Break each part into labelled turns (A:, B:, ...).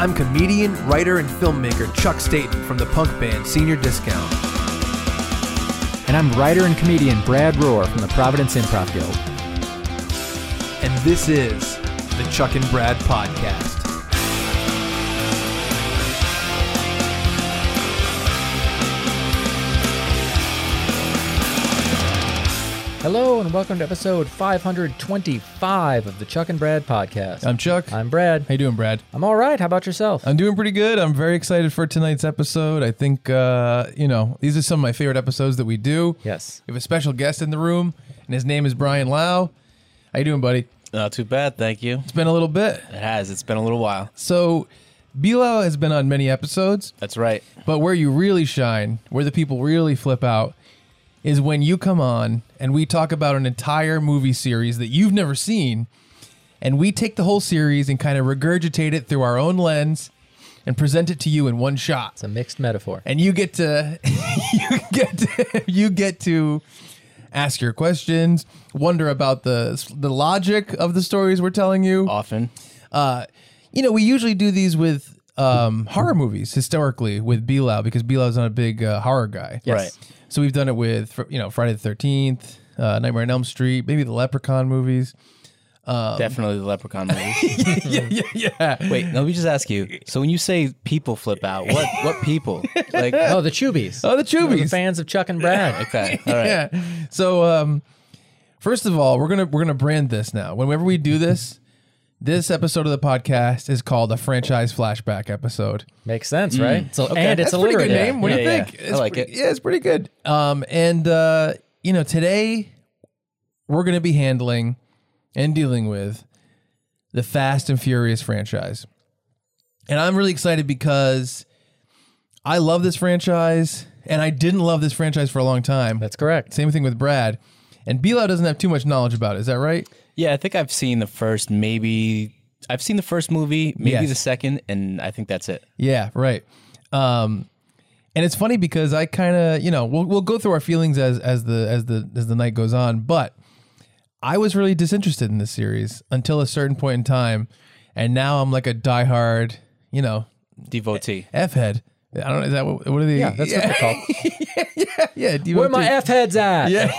A: I'm comedian, writer, and filmmaker Chuck Staten from the punk band Senior Discount.
B: And I'm writer and comedian Brad Rohr from the Providence Improv Guild.
A: And this is the Chuck and Brad Podcast.
B: Hello, and welcome to episode 525 of the Chuck and Brad Podcast.
C: I'm Chuck.
B: I'm Brad.
C: How you doing, Brad?
B: I'm all right. How about yourself?
C: I'm doing pretty good. I'm very excited for tonight's episode. I think uh, you know these are some of my favorite episodes that we do.
B: yes.
C: We have a special guest in the room, and his name is Brian Lau. How you doing, buddy?
D: Not too bad, thank you.
C: It's been a little bit.
D: It has. It's been a little while.
C: So, B Lau has been on many episodes,
D: That's right.
C: but where you really shine, where the people really flip out, is when you come on and we talk about an entire movie series that you've never seen, and we take the whole series and kind of regurgitate it through our own lens and present it to you in one shot.
B: It's a mixed metaphor.
C: and you get to you get to, you get to ask your questions, wonder about the the logic of the stories we're telling you.
D: Often.
C: Uh, you know, we usually do these with um, horror movies historically with Bilal because Bilal's not a big uh, horror guy.
D: Yes. Right.
C: So we've done it with fr- you know Friday the Thirteenth, uh, Nightmare on Elm Street, maybe the Leprechaun movies.
D: um, Definitely the Leprechaun movies.
C: yeah, yeah, yeah.
D: Wait, let me just ask you. So when you say people flip out, what what people? Like
B: Oh, the Chubies.
C: Oh, the Chubies.
B: We're the fans of Chuck and Brad.
D: okay, all right.
C: Yeah. So um first of all, we're gonna we're gonna brand this now. Whenever we do this, this episode of the podcast is called a franchise flashback episode.
B: Makes sense, right? So, And
C: That's
B: it's
C: a pretty
B: alliterative.
C: good name. What do you
D: Yeah, yeah.
C: think?
D: I
C: It's
D: like
C: pretty-
D: it.
C: Yeah, it's pretty good. Um and uh, you know, today we're gonna be handling and dealing with the Fast and Furious franchise. And I'm really excited because I love this franchise and I didn't love this franchise for a long time.
B: That's correct.
C: Same thing with Brad. And Bilal doesn't have too much knowledge about it. Is that right?
D: Yeah, I think I've seen the first maybe I've seen the first movie, maybe
C: Yes.
D: the second, and I think that's it.
C: Yeah, right. Um, and it's funny because I kind of, you know, we'll, we'll go through our feelings as as the as the as the night goes on. But I was really disinterested in this series until a certain point in time, and now I'm like a diehard, you know,
D: Devotee.
C: f head. I don't. Is that what? What are the?
B: Yeah, that's what they're called.
C: yeah. Do you
B: Where
C: want
B: my
C: to-
B: F heads at?
C: Yeah,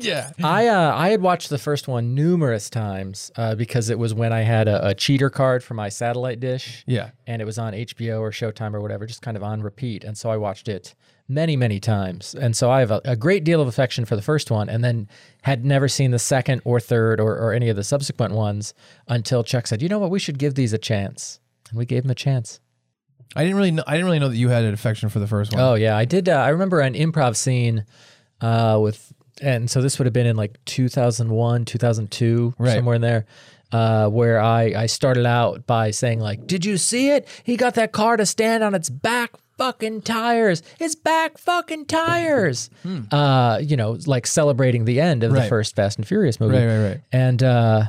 C: yeah.
B: I uh, I had watched the first one numerous times uh, because it was when I had a, a cheater card for my satellite dish.
C: Yeah.
B: And it was on HBO or Showtime or whatever, just kind of on repeat. And so I watched it many, many times. And so I have a, a great deal of affection for the first one and then had never seen the second or third or, or any of the subsequent ones until Chuck said, you know what, we should give these a chance. And we gave them a chance.
C: I didn't really know. I didn't really know that you had an affection for the first one.
B: Oh yeah, I did. Uh, I remember an improv scene uh, with, and so this would have been in like 2001, 2002,
C: Right.
B: somewhere in there, uh, where I I started out by saying like, "Did you see it? He got that car to stand on its back." Fucking tires! Its back fucking tires! Uh, you know, like celebrating the end of the
C: Hmm. Right.
B: first Fast and Furious movie.
C: Right, right, right.
B: And uh,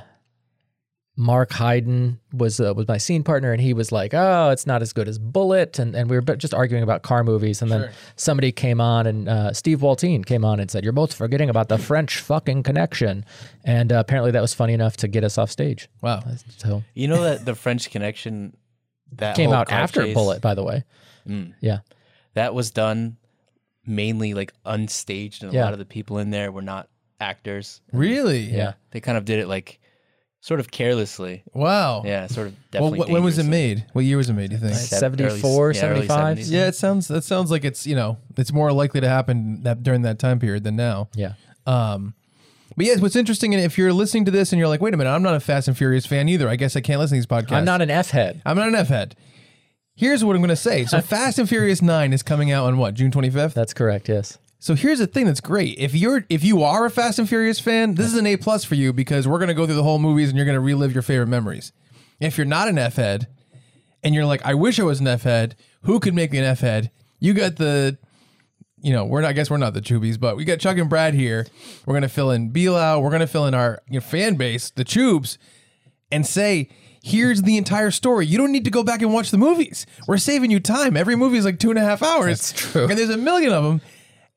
B: Mark Hyden was uh, was my scene partner, and he was like, "Oh, it's not as good as Bullet," and and we were bu- just arguing about car movies, and then somebody came on, and uh, Steve Waltine came on and said, "You're both forgetting about the French fucking connection," and uh, apparently that was funny enough to get us off stage.
C: Wow.
B: So
D: You know that the French Connection that
B: came
D: whole
B: out
D: car
B: after
D: chase,
B: Bullet, by the way.
C: Mm.
B: Yeah,
D: That was done mainly like unstaged and a
B: Yeah.
D: lot of the people in there were not actors.
C: Really?
B: yeah.
D: They kind of did it like sort of carelessly.
C: Wow.
D: Yeah, sort of
C: Well,
D: definitely.
C: wh- when was it
D: dangerously.
C: made? What year was it made? Do you think?
B: Nice.
D: Sep- early-
B: 74,
D: yeah, early
B: 75?
D: 70s.
C: Yeah, it sounds that sounds like it's you know it's more likely to happen that during that time period than now.
B: yeah.
C: Um, but yes, what's interesting, and if you're listening to this and you're like, wait a minute, I'm not a Fast and Furious fan either. I guess I can't listen to these podcasts.
B: I'm not an F head.
C: I'm not an F head. Here's what I'm going to say. So Fast and Furious Nine is coming out on what June 25th.
B: That's correct. Yes.
C: So here's the thing that's great. If you're if you are a Fast and Furious fan, this is an A plus for you because we're gonna go through the whole movies and you're gonna relive your favorite memories. If you're not an F head and you're like, I wish I was an F head, who could make me an F head? You got the you know, we're not I guess we're not the Chubies, but we got Chuck and Brad here. We're gonna fill in Below, we're gonna fill in our you know, fan base, the Tubes, and say Here's the entire story. You don't need to go back and watch the movies. We're saving you time. Every movie is like two and a half hours.
B: That's true.
C: And there's a million of them.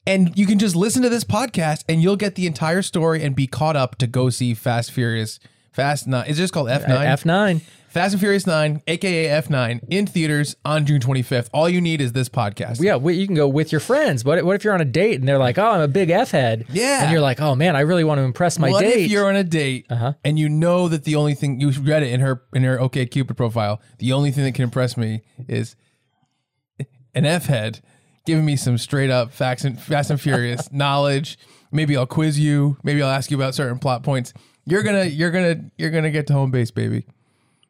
C: And you can just listen to this podcast and you'll get the entire story and be caught up to go see Fast Furious Fast Nine. Is it just called F9?
B: Uh, F nine.
C: Fast and Furious 9, aka F9, in theaters on June 25th. All you need is this podcast.
B: Yeah, we, you can go with your friends. What, what if you're on a date and they're like, "Oh, I'm a big f head."
C: Yeah.
B: and you're like, "Oh man, I really want to impress my
C: what
B: date." Uh-huh.
C: if you're on a date and you know that the only thing you read it in her in her OK Cupid profile, the only thing that can impress me is an F head giving me some straight up facts and fast and furious knowledge. Maybe I'll quiz you. Maybe I'll ask you about certain plot points. You're gonna you're gonna you're gonna get to home base, baby.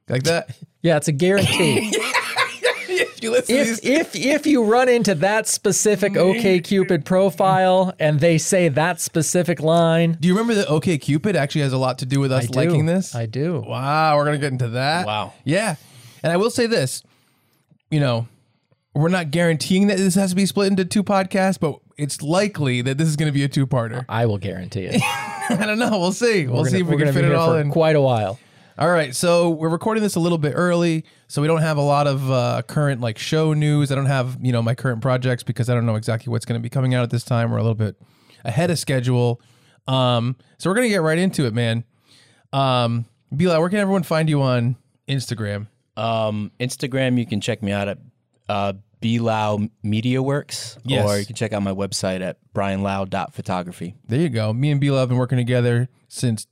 C: Like that.
B: yeah, it's a guarantee.
C: if you listen to these
B: if if if you run into that specific OK Cupid profile and they say that specific line,
C: Do you remember that OK Cupid actually has a lot to do with us
B: I do.
C: liking this?
B: I do.
C: Wow, we're gonna get into that.
D: Wow.
C: Yeah. And I will say this, you know, we're not guaranteeing that this has to be split into two podcasts, but it's likely that this is gonna be a two parter.
B: I will guarantee it.
C: I don't know. We'll see. We'll
B: We're
C: see
B: gonna-
C: if we can
B: we're gonna be
C: fit it
B: here
C: all
B: for
C: in.
B: quite a while.
C: all right. So we're recording this a little bit early, so we don't have a lot of uh, current like show news. I don't have, you know, my current projects because I don't know exactly what's gonna be coming out at this time. We're a little bit ahead of schedule. Um, so we're gonna get right into it, man. Um, Bila, where can everyone find you on Instagram?
D: Um, Instagram, you can check me out at uh, Blau Media Works,
C: Yes.
D: or you can check out my website at brianlau.photography.
C: There you go. Me and Bila have been working together since,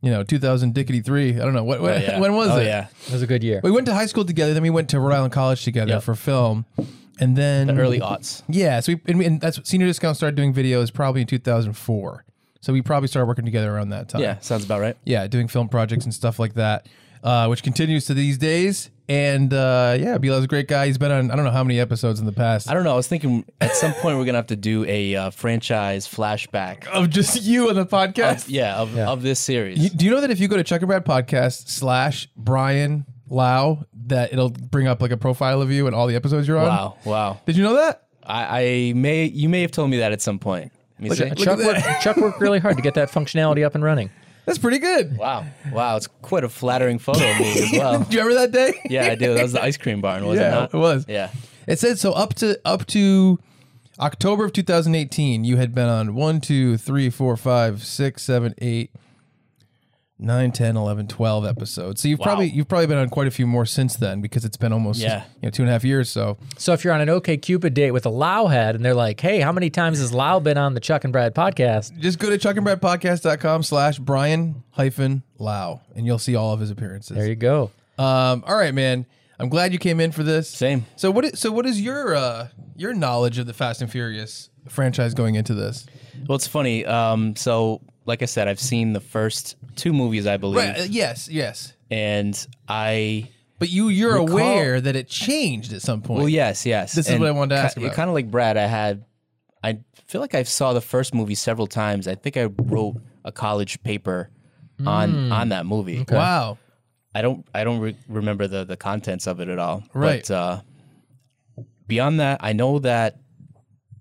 C: you know, 2000 dickety three. I don't know what, what when was
D: oh,
C: it.
D: Yeah,
B: It was a good year.
C: We went to high school together. Then we went to Rhode Island College together
D: Yep.
C: for film, and then
D: the early aughts.
C: Yeah, so we and, we, and that's senior discount started doing videos probably in 2004. So we probably started working together around that time.
D: Yeah, sounds about right.
C: yeah, doing film projects and stuff like that, uh, which continues to these days. And uh, yeah, Bila's a great guy. He's been on I don't know how many episodes in the past.
D: I don't know. I was thinking at some point we're gonna have to do a uh, franchise flashback.
C: of just you on the podcast.
D: Yeah, of, of this series.
C: Do Oh. you know that if you go to Chuck and Brad podcast slash Brian Lau, that it'll bring up like a profile of you and all the episodes you're on?
D: wow, wow.
C: Did you know that?
D: I, I may you may have told me that at some point. Let me see.
B: And Uh, Chuck worked, Chuck worked really hard to get that functionality up and running.
C: That's pretty good.
D: Wow, wow. It's quite a flattering photo of me as well.
C: Do you remember that day?
D: Yeah, I do. That was the ice cream barn, was
C: Yeah,
D: it not?
C: it was.
D: Yeah.
C: It said so up to up to October of 2018, you had been on 1, 2, 3, 4, 5, 6, 7, 8, 9, 10, 11, 12 episodes. So you've probably you've probably been on quite a few more since then because it's been almost
D: Yeah.
C: you know, two and a half years. So
B: So if you're on an OK Cupid date with a Lao head and they're like, "Hey, how many times has Lao been on the Chuck and Brad podcast?"
C: just go to chuckandbradpodcast.com slash Brian hyphen Lau and you'll see all of his appearances.
B: There you go.
C: Um, all right, man. I'm glad you came in for this.
D: Same.
C: So what? Is, so what is your uh, your knowledge of the Fast and Furious franchise going into this?
D: Well, it's funny. Um, so, like I said, I've seen the first two movies, I believe,
C: Right. uh, yes. Yes.
D: and I.
C: But you you're
D: Recall-
C: aware that it changed at some point.
D: Well, yes, yes.
C: This is what I wanted to ask about.
D: Kind of like Brad, I had. I feel like I saw the first movie several times. I think I wrote a college paper on
C: Hmm.
D: on that movie.
C: Wow.
D: I don't I don't re- remember the the contents of it at all.
C: Right.
D: But uh, beyond that, I know that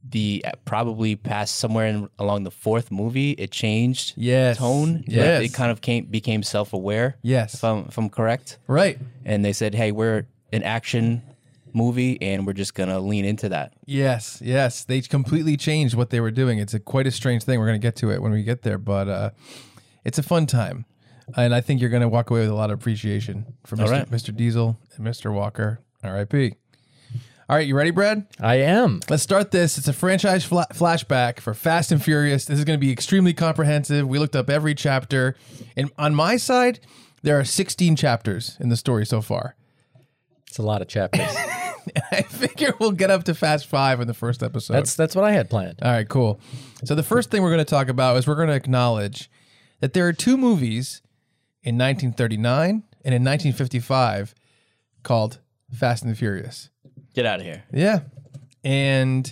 D: the probably past somewhere in, along the fourth movie, it changed
C: Yes.
D: tone. Like,
C: Yes.
D: it kind of came became self aware.
C: Yes.
D: if I'm if I'm correct.
C: Right.
D: And they said, hey, we're an action movie, and we're just gonna lean into that.
C: Yes. Yes. They completely changed what they were doing. It's a quite a strange thing. We're gonna get to it when we get there, but uh, it's a fun time, and I think you're gonna walk away with a lot of appreciation from Mr.
D: right.
C: Mr. Diesel and Mr. Walker. R.I.P. All right, you ready, Brad?
B: I am.
C: Let's start this. It's a franchise fla- flashback for Fast and Furious. This is going to be extremely comprehensive. We looked up every chapter. And on my side, there are 16 chapters in the story so far.
B: It's a lot of chapters.
C: I figure we'll get up to Fast 5 in the first episode.
B: That's that's what I had planned.
C: All right, cool. So the first thing we're going to talk about is we're going to acknowledge that there are two movies in 1939 and in 1955 called Fast and the Furious.
D: Get out of here.
C: Yeah. And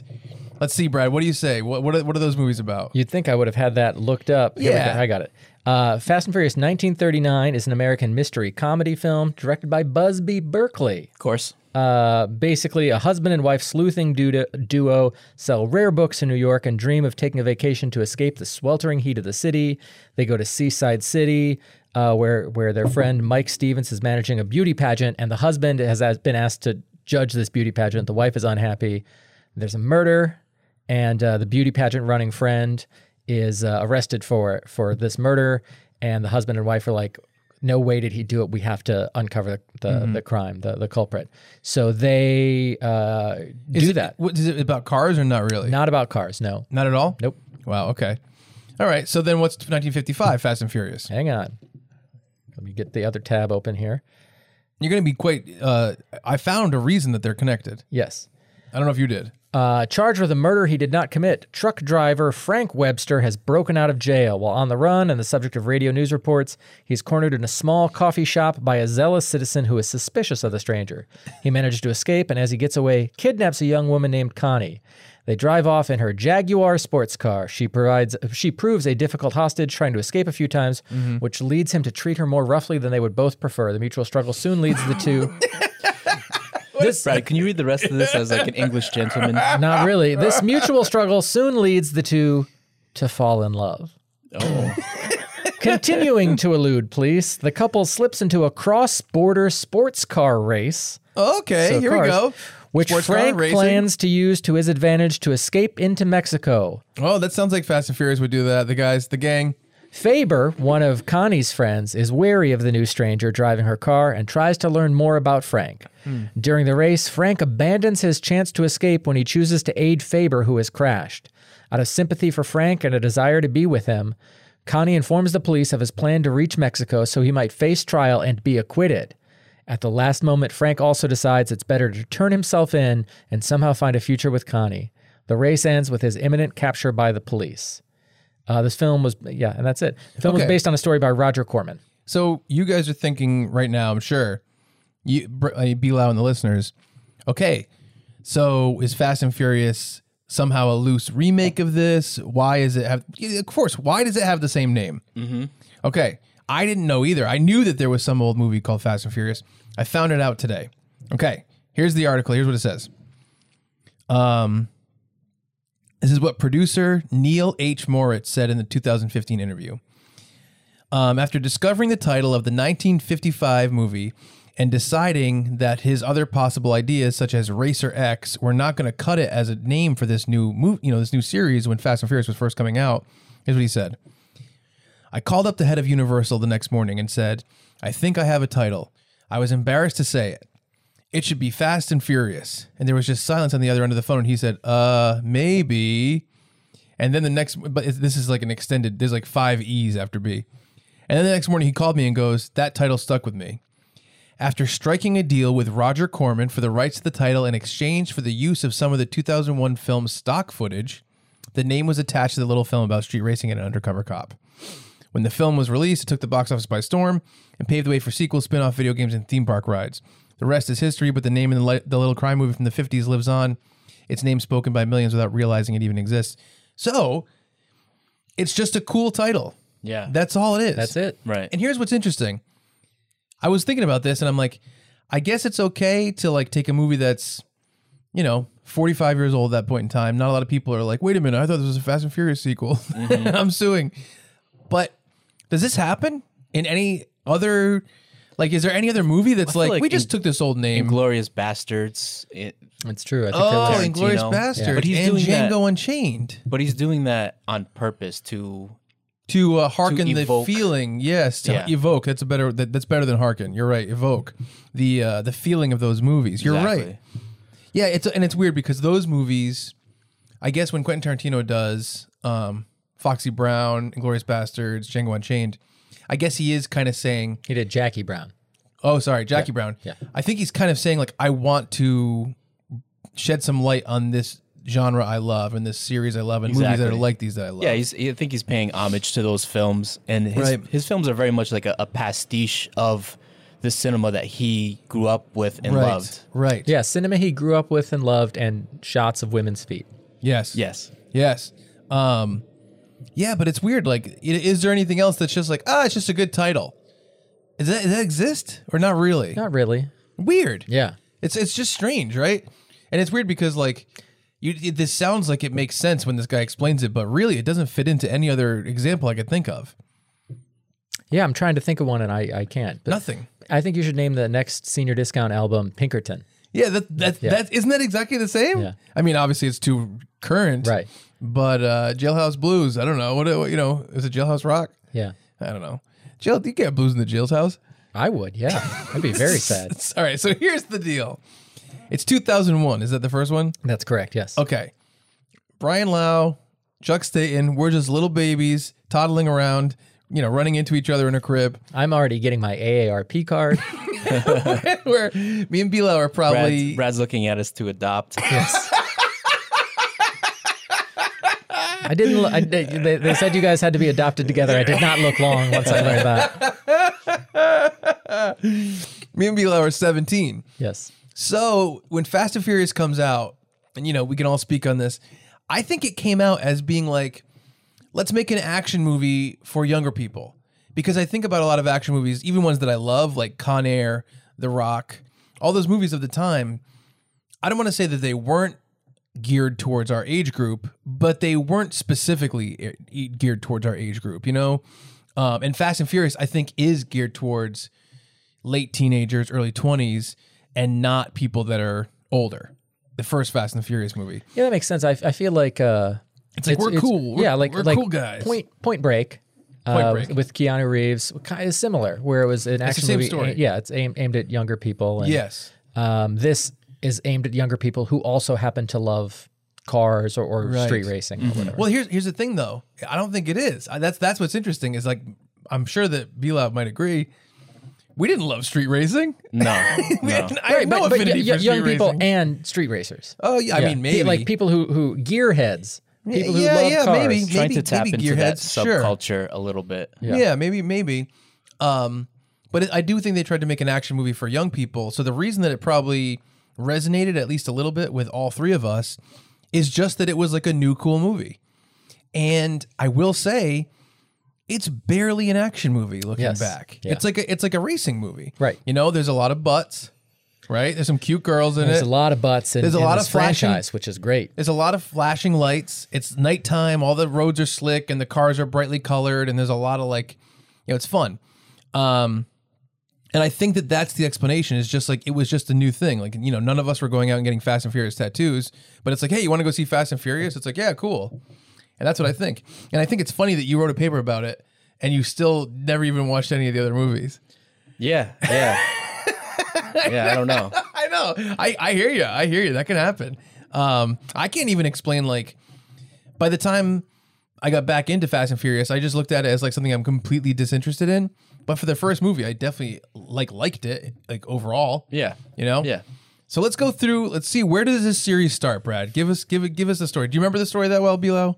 C: let's see, Brad, what do you say? What, what, are, what are those movies about?
B: You'd think I would have had that looked up. Here we
C: Yeah.
B: go. I got it. Uh, Fast and Furious 1939 is an American mystery comedy film directed by Busby Berkeley.
D: Of course.
B: Uh, basically, a husband and wife sleuthing duo, duo sell rare books in New York and dream of taking a vacation to escape the sweltering heat of the city. They go to Seaside City, uh, where where their friend Mike Stevens is managing a beauty pageant, and the husband has as- been asked to judge this beauty pageant. The wife is unhappy. There's a murder, and uh, the beauty pageant running friend is uh, arrested for for this murder. And the husband and wife are like, no way did he do it. We have to uncover the the, the crime, the the culprit. So they uh,
C: Is
B: do
C: it,
B: that.
C: What is it about cars or not really?
B: Not about cars. No.
C: Not at all.
B: Nope.
C: Wow. Okay. All right. So then, what's 1955? Fast and Furious.
B: Hang on. Let me get the other tab open here.
C: You're going to be quite. Uh, I found a reason that they're connected.
B: Yes.
C: I don't know if you did.
B: Uh, charged with a murder he did not commit, truck driver Frank Webster has broken out of jail. While on the run and the subject of radio news reports, he's cornered in a small coffee shop by a zealous citizen who is suspicious of the stranger. He manages to escape and, as he gets away, kidnaps a young woman named Connie. They drive off in her Jaguar sports car. She provides she proves a difficult hostage, trying to escape a few times, which leads him to treat her more roughly than they would both prefer. The mutual struggle soon leads the two. this,
D: Brad, can you read the rest of this as like an English gentleman?
B: not really. This mutual struggle soon leads the two to fall in love.
D: Oh,
B: Continuing to elude police, the couple slips into a cross border sports car race.
C: Okay.
B: So
C: here we
B: cars,
C: go.
B: Which
C: Sports car
B: Frank
C: racing.
B: plans to use to his advantage to escape into Mexico.
C: Oh, that sounds like Fast and Furious would do that. The guys, the gang.
B: Faber, one of Connie's friends, is wary of the new stranger driving her car and tries to learn more about Frank. During the race, Frank abandons his chance to escape when he chooses to aid Faber, who has crashed. Out of sympathy for Frank and a desire to be with him, Connie informs the police of his plan to reach Mexico so he might face trial and be acquitted. At the last moment, Frank also decides it's better to turn himself in and somehow find a future with Connie. The race ends with his imminent capture by the police. Uh, this film was, yeah, and that's it. The film was
C: Okay.
B: based on a story by Roger Corman.
C: So you guys are thinking right now, I'm sure, you Br- uh, Below and the listeners. Okay, so is Fast and Furious somehow a loose remake of this? Why is it have? yeah, Of course, why does it have the same name? Mm-hmm. Okay, I didn't know either. I knew that there was some old movie called Fast and Furious. I found it out today. Okay, here's the article. Here's what it says. Um. This is what producer Neil H. Moritz said in the 2015 interview. Um, after discovering the title of the 1955 movie and deciding that his other possible ideas, such as Racer X, were not going to cut it as a name for this new movie, you know, this new series when Fast and Furious was first coming out, here's what he said. I called up the head of Universal the next morning and said, I think I have a title. I was embarrassed to say it. It should be Fast and Furious. And there was just silence on the other end of the phone. And he said, uh, maybe. And then the next, but it's- this is like an extended, there's like five E's after B. And then the next morning, he called me and goes, That title stuck with me. After striking a deal with Roger Corman for the rights to the title in exchange for the use of some of the 2001 film's stock footage, the name was attached to the little film about street racing and an undercover cop. When the film was released, it took the box office by storm and paved the way for sequels, spin off video games, and theme park rides. The rest is history, but the name in the, li- the little crime movie from the 50s lives on, its name spoken by millions without realizing it even exists. So, it's just a cool title.
D: yeah.
C: That's all it is.
B: That's it.
D: right.
C: And here's what's interesting. I was thinking about this and I'm like, I guess it's okay to like take a movie that's, you know, 45 years old at that point in time. Not a lot of people are like, wait a minute, I thought this was a Fast and Furious sequel.
D: Mm-hmm.
C: I'm suing. But does this happen in any other, like, is there any other movie that's
D: feel
C: like,
D: like
C: we just
D: in-
C: took this old name?
D: Glorious Bastards. It,
B: It's true. I think
C: oh,
B: they
D: in-
B: were.
C: Inglorious
D: Tarantino.
C: Bastard.
B: Yeah.
C: But
D: But he's
C: and
D: doing that-
C: Django Unchained
D: but he's doing that on purpose to
C: to uh, hearken the
D: evoke.
C: feeling. Yes, to
D: Yeah.
C: evoke. That's a better. That, that's better than hearken. You're right. Evoke the uh, the feeling of those movies. You're
D: Exactly.
C: right. Yeah, it's and it's weird because those movies, I guess when Quentin Tarantino does um, Foxy Brown, Inglorious Bastards, Django Unchained, I guess he is kind of saying,
B: He did Jackie Brown.
C: "Oh, sorry, Jackie Brown."
B: yeah.
C: I think he's kind of saying like, "I want to shed some light on this." Genre I love and this series I love and movies that
D: Exactly.
C: are like these that I love.
D: Yeah, he's, I think he's paying homage to those films, and his,
C: Right.
D: his films are very much like a, a pastiche of the cinema that he grew up with and
C: right,
D: loved.
C: right.
B: Yeah, cinema he grew up with and loved, and shots of women's feet.
C: Yes.
D: Yes,
C: Yes. Um, yeah, but it's weird. Like, i- is there anything else that's just like, ah, it's just a good title? Is that, does that exist or not really?
B: Not really.
C: Weird.
B: Yeah.
C: It's it's just strange, right? And it's weird because like, you it, this sounds like it makes sense when this guy explains it, but really it doesn't fit into any other example I could think of.
B: Yeah, I'm trying to think of one and I, I can't. But
C: Nothing.
B: I think you should name the next senior discount album Pinkerton.
C: Yeah, that that
B: Yeah.
C: that isn't that exactly the same.
B: Yeah.
C: I mean, obviously it's too current,
B: Right.
C: But uh, Jailhouse Blues, I don't know what, what you know, is it Jailhouse Rock?
B: Yeah.
C: I don't know. Jill, you get blues in the Jill's house.
B: I would, yeah. That'd be very sad.
C: All right, so here's the deal. It's 2001. Is that the first one?
B: That's correct, yes.
C: Okay. Brian Lau, Chuck Staten, we're just little babies toddling around, you know, running into each other in a crib.
B: I'm already getting my AARP card.
C: Where me and B Lau are probably
D: Brad's, Brad's looking at us to adopt.
B: Yes. I didn't. lo- I, they, they they said you guys had to be adopted together. I did not look long once I learned that.
C: me and B Lau are 17.
B: Yes.
C: So when Fast and Furious comes out, and you know, we can all speak on this, I think it came out as being like, let's make an action movie for younger people. Because I think about a lot of action movies, even ones that I love, like Con Air, The Rock, all those movies of the time. I don't want to say that they weren't geared towards our age group, but they weren't specifically e- geared towards our age group, you know? Um, and Fast and Furious, I think, is geared towards late teenagers, early 20s, and not people that are older. The first Fast and the Furious movie.
B: Yeah, that makes sense. I, I feel like uh,
C: It's like, we're cool. We're-
B: yeah, like
C: we're
B: like
C: cool guys.
B: Point Point Break.
C: Point
B: uh,
C: Break.
B: with Keanu Reeves, kind of similar, where it was an action
C: same
B: movie.
C: story.
B: Yeah, it's aimed, aimed at younger people. And,
C: Yes.
B: Um, this is aimed at younger people who also happen to love cars or, or street racing or whatever.
C: Mm-hmm. Well, here's here's the thing though. I don't think it is. I- That's that's what's interesting is like I'm sure that B Lab might agree. We didn't love street racing.
D: No,
C: We
D: no.
C: didn't- I had no
B: but
C: affinity
B: y- y-
C: for
B: young
C: street
B: people
C: racing.
B: and street racers.
C: oh yeah, I
B: Yeah.
C: mean
B: Pe-
C: maybe
B: like people who who gearheads, people who love cars.
C: maybe
D: Trying
C: maybe,
D: to tap
C: maybe
D: into that
C: gearheads, sure.
D: subculture a little bit.
C: Yeah. maybe, maybe. Um, but it, I do think they tried to make an action movie for young people. So the reason that it probably resonated at least a little bit with all three of us is just that it was like a new cool movie. And I will say, it's barely an action movie looking
B: Yes.
C: back.
B: Yeah.
C: It's like a, it's like a racing movie,
B: Right.
C: You know, there's a lot of butts, right? There's some cute girls in
B: There's
C: it.
B: a lot of butts in,
C: There's a
B: in
C: lot
B: this
C: of flashing-
B: franchise, which is great.
C: There's a lot of flashing lights. It's nighttime. All the roads are slick and the cars are brightly colored. And there's a lot of like, you know, it's fun. Um, and I think that that's the explanation. Is just like it was just a new thing. Like you know, none of us were going out and getting Fast and Furious tattoos. But it's like, hey, you want to go see Fast and Furious? It's like, yeah, cool. And that's what I think. And I think it's funny that you wrote a paper about it and you still never even watched any of the other movies.
D: Yeah, yeah, yeah. I don't know.
C: I know. I, I hear you. I hear you. That can happen. Um, I can't even explain. Like, by the time I got back into Fast and Furious, I just looked at it as like something I'm completely disinterested in. But for the first movie, I definitely like liked it, like overall.
D: Yeah,
C: You know.
D: yeah.
C: So let's go through. Let's see where does this series start, Brad? Give us give it give us the story. Do you remember the story that well, Bilo?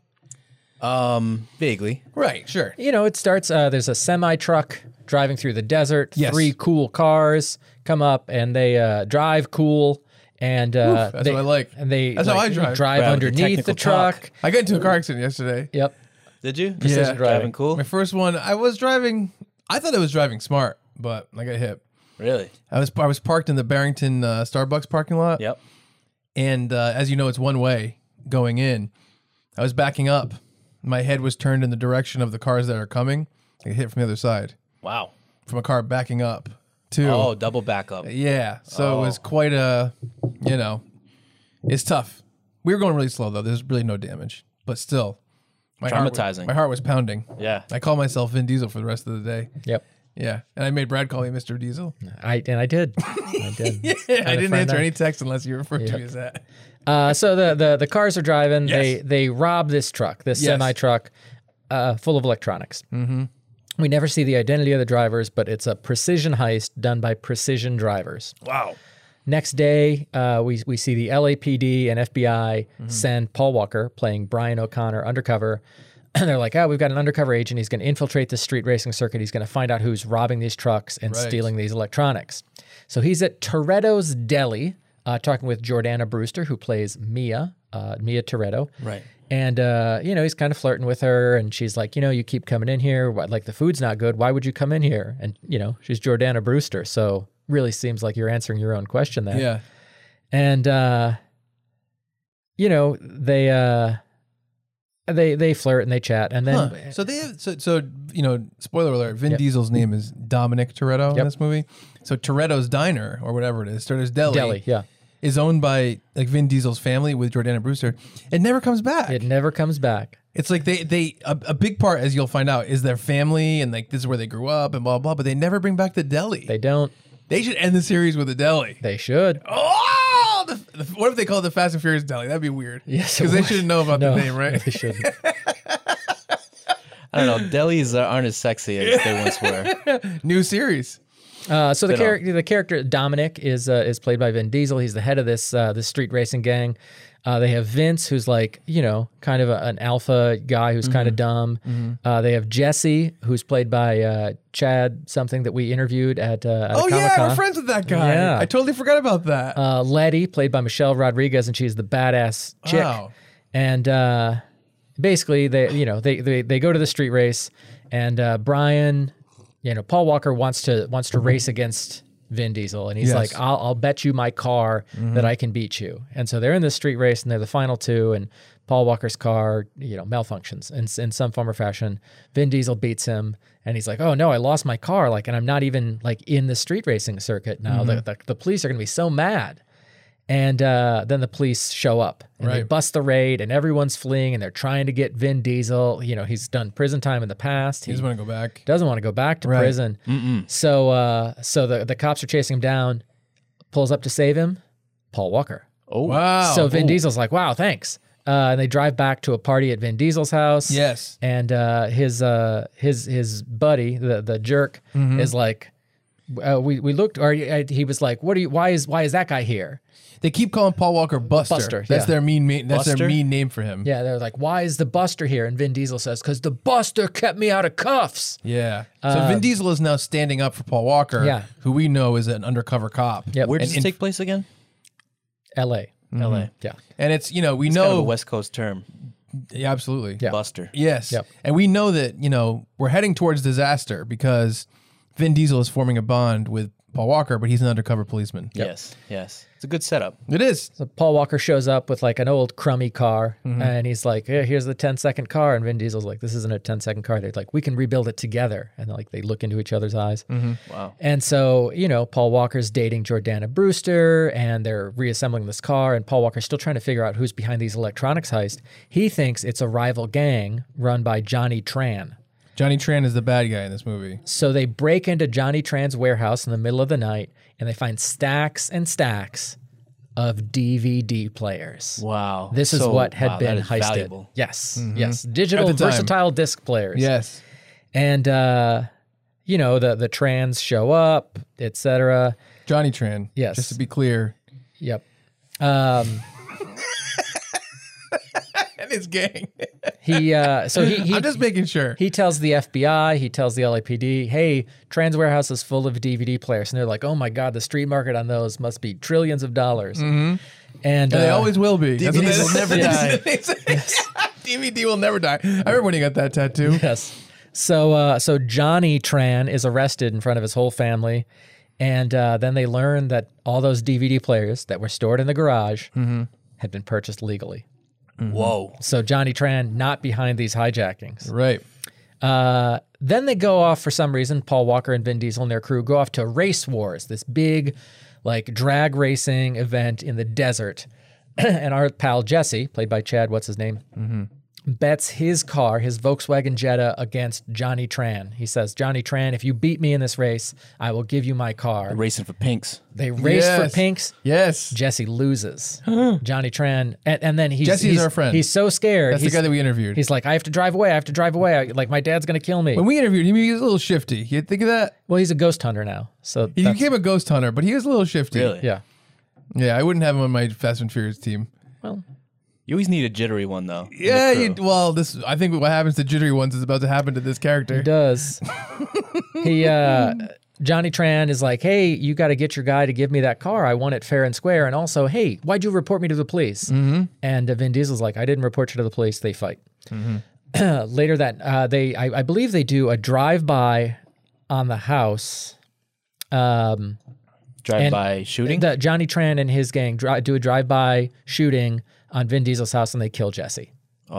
D: Um, vaguely.
C: Right. Sure.
B: You know, it starts. Uh, there's a semi truck driving through the desert.
C: Yes.
B: Three cool cars come up and they uh, drive cool. And uh,
C: that's
B: they,
C: what I like.
B: And they
C: That's how
B: like,
C: I drive.
D: Right, with the
B: underneath the,
D: technical
B: truck.
D: talk.
C: I got into a car accident yesterday.
B: Yep.
D: Did you? Precision driving. Cool.
C: My first one. I was driving. I thought I was driving smart, but I got hit.
D: Really?
C: I was I was parked in the Barrington uh, Starbucks parking lot.
D: Yep.
C: And uh, as you know, it's one way going in. I was backing up. My head was turned in the direction of the cars that are coming. I got hit from the other side
D: Wow.
C: from a car backing up too.
D: Oh, double backup.
C: yeah. So
D: Oh.
C: it was quite a, you know, it's tough. We were going really slow though. There's really no damage, but still, my Heart was,
D: Traumatizing.
C: my heart was pounding.
D: Yeah.
C: I called myself Vin Diesel for the rest of the day.
B: Yep.
C: Yeah, and I made Brad call me Mr. Diesel.
B: I and I did. I did.
C: I didn't
B: friend
C: answer
B: I-
C: any text unless you referred to me as that.
B: Uh, so the, the the cars are driving. They
C: Yes.
B: they rob this truck, this
C: Yes.
B: semi truck, uh, full of electronics. Mm-hmm. We never see the identity of the drivers, but it's a precision heist done by precision drivers.
C: Wow.
B: Next day, uh, we we see the LAPD and FBI
C: Mm-hmm.
B: send Paul Walker, playing Brian O'Connor, undercover. And they're like, oh, we've got an undercover agent. He's going to infiltrate the street racing circuit. He's going to find out who's robbing these trucks and
C: Right.
B: stealing these electronics. So he's at Toretto's Deli, uh, talking with Jordana Brewster, who plays Mia, uh, Mia Toretto.
D: Right.
B: And uh, you know, he's kind of flirting with her, and she's like, you know, you keep coming in here. Why, like the food's not good. Why would you come in here? And you know, she's Jordana Brewster, so really seems like you're answering your own question there.
C: Yeah.
B: And uh, you know, they uh, they they flirt and they chat, and then
C: Huh. So they have so so you know spoiler alert Vin Diesel's name is Dominic Toretto in
B: Yep.
C: this movie. So Toretto's Diner or whatever it is, Toretto's Deli,
B: deli, yeah,
C: is owned by like Vin Diesel's family with Jordana Brewster. It never comes back.
B: It never comes back.
C: It's like they they a, a big part, as you'll find out, is their family and like this is where they grew up and blah blah. But they never bring back the deli.
B: They
C: They,
B: don't.
C: should end the series with a deli.
B: They should.
C: Oh, the, the, what if they call it the Fast and Furious Deli? That'd be weird.
B: Yes, it
C: because they
B: would.
C: shouldn't know about
B: No,
C: the name, right?
B: They shouldn't.
D: I don't know. Delis are- aren't as sexy as they once were.
C: New series.
B: Uh, so the
D: Spin-off.
B: character, the character Dominic is uh, is played by Vin Diesel. He's the head of this uh, this street racing gang. Uh, they have Vince, who's like you know kind of a, an alpha guy who's
C: Mm-hmm.
B: kind of dumb. Uh, they have Jesse, who's played by uh, Chad something that we interviewed at, uh, at
C: Oh
B: Comic
C: yeah,
B: Con.
C: we're friends with that guy.
B: Yeah.
C: I totally forgot about that.
B: Uh, Letty, played by Michelle Rodriguez, and she's the badass chick.
C: Wow.
B: And uh, basically, they you know they, they they go to the street race, and uh, Brian, you know, Paul Walker wants to wants to race against Vin Diesel, and he's
C: Yes.
B: like, I'll, "I'll bet you my car that I can beat you." And so they're in this street race, and they're the final two, and Paul Walker's car, you know, malfunctions in in some form or fashion. Vin Diesel beats him, and he's like, "Oh no, I lost my car!" Like, and I'm not even like in the street racing circuit now. The, the the police are gonna be so mad. And uh, then the police show up and they
C: Right.
B: bust the raid, and everyone's fleeing, and they're trying to get Vin Diesel. You know, he's done prison time in the past.
C: He's
B: He-
C: want to go back.
B: doesn't want to go back to
C: Right.
B: prison. So uh, so the, the cops are chasing him down, pulls up to save him, Paul Walker.
D: Oh,
C: Wow.
B: so Vin Diesel's like, wow, thanks. Uh, and they drive back to a party at Vin Diesel's house.
C: Yes.
B: And uh, his uh, his his buddy, the the jerk,
C: Mm-hmm.
B: is like, uh, we we looked, or uh, he was like, what are you? Why is why is that guy here?
C: They keep calling Paul Walker Buster.
B: Buster,
C: That's
B: yeah.
C: their mean. ma- that's
D: Buster?
C: their mean name for him.
B: Yeah, they're like, why is the Buster here? And Vin Diesel says, because the Buster kept me out of cuffs.
C: Yeah. So Vin Diesel is now standing up for Paul Walker,
B: Uh, Yeah.
C: who we know is an undercover cop.
B: Yeah,
D: Where
B: in
D: does this take place again?
B: L.A.
D: L.A.
B: Yeah,
C: And it's, you know, we know
D: Kind of a West Coast term.
C: Yeah, absolutely.
B: Yeah.
D: Buster.
C: Yes.
B: Yep.
C: And we know that, you know, we're heading towards disaster because Vin Diesel is forming a bond with Paul Walker, but he's an undercover policeman.
D: Yes. Yes. It's a good setup.
C: It is.
B: So Paul Walker shows up with like an old crummy car and he's like, yeah, here's the 10 second car. And Vin Diesel's like, this isn't a 10 second car. They're like, we can rebuild it together. And like they look into each other's eyes.
D: Wow.
B: And so, you know, Paul Walker's dating Jordana Brewster and they're reassembling this car. And Paul Walker's still trying to figure out who's behind these electronics heist. He thinks it's a rival gang run by Johnny Tran.
C: Johnny Tran is the bad guy in this movie.
B: So they break into Johnny Tran's warehouse in the middle of the night and they find stacks and stacks of DVD players.
D: Wow.
B: This is
D: So-
B: what had
D: wow, that
B: been
D: is
B: heisted.
D: valuable.
B: Yes, yes, digital
C: At the time.
B: versatile disc players.
C: Yes.
B: and uh, you know the the trans show up, etc.
C: Johnny Tran.
B: Yes.
C: Just to be clear.
B: Yep. Um,
C: And his gang.
B: he uh, so he he,
C: I'm just making sure.
B: he tells the FBI, he tells the LAPD, hey, trans warehouse is full of DVD players, and they're like, oh my god, the street market on those must be trillions of dollars. And,
C: Mm-hmm. And they
B: uh,
C: always will be. That's what
D: DVD will
C: they-
D: never die.
C: DVD will never die. I remember when he got that tattoo.
B: Yes. So uh, so Johnny Tran is arrested in front of his whole family, and uh, then they learn that all those DVD players that were stored in the garage
C: Mm-hmm.
B: had been purchased legally.
D: Whoa.
B: So Johnny Tran not behind these hijackings.
C: Right.
B: Uh, then they go off for some reason. Paul Walker and Vin Diesel and their crew go off to Race Wars, this big, like drag racing event in the desert. and our pal Jesse, played by Chad, what's his name,
C: Mm-hmm.
B: bets his car, his Volkswagen Jetta, against Johnny Tran. He says, "Johnny Tran, if you beat me in this race, I will give you my car."
D: Racing for pinks.
B: They race
C: Yes.
B: for pinks.
C: Yes.
B: Jesse loses. Johnny Tran, and, and then he's,
C: Jesse's
B: he's-
C: our friend.
B: He's so scared.
C: That's
B: he's,
C: the guy that we interviewed.
B: he's like, I have to drive away. I have to drive away. I, like my dad's gonna kill me.
C: When we interviewed him, he was a little shifty. You think of that?
B: Well, he's a ghost hunter now. So
C: He
B: that's-
C: became a ghost hunter, but he was a little shifty.
D: Really?
B: yeah.
C: Yeah, I wouldn't have him on my Fast and Furious team.
B: Well,
D: You always need a jittery one though. in the
C: Yeah,
D: crew.
C: you, well, this I think what happens to jittery ones is about to happen to this character.
B: he does. he uh Johnny Tran is like, "Hey, you got to get your guy to give me that car. I want it fair and square." And also, "Hey, why'd you report me to the police?" Mm-hmm. And uh, Vin Diesel's like, "I didn't report you to the police. They fight." Later that uh, they, I, I believe they do a drive by on the house. Um,
D: Drive
B: and-
D: by shooting.
B: the Johnny Tran and his gang dri- do a drive-by shooting on Vin Diesel's house and they kill Jesse.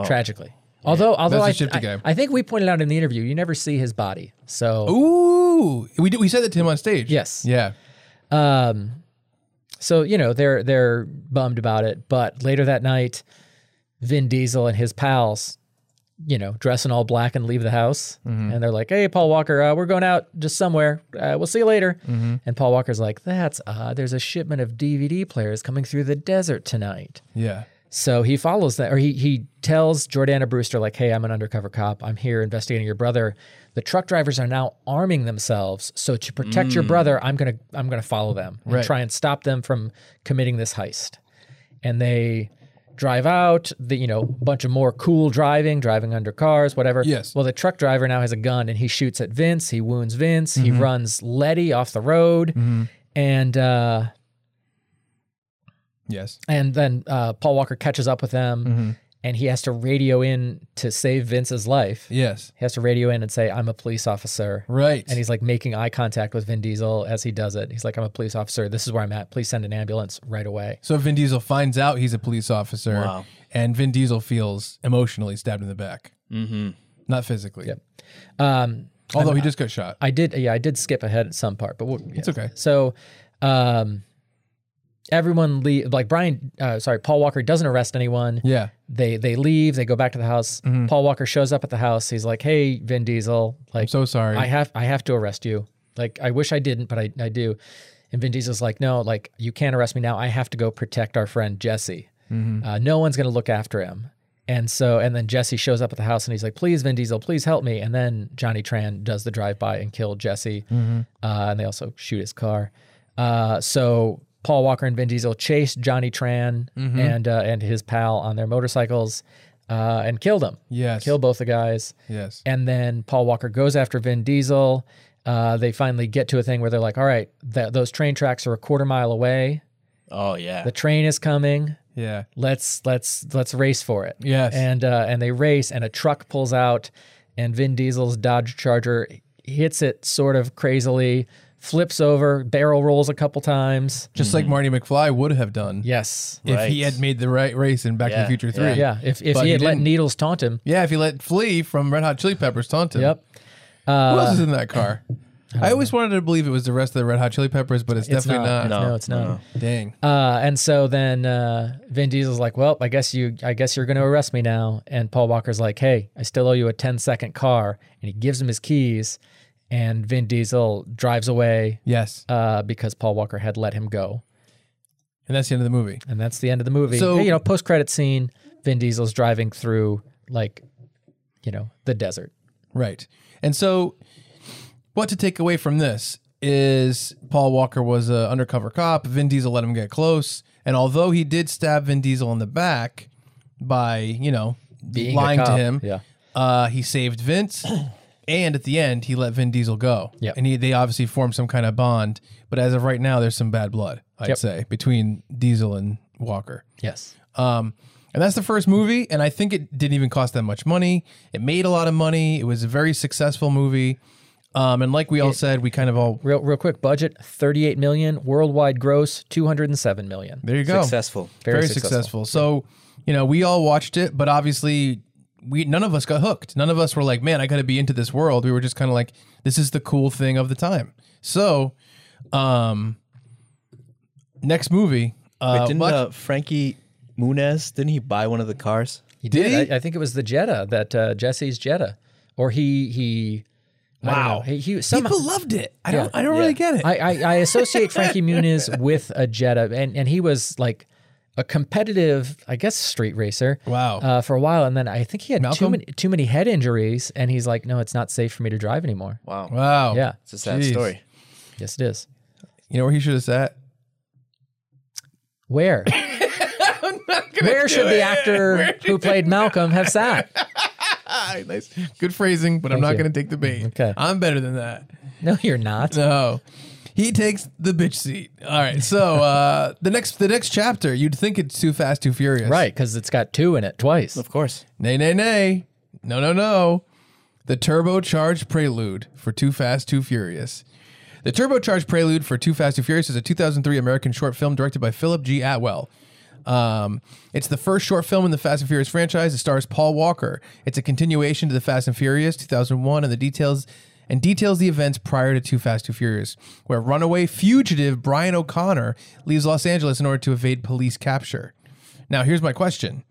B: Tragically. Although, although
C: Oh. That's
B: I,
C: a shifty
B: I,
C: guy.
B: I think we pointed out in the interview, you never see his body. So
C: Ooh, we did, we said that to him on stage.
B: Yes.
C: Yeah.
B: So you know they're they're bummed about it. But later that night, Vin Diesel and his pals, you know, dress in all black and leave the house,
C: Mm-hmm.
B: and they're like, "Hey, Paul Walker, uh, we're going out just somewhere. Uh, we'll see you later."
C: Mm-hmm.
B: And Paul Walker's like, "That's odd. There's a shipment of DVD players coming through the desert tonight."
C: Yeah.
B: So he follows that, or he he tells Jordana Brewster like, "Hey, I'm an undercover cop. I'm here investigating your brother. The truck drivers are now arming themselves. So to protect your brother, I'm gonna I'm gonna follow them and
C: Mm. Right.
B: try and stop them from committing this heist." And they drive out. The you know bunch of more cool driving, driving under cars, whatever.
C: Yes.
B: Well, the truck driver now has a gun and he shoots at Vince. He wounds Vince. He
C: Mm-hmm.
B: runs Letty off the road, and. uh
C: Yes.
B: and then uh, Paul Walker catches up with them,
C: Mm-hmm.
B: and he has to radio in to save Vince's life.
C: Yes.
B: He has to radio in and say, "I'm a police officer."
C: Right.
B: And he's like making eye contact with Vin Diesel as he does it. He's like, "I'm a police officer. This is where I'm at. Please send an ambulance right away."
C: so Vin Diesel finds out he's a police officer,
D: Wow.
C: and Vin Diesel feels emotionally stabbed in the back, mm-hmm. not physically.
B: Um,
C: Although he just got shot.
B: I did, yeah, I did skip ahead at some part, but we'll, yeah.
C: It's okay.
B: So, um, everyone leave. Like Brian, uh, sorry, Paul Walker doesn't arrest anyone.
C: Yeah. Mm-hmm.
B: They they leave. They go back to the house. Paul Walker shows up at the house. He's like, "Hey, Vin Diesel, like,
C: So sorry.
B: I have I have to arrest you. Like I wish I didn't, but I, I do. And Vin Diesel's like, no, like you can't arrest me now. I have to go protect our friend Jesse. Uh, no one's gonna look after him. And so and then Jesse shows up at the house and he's like, please, Vin Diesel, please help me. And then Johnny Tran does the drive by and kill Jesse. Uh, and they also shoot his car. Uh, so Paul Walker and Vin Diesel chase Johnny Tran and uh, and his pal on their motorcycles uh, and killed him.
C: yes.
B: Kill both the guys.
C: Yes.
B: And then Paul Walker goes after Vin Diesel. Uh, they finally get to a thing where they're like, all right, th- those train tracks are a quarter mile away.
D: Oh yeah.
B: The train is coming.
C: yeah.
B: Let's let's let's race for it.
C: Yes.
B: And uh, and they race, and a truck pulls out, and Vin Diesel's Dodge Charger hits it sort of crazily, flips over, barrel rolls a couple times.
C: Just like Marty McFly would have done
B: Yes.
C: if he
D: Mm-hmm. Right.
C: had made the right race in Back to
D: Yeah,
C: the Future Three.
D: yeah.
B: Yeah. If if
C: But
B: he
C: he
B: had let
C: didn't.
B: Needles taunt him.
C: Yeah, if he let Flea from Red Hot Chili Peppers taunt him.
B: Yep. Uh,
C: Who else is in that car? I always wanted to believe it was the rest of the Red Hot Chili Peppers, but it's,
B: It's
C: definitely
B: not.
C: not.
B: it's- no, it's not.
C: Dang.
B: Uh, and so then uh, Vin Diesel's like, "Well, I guess you, I guess you're going to arrest me now." And Paul Walker's like, "Hey, I still owe you a 10-second car," and he gives him his keys. And Vin Diesel drives away
C: Yes.
B: uh, because Paul Walker had let him go,
C: And that's the end of the movie.
B: and that's the end of the movie.
C: So-
B: So you know, post credit scene, Vin Diesel's driving through like, you know, the desert.
C: Right. And so, what to take away from this is Paul Walker was an undercover cop. Vin Diesel let him get close. And although he did stab Vin Diesel in the back by, you know,
B: Being a
C: lying to
B: cop.
C: him,
B: Yeah.
C: uh, he saved Vince. and at the end, he let Vin Diesel go.
B: Yep.
C: And he, they obviously formed some kind of bond. But as of right now, there's some bad blood, I'd
B: Yep.
C: say, between Diesel and Walker.
B: Yes.
C: Um, and that's the first movie, and I think it didn't even cost that much money. It made a lot of money. It was a very successful movie. Um, and like we all said, we kind of all
B: Real, real quick. Budget thirty-eight million. Worldwide gross two hundred and seven million.
C: there you go,
D: Successful.
C: very,
B: Very
C: successful.
B: successful.
C: So you know, we all watched it, but obviously, we none of us got hooked. None of us were like, "Man, I got to be into this world." We were just kind of like, "This is the cool thing of the time." So, um, next movie, uh,
D: Wait, didn't
C: what-
D: uh, Frankie Muniz? Didn't he buy one of the cars?
B: He
C: Did
B: did.
C: he?
B: I, I think it was the Jetta that uh, Jesse's Jetta, or he he. I don't know.
C: Wow.
B: He, he somehow.
C: people loved it. I don't, I don't really get it.
B: I, I, I associate Frankie Muniz with a Jetta, and, and he was like a competitive, I guess, street racer.
C: Wow.
B: Uh, for a while, and then I think he had
C: Malcolm?
B: too many too many head injuries, and he's like, no, it's not safe for me to drive anymore.
D: Wow.
C: wow,
B: Yeah.
D: It's a sad
C: Jeez.
D: story.
B: Yes, it is.
C: You know where he should have sat?
B: Where? Where should the actor who played Malcolm have sat?
C: Ah, nice. Good phrasing, but I'm not
B: you.
C: going to take the bait.
B: Okay.
C: I'm better than that.
B: No, you're not.
C: No. He takes the bitch seat. All right. So uh, the next the next chapter, you'd think it's too fast, too furious.
B: Right, because it's got two in it twice.
D: Of course.
C: Nay, nay, nay. No, no, no. The turbocharged prelude for Too Fast, Too Furious. The turbocharged prelude for Too Fast, Too Furious is a 2003 American short film directed by Philip G. Atwell. Um, it's the first short film in the Fast and Furious franchise. It stars Paul Walker. It's a continuation to the Fast and Furious 2001, and the details and details the events prior to Too Fast, Too Furious, where runaway fugitive Brian O'Connor leaves Los Angeles in order to evade police capture. Now, here's my question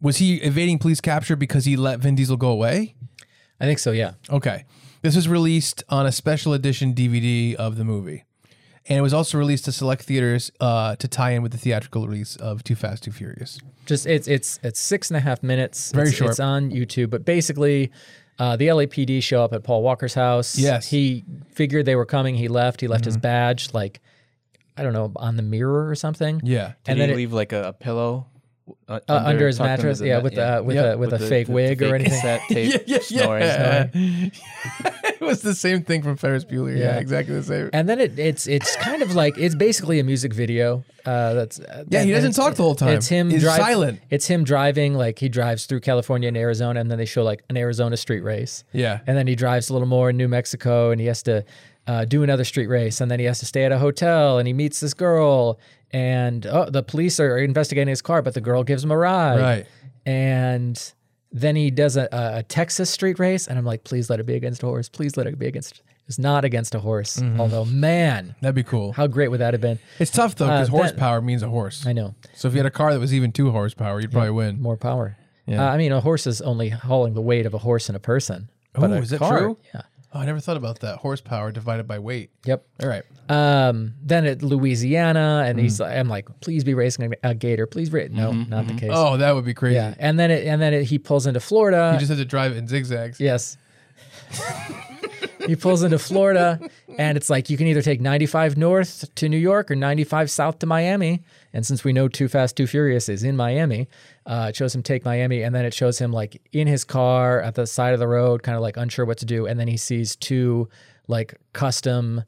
C: Was he evading police capture because he let Vin Diesel go away?
B: I think so. Yeah.
C: Okay. This was released on a special edition DVD of the movie. And it was also released to select theaters uh, to tie in with the theatrical release of Too Fast, Too Furious.
B: Just it's it's it's six and a half minutes.
C: Very
B: it's,
C: short.
B: It's on YouTube, but basically, uh, the LAPD show up at Paul Walker's house.
C: Yes. Mm-hmm.
B: he figured they were coming. He left. He left his badge, like I don't know, on the mirror or something.
C: Yeah.
D: Did
B: and then
D: he
B: it-
D: leave like a, a pillow uh,
B: uh, under, his
D: tucked
B: mattress.
D: the
B: Yeah,
D: mat-
B: with uh, with
C: Yep.
B: a with, a
D: the-
B: fake
D: the
B: wig or
D: fake
B: anything.
D: cassette tape, snoring,
C: yeah. it was the same thing from Ferris Bueller. Yeah,
B: Yeah.
C: exactly the same.
B: And then it, it's it's kind of like it's basically a music video. Uh, that's uh,
C: Yeah, he
B: and-
C: doesn't
B: and
C: talk
B: it's-
C: the whole time.
B: It's him.
C: He's
B: drive-
C: silent.
B: It's him driving. Like he drives through California and Arizona, and then they show like an Arizona street race.
C: Yeah.
B: and then he drives a little more in New Mexico, and he has to uh, do another street race, and then he has to stay at a hotel, and he meets this girl, and oh, the police are investigating his car, but the girl gives him a ride.
C: Right.
B: and. Then he does a, a a Texas street race, and I'm like, please let it be against a horse. Please let it be against. It's not against a horse,
C: Mm-hmm.
B: although man,
C: That'd be cool.
B: how great would that have been?
C: it's tough though, because
B: Uh, that-
C: horsepower means a horse.
B: I know
C: So if you had a car that was even two horsepower, you'd probably win.
B: more power. Uh, I mean, a horse is only hauling the weight of a horse and a person. But
C: Ooh,
B: a
C: is that
B: car-
C: true?
B: Yeah.
C: Oh, I never thought about that. Horsepower divided by weight.
B: Yep.
C: All right. Mm-hmm.
B: Um, then at Louisiana, and he's like, I'm like, please be racing a, a gator. Please race. No, not the case.
C: Oh, that would be crazy.
B: yeah. And then it, and then it, he pulls into Florida.
C: You just have to drive it in zigzags.
B: Yes. he pulls into Florida, and it's like you can either take 95 north to New York or 95 south to Miami. And since we know Too Fast, Too Furious is in Miami, uh, it shows him take Miami, and then it shows him like in his car at the side of the road, kind of like unsure what to do. And then he sees two like custom.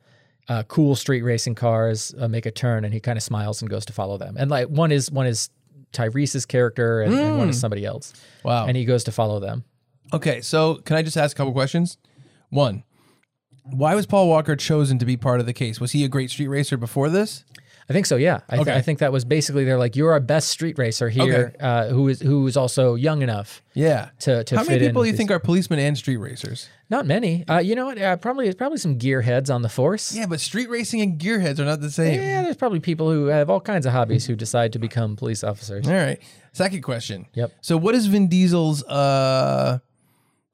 B: Uh, cool street racing cars uh, make a turn, and he kind of smiles and goes to follow them. And like one is one is Tyrese's character, and, and one is somebody else.
C: Wow.
B: And he goes to follow them.
C: Okay, so can I just ask a couple questions? One, why was Paul Walker chosen to be part of the case? Was he a great street racer before this?
B: I think so. Yeah, I, th-
C: Okay.
B: I think that was basically they're like, you're our best street racer here, uh, who is who is also young enough.
C: Yeah.
B: To- to
C: How
B: fit
C: many
B: in
C: people do you
B: with
C: think are policemen and street racers?
B: Not many. Uh, you know what? Uh, probably probably some gearheads on the force.
C: Yeah, but street racing and gearheads are not the same.
B: Yeah, there's probably people who have all kinds of hobbies who decide to become police officers.
C: All right. Second question.
B: Yep.
C: So what is Vin Diesel's uh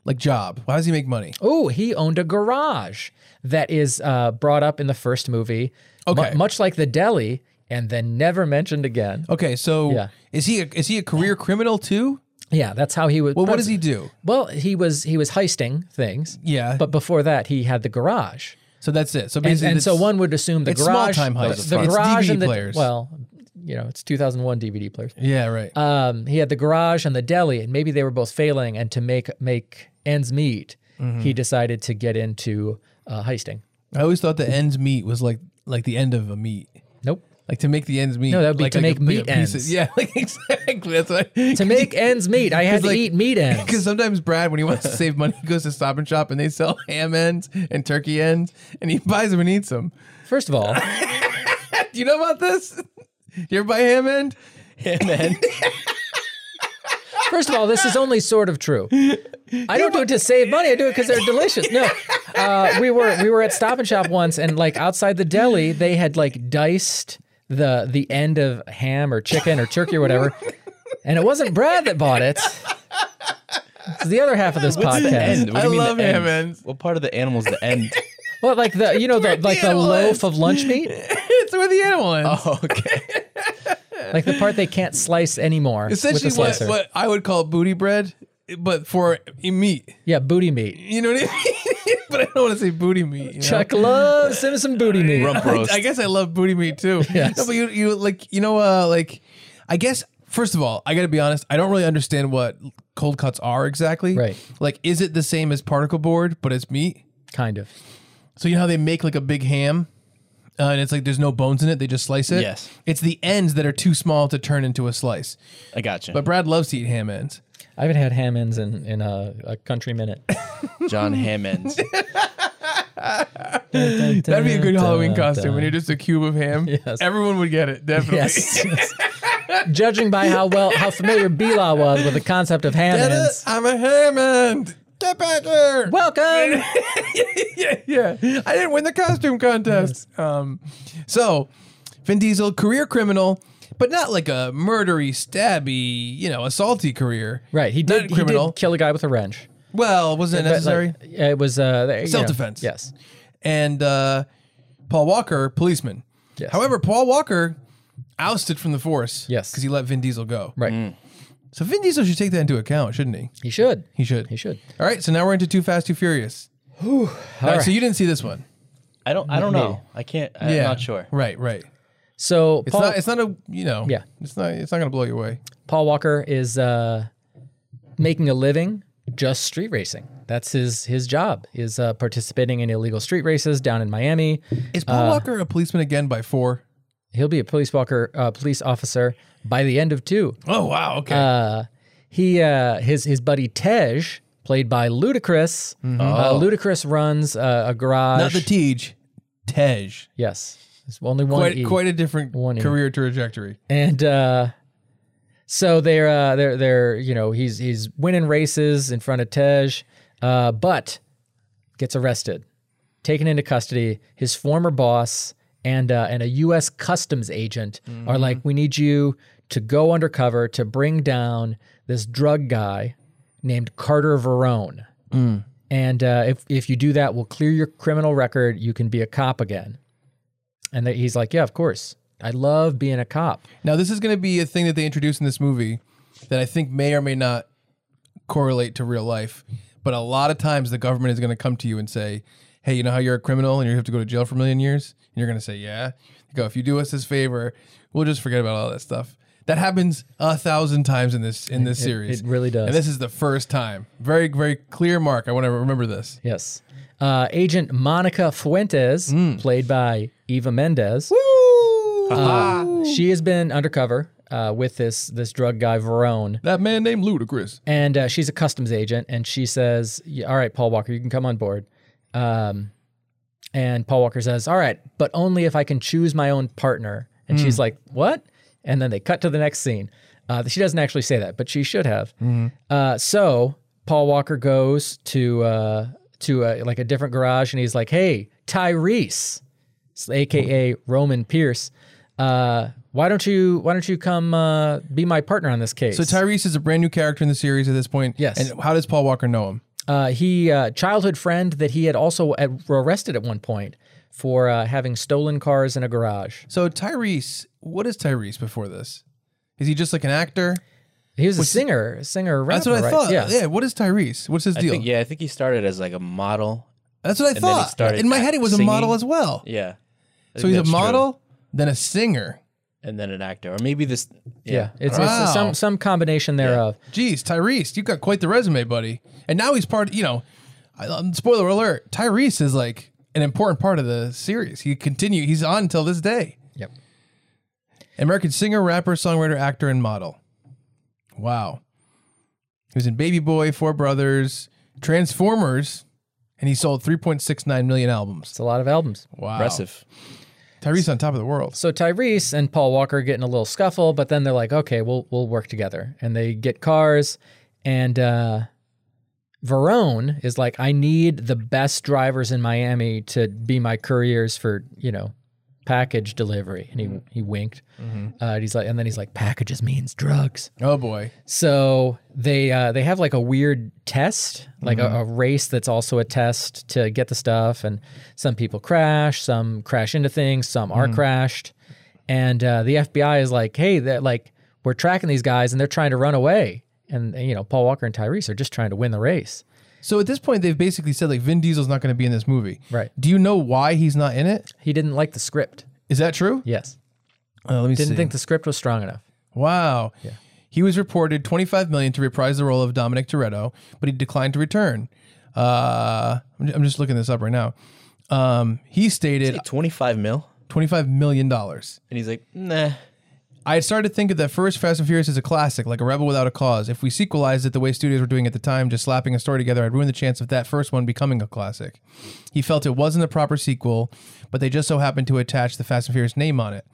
C: like job? Why does he make money?
B: Oh, he owned a garage that is uh, brought up in the first movie, mu-
C: Okay.
B: much like the deli, and then never mentioned again.
C: Okay, so
B: Yeah.
C: is he a, is he a career criminal too?
B: Yeah, that's how he was.
C: Well, what does he do?
B: Well, he was he was heisting things.
C: Yeah.
B: but before that, he had the garage.
C: So that's it. So
B: and,
C: basically
B: and so
C: it's-
B: one would assume the
C: it's
B: garage,
C: small-time
B: the,
C: heist.
B: the
C: It's
B: garage
C: DVD
B: and the
C: players.
B: well, you know, it's 2001 DVD players.
C: Yeah, right.
B: Um, he had the garage and the deli, and maybe they were both failing, and to make make ends meet,
C: Mm-hmm.
B: he decided to get into uh, heisting.
C: I always thought the ends meet was like like the end of a meat.
B: Nope.
C: Like to make the ends meet.
B: No, that'd be
C: like,
B: to
C: like a-
B: make
C: like a
B: meat
C: piece of-
B: ends.
C: yeah, like exactly. That's what.
B: To make ends meet, I had to
C: like-
B: eat meat ends.
C: Because sometimes Brad, when he wants to save money, he goes to Stop and Shop and they sell ham ends and turkey ends, and he buys them and eats them.
B: First of all,
C: Do you know about this? You ever buy ham end?
D: man.
B: first of all, this is only sort of true. I don't do it to save money. I do it because they're delicious. No, uh, we were we were at Stop and Shop once, and like outside the deli, they had like diced the the end of ham or chicken or turkey or whatever, and it wasn't Brad that bought it. It's the other half of this
D: What's the
B: podcast.
D: end? What do
C: I
D: you mean
C: love
D: the
C: ham
D: end?
C: ends.
D: What part of the animal's the end?
B: Well, like the you know the like the
C: animal
B: loaf
C: ends.
B: of lunch meat,
C: it's where the animal ends.
D: oh, okay.
B: like the part they can't slice anymore with the
C: Essentially, what,
B: slicer.
C: what I would call booty bread, but for e-, meat.
B: Yeah, booty meat.
C: You know what I mean? but I don't want to say booty meat. You know?
B: Chuck loves him some booty meat.
D: Rump roast.
C: I guess I love booty meat too.
B: Yes.
C: No, but you, you like you know uh like I guess first of all I got to be honest I don't really understand what cold cuts are exactly.
B: Right.
C: Like is it the same as particle board but it's meat?
B: Kind of.
C: So you know how they make like a big ham. Uh, and it's like there's no bones in it; they just slice it.
D: Yes.
C: it's the ends that are too small to turn into a slice.
D: I got you.
C: But Brad loves to eat ham ends.
B: I haven't had ham ends in in a, a country minute.
D: John Hammond.
C: That'd be a good Halloween costume when you're just a cube of ham.
B: Yes.
C: everyone would get it definitely.
B: Yes. Judging by how well how familiar Bila was with the concept of ham
C: Get it?
B: ends,
C: I'm a ham end. Get back here!
B: Welcome.
C: yeah, yeah. I didn't win the costume contest. Um, so, Vin Diesel, career criminal, but not like a murdery, stabby, you know, assaulty career.
B: right. He
C: Not
B: did, he
C: criminal.
B: did kill a guy with a wrench.
C: Well, wasn't it
B: But, like,
C: necessary?
B: it was uh, they- you know,
C: Self-defense.
B: Yes.
C: and uh, Paul Walker, policeman.
B: Yes.
C: However, Paul Walker ousted from the force.
B: Yes.
C: because he let Vin Diesel go.
B: Right.
C: So Vin Diesel should take that into account, shouldn't he?
B: He should.
C: He should.
B: He should.
C: All right. So now we're into Too Fast, Too Furious. All right, So
B: right.
C: you didn't see this one?
D: I don't. I don't know. I can't. I'm
C: Yeah.
D: not sure.
C: Right. Right.
B: So
C: It's
B: Paul,
C: not. It's not a. You know.
B: Yeah.
C: It's not. It's not going to blow you away.
B: Paul Walker is uh, making a living just street racing. That's his his job is uh, participating in illegal street races down in Miami.
C: Is
B: Uh,
C: Paul Walker a policeman again by four?
B: He'll be a police walker, uh, police officer by the end of two.
C: Oh wow. Okay.
B: He uh, his his buddy Tej, played by Ludacris. Uh, Ludacris runs uh, a garage.
C: not Mm-hmm. Oh. the Tej. Tej.
B: yes, it's only one.
C: Quite
B: E.
C: quite a different
B: One E.
C: career trajectory.
B: and uh, so they're uh, they're they're you know he's he's winning races in front of Tej, uh, but gets arrested, taken into custody. His former boss and uh, and a U.S. customs agent are like, we need you to go undercover to bring down this drug guy named Carter Verone. And uh, if if you do that, we'll clear your criminal record. You can be a cop again. And they, he's like, yeah, of course. I love being a cop.
C: Now, this is going to be a thing that they introduce in this movie that I think may or may not correlate to real life. But a lot of times the government is going to come to you and say, hey, you know how you're a criminal and you have to go to jail for a million years? And you're going to say, yeah. They go, if you do us this favor, we'll just forget about all that stuff. That happens a thousand times in this in this series.
B: it really does.
C: And this is the first time. Very, very clear mark. I want to remember this.
B: Yes. Uh, Agent Monica Fuentes, played by Eva Mendez. Uh, she has been undercover uh, with this this drug guy Verone,
C: That man named Ludacris.
B: and uh, she's a customs agent. And she says, "Yeah, "All right, Paul Walker, you can come on board." Um, and Paul Walker says, "All right, but only if I can choose my own partner." And
C: Hmm.
B: she's like, "What?" And then they cut to the next scene. Uh, she doesn't actually say that, but she should have.
C: Mm-hmm.
B: Uh, so Paul Walker goes to uh, to uh like a different garage, and he's like, "Hey, Tyrese, aka Roman Pierce, uh, why don't you why don't you come uh, be my partner on this case?"
C: So Tyrese is a brand new character in the series at this point.
B: Yes.
C: And how does Paul Walker know him?
B: uh, he uh, childhood friend that he had also at, arrested at one point for uh, having stolen cars in a garage.
C: So Tyrese, what is Tyrese before this? Is he just like an actor?
B: He was a singer, a singer, rapper,
C: That's what I
B: right?
C: thought.
B: Yeah.
C: Yeah. What is Tyrese? What's his
D: I
C: deal?
D: think. Yeah. I think he started as like a model.
C: That's what I
D: then he
C: thought.
D: started
C: In my head, it was a
D: singing.
C: model as well.
D: Yeah. I
C: so
D: think
C: he's a
D: that's true.
C: model, then a singer.
D: and then an actor, or maybe this.
B: yeah. It's,
C: Wow.
B: it's some some combination thereof.
C: Geez, Tyrese, you got quite the resume, buddy. And now he's part. You know, I- um, spoiler alert: Tyrese is like an important part of the series. He continue. He's on until this day.
B: Yep.
C: American singer, rapper, songwriter, actor, and model. Wow. He was in Baby Boy, Four Brothers, Transformers, and he sold 3.69 million albums.
B: It's a lot of albums.
C: Wow.
D: Impressive.
C: Tyrese on top of the world.
B: So Tyrese and Paul Walker get in a little scuffle, but then they're like, okay, we'll we'll work together. And they get cars and uh Verone is like, I need the best drivers in Miami to be my couriers for, you know, package delivery. And he he winked. Uh, and he's like and then he's like, packages means drugs.
C: Oh boy.
B: So they uh, they have like a weird test, like a, a race that's also a test to get the stuff. And some people crash, some crash into things, some are crashed. And uh, the FBI is like, hey, that like we're tracking these guys and they're trying to run away. And you know, Paul Walker and Tyrese are just trying to win the race.
C: So at this point, they've basically said like Vin Diesel's not going to be in this movie.
B: Right.
C: Do you know why he's not in it?
B: He didn't like the script.
C: Is that true?
B: Yes,
C: Uh, let me
B: didn't
C: see.
B: think the script was strong enough.
C: Wow. He was reported 25 million to reprise the role of Dominic Toretto, but he declined to return. Uh, I'm ju- I'm just looking this up right now. Um, he stated
D: Twenty-five mil,
C: 25 million dollars.
D: and he's like, nah.
C: I had started to think of that first Fast and Furious as a classic, like a Rebel Without a Cause. If we sequelized it the way studios were doing at the time, just slapping a story together, I'd ruin the chance of that first one becoming a classic. He felt it wasn't a proper sequel, but they just so happened to attach the Fast and Furious name on it.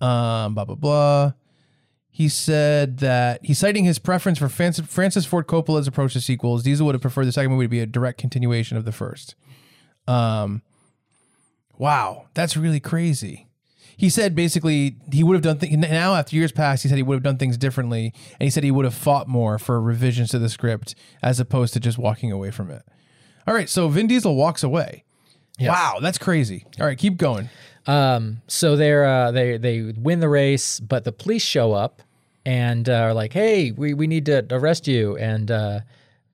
C: Um, blah blah blah. He said that he's citing his preference for Francis, Francis Ford Coppola's approach to sequels. Diesel would have preferred the second movie to be a direct continuation of the first. Um, wow, that's really crazy. He said basically he would have done th- now after years passed. He said he would have done things differently, and he said he would have fought more for revisions to the script as opposed to just walking away from it. All right, so Vin Diesel walks away. Wow, that's crazy. All right, keep going.
B: Um, so they're uh, they they win the race, but the police show up and uh, are like, "Hey, we, we need to arrest you." And uh,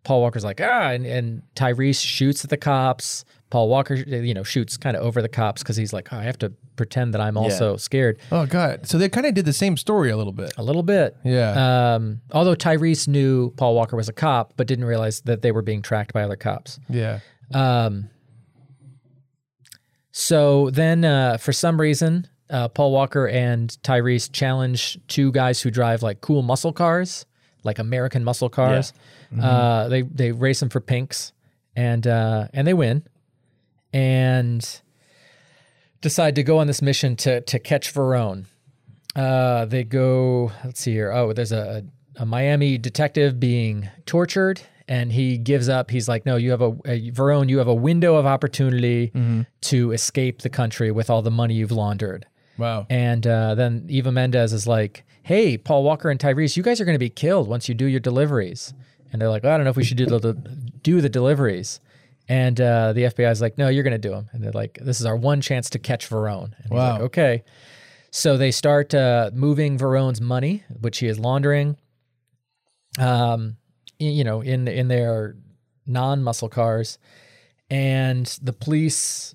B: Paul Walker's like, "Ah!" And, and Tyrese shoots at the cops. Paul Walker, you know, shoots kind of over the cops because he's like, oh, "I have to pretend that I'm also scared."
C: Oh god, so they kind of did the same story a little bit.
B: A little bit.
C: Yeah.
B: Um, although Tyrese knew Paul Walker was a cop, but didn't realize that they were being tracked by other cops.
C: Yeah.
B: So then, uh, for some reason, uh, Paul Walker and Tyrese challenge two guys who drive like cool muscle cars, like American muscle cars. Uh, they they race them for pinks, and uh, and they win, and decide to go on this mission to to catch Verone. Uh, they go. Let's see here. Oh, there's a, a Miami detective being tortured, and he gives up. He's like, "No, you have a, a Verone. You have a window of opportunity to escape the country with all the money you've laundered."
C: Wow.
B: And uh, then Eva Mendez is like, "Hey, Paul Walker and Tyrese, you guys are going to be killed once you do your deliveries." And they're like, "I don't know if we should do the do the deliveries." And uh, the FBI is like, "No, you're going to do them." And they're like, "This is our one chance to catch Verone." And he's
C: Wow.
B: like, "Okay." So they start uh, moving Verone's money, which he is laundering. Um, y- you know, in in their non-muscle cars, and the police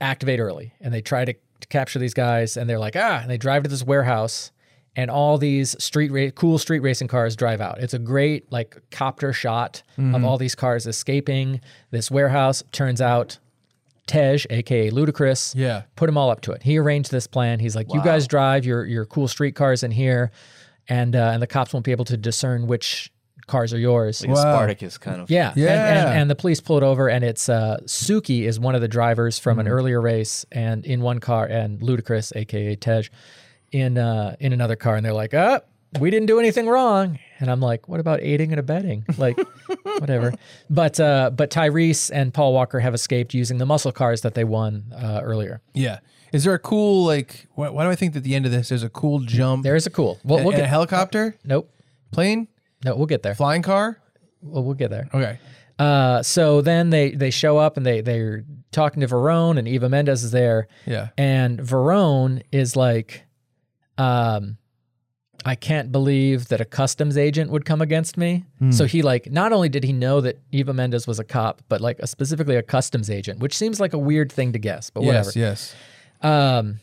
B: activate early and they try to, to capture these guys and they're like ah and they drive to this warehouse and all these street ra- cool street racing cars drive out it's a great like copter shot of all these cars escaping this warehouse turns out tej aka ludacris
C: Yeah.
B: put them all up to it he arranged this plan he's like you guys drive your your cool street cars in here and uh, and the cops won't be able to discern which cars are yours
D: Like a Spartacus kind of.
B: yeah. And,
C: Yeah.
B: and, and the police pull it over, and it's uh, Suki is one of the drivers from
C: Mm-hmm.
B: an earlier race, and in one car, and Ludacris, aka Tej, in uh, in another car, and they're like, "Uh, we didn't do anything wrong." And I'm like, "What about aiding and abetting? Like, whatever." But uh, but Tyrese and Paul Walker have escaped using the muscle cars that they won uh, earlier.
C: Yeah. Is there a cool like? Why, why do I think that the end of this there's a cool jump?
B: There is a cool. Well,
C: and,
B: we'll
C: and a
B: get.
C: helicopter,
B: Nope.
C: plane,
B: No, we'll get there.
C: flying car.
B: We'll, we'll get there.
C: Okay.
B: Uh, so then they they show up and they they're talking to Verone and Eva Mendes is there.
C: Yeah.
B: And Verone is like, um, I can't believe that a customs agent would come against me.
C: Hmm.
B: So he like not only did he know that Eva Mendes was a cop, but like a, specifically a customs agent, which seems like a weird thing to guess, but whatever.
C: Yes. Yes.
B: Um,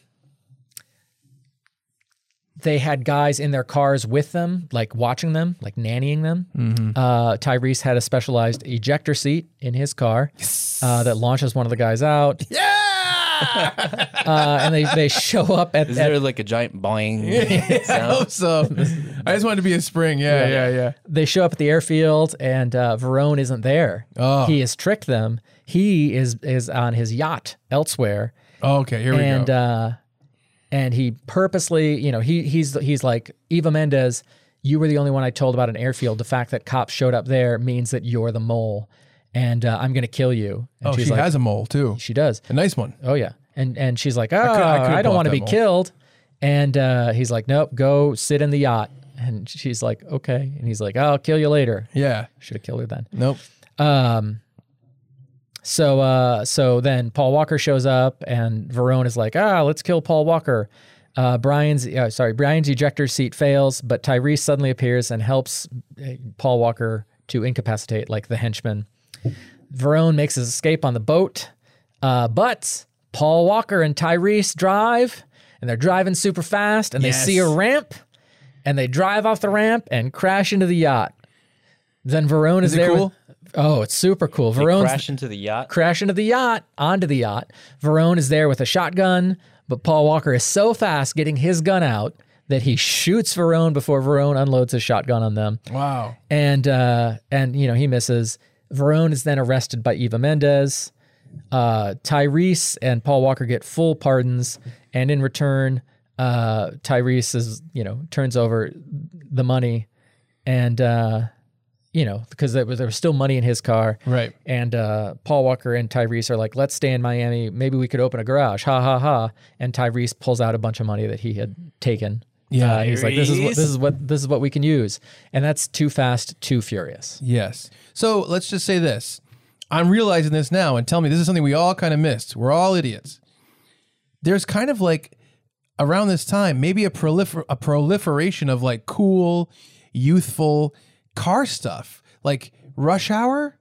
B: they had guys in their cars with them, like watching them, like nannying them.
C: Mm-hmm.
B: Uh, Tyrese had a specialized ejector seat in his car uh, that launches one of the guys out. Yeah. uh, and they, they show up at,
D: Is
B: at
D: there like a giant boing
C: I
D: sound?
C: hope Oh, so. I just wanted to be a spring. Yeah. Yeah. Yeah.
B: they show up at the airfield and uh, Verone isn't there.
C: Oh.
B: He has tricked them. He is is on his yacht elsewhere.
C: Oh, okay. Here we
B: and
C: go.
B: uh and he purposely you know he he's he's like eva mendez you were the only one i told about an airfield the fact that cops showed up there means that you're the mole and uh, i'm gonna kill you and
C: oh, she
B: like
C: has a mole too.
B: she does
C: A nice one.
B: oh yeah and and she's like oh i,
C: could- I could
B: don't
C: bought
B: want to
C: that
B: be
C: mole."
B: killed and uh he's like nope go sit in the yacht and she's like okay and he's like i'll kill you later
C: Yeah.
B: should have killed her then
C: Nope.
B: So uh so then Paul Walker shows up and Verone is like, ah, let's kill Paul Walker. Uh, Brian's uh, sorry, Brian's ejector seat fails, but Tyrese suddenly appears and helps uh, Paul Walker to incapacitate like the henchman. Verone makes his escape on the boat, uh, but Paul Walker and Tyrese drive, and they're driving super fast, and
C: Yes.
B: they see a ramp, and they drive off the ramp and crash into the yacht. Then Verone is,
C: it
B: there. with-
C: cool?
B: oh, it's super cool. Verone's
D: Crash into the yacht.
B: crash into the yacht, onto the yacht. Verone is there with a shotgun, but Paul Walker is so fast getting his gun out that he shoots Verone before Verone unloads his shotgun on them.
C: Wow.
B: And uh, and you know, he misses. Verone is then arrested by Eva Mendes. Uh, Tyrese and Paul Walker get full pardons, and in return, uh, Tyrese is you know turns over the money, and uh, you know because there was there was still money in his car,
C: Right.
B: And uh, Paul Walker and Tyrese are like, let's stay in Miami. Maybe we could open a garage. Ha ha ha! And Tyrese pulls out a bunch of money that he had taken.
C: Yeah,
B: Uh, he's like, this is what
D: Tyrese.
B: this is what this is what we can use, and that's too fast, too furious.
C: Yes. So let's just say this. I'm realizing this now, and tell me this is something we all kind of missed. We're all idiots. There's kind of like around this time, maybe a prolifer a proliferation of like cool, youthful car stuff. Like Rush Hour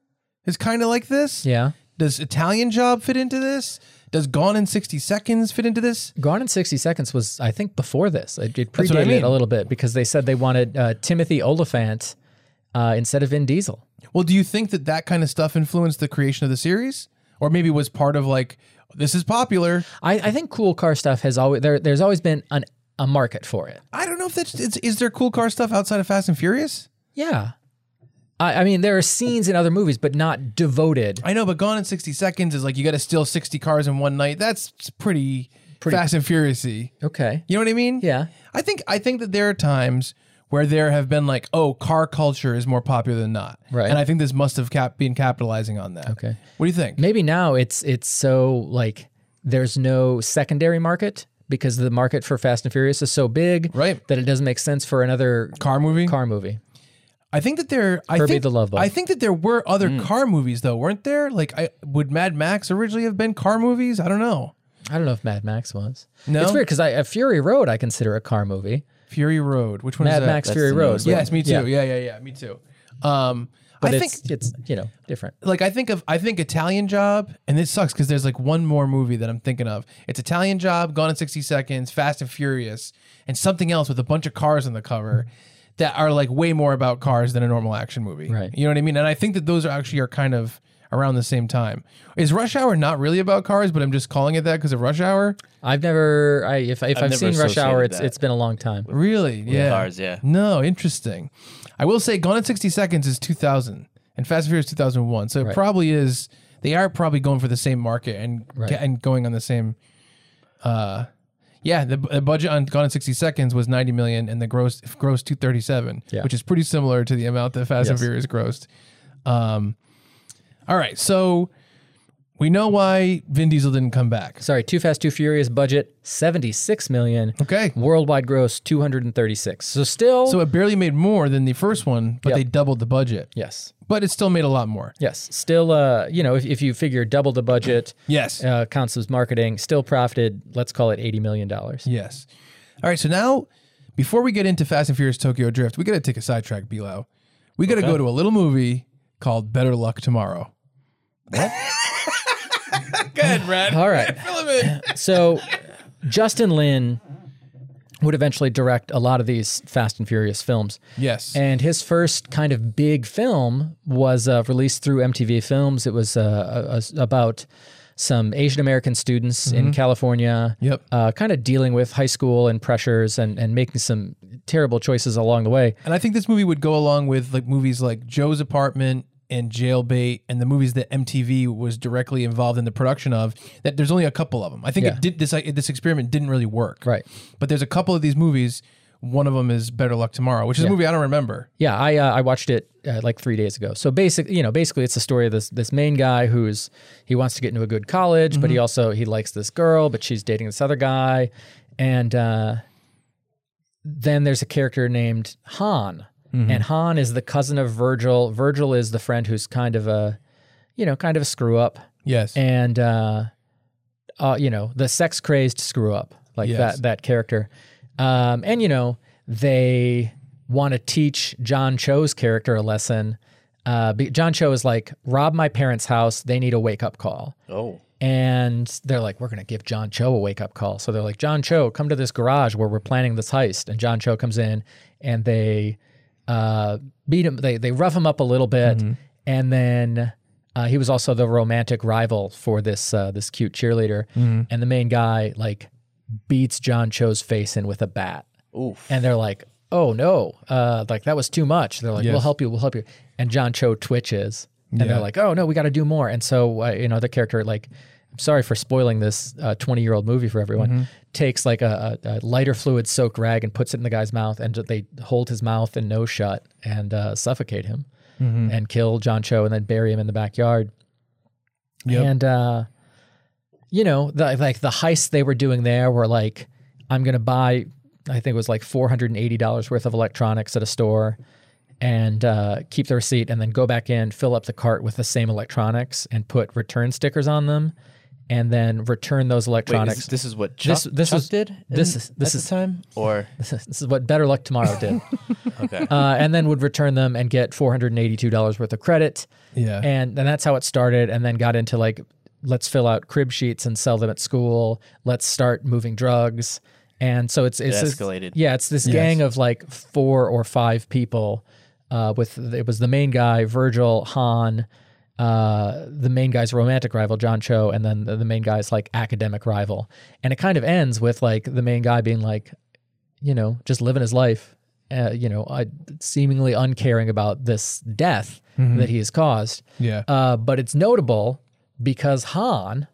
C: is kind of like this.
B: Yeah.
C: Does Italian Job fit into this? Does Gone in 60 Seconds fit into this?
B: Gone in 60 Seconds was, I think, before this. It, it
C: That's what I
B: predated
C: mean.
B: it a little bit because they said they wanted uh, Timothy Oliphant uh, instead of Vin Diesel.
C: Well, do you think that that kind of stuff influenced the creation of the series? Or maybe was part of like, this is popular.
B: I, I think cool car stuff has always, there, there's always been an, a market for it.
C: I don't know if that's it's, is there cool car stuff outside of Fast and Furious?
B: Yeah. I, I mean, there are scenes in other movies, but not devoted.
C: I know, but Gone in sixty seconds is like you got to steal sixty cars in one night. That's pretty, Fast and Furiousy.
B: Okay.
C: You know what I mean?
B: Yeah.
C: I think I think that there are times where there have been like, oh, car culture is more popular than not.
B: Right.
C: And I think this must have cap- been capitalizing on that.
B: Okay.
C: What do you think?
B: Maybe now it's it's so like there's no secondary market because the market for Fast and Furious is so big
C: Right.
B: that it doesn't make sense for another
C: Car movie.
B: car movie.
C: I think that there. I
B: Herbie
C: think,
B: the Love Bug.
C: I think that there were other car movies though, weren't there? Like, I would Mad Max originally have been car movies? I don't know.
B: I don't know if Mad Max was.
C: No?
B: it's weird because I uh, Fury Road I consider a car movie.
C: Fury Road. Which one is
B: Mad
C: that?
B: Max
D: That's
B: Fury
D: the new
B: Road.
D: one.
C: Yes, me too. Yeah, yeah, yeah, me too. Um,
B: but
C: I think
B: it's it's you know different.
C: like I think of I think Italian Job, and this sucks because there's like one more movie that I'm thinking of. It's Italian Job, Gone in 60 Seconds, Fast and Furious, and something else with a bunch of cars on the cover that are like way more about cars than a normal action movie.
B: Right.
C: You know what I mean? And I think that those are actually are kind of around the same time. Is Rush Hour not really about cars, but I'm just calling it that because of Rush Hour?
B: I've never I if, if I've,
D: never
B: seen Rush Hour,
D: associated
B: it's
D: that.
B: it's been a long time.
C: Really? yeah.
D: cars, yeah.
C: No, interesting. I will say Gone in 60 Seconds is 2000 and Fast and Furious 2001. So it probably is they are probably going for the same market and and going on the same uh yeah, the, the budget on Gone in 60 Seconds was 90 million and the gross gross 237,
B: Yeah.
C: which is pretty similar to the amount that Fast and
B: Yes.
C: Furious grossed. Um All right, so we know why Vin Diesel didn't come back.
B: Sorry, Too Fast, Too Furious budget seventy six million.
C: Okay.
B: Worldwide gross two hundred and thirty six. So still
C: So it barely made more than the first one, but
B: Yep.
C: they doubled the budget.
B: yes.
C: But it still made a lot more.
B: Yes, still, uh, you know, if, if you figure double the budget,
C: Yes.
B: uh, counts as marketing, still profited, let's call it $80 million.
C: Yes. All right. So now, before we get into Fast and Furious Tokyo Drift, we got to take a sidetrack, Bilo. We got to go to a little movie called Better Luck Tomorrow.
B: All right. so Justin Lin would eventually direct a lot of these Fast and Furious films.
C: Yes.
B: And his first kind of big film was uh, released through MTV Films. It was uh, a, a, about some Asian American students in California,
C: Mm-hmm. Yep.
B: uh, kind of dealing with high school and pressures and, and making some terrible choices along the way.
C: and I think this movie would go along with like movies like Joe's Apartment and Jailbait and the movies that MTV was directly involved in the production of. That there's only a couple of them. I think
B: Yeah.
C: it did this like, this experiment didn't really work.
B: Right.
C: But there's a couple of these movies. One of them is Better Luck Tomorrow, which is a movie I don't remember.
B: Yeah, I uh, I watched it uh, like three days ago. So basically, you know, basically, it's the story of this this main guy who's he wants to get into a good college, but he also he likes this girl, but she's dating this other guy, and uh, then there's a character named Han, and Han is the cousin of Virgil. Virgil is the friend who's kind of a, you know, kind of a screw up,
C: Yes.
B: and uh, uh, you know, the sex crazed screw up like
C: Yes.
B: that that character, um, and you know they want to teach John Cho's character a lesson. Uh, be- John Cho is like, rob my parents' house. They need a wake up call.
D: Oh,
B: And they're like, we're going to give John Cho a wake up call. So they're like, John Cho, come to this garage where we're planning this heist. And John Cho comes in and they uh, beat him, they, they rough him up a little bit. And then uh, he was also the romantic rival for this, uh, this cute cheerleader. And the main guy, like, beats John Cho's face in with a bat.
D: oof.
B: And they're like, oh no, uh, like that was too much. They're like, we'll
C: Yes.
B: help you, we'll help you. And John Cho twitches, and
C: Yeah.
B: they're like, oh no, we got to do more. And so uh, you know the character like I'm sorry for spoiling this 20 year old movie for everyone,
C: Mm-hmm.
B: takes like a, a, a lighter fluid soaked rag and puts it in the guy's mouth, and they hold his mouth and nose shut and uh, suffocate him
D: Mm-hmm.
B: and kill John Cho and then bury him in the backyard. And, uh, you know, the, like the heist they were doing there were like, I'm going to buy, I think it was like $480 worth of electronics at a store and uh, keep the receipt and then go back in, fill up the cart with the same electronics and put return stickers on them and then return those
D: Wait,
B: electronics.
D: is, this is what Chuck,
B: This- this
D: Chuck
B: is-
D: did.
B: this
D: in-
B: is- this
D: at the
B: is-
D: time or
B: this, is, what Better Luck Tomorrow did.
D: okay.
B: uh, and then would return them and get $482 worth of credit.
C: Yeah.
B: And, and that's how it started. And then got into like, let's fill out crib sheets and sell them at school. Let's start moving drugs. And so it's, it's
D: It
B: this-
D: escalated.
B: yeah, it's this gang of like four or five people. Uh, with it was the main guy, Virgil, Han, uh, the main guy's romantic rival, John Cho, and then the, the main guy's like academic rival. And it kind of ends with like the main guy being like, you know, just living his life, uh, you know, I, seemingly uncaring about this death
C: Mm-hmm.
B: that he has caused.
C: Yeah.
B: Uh, but it's notable because Han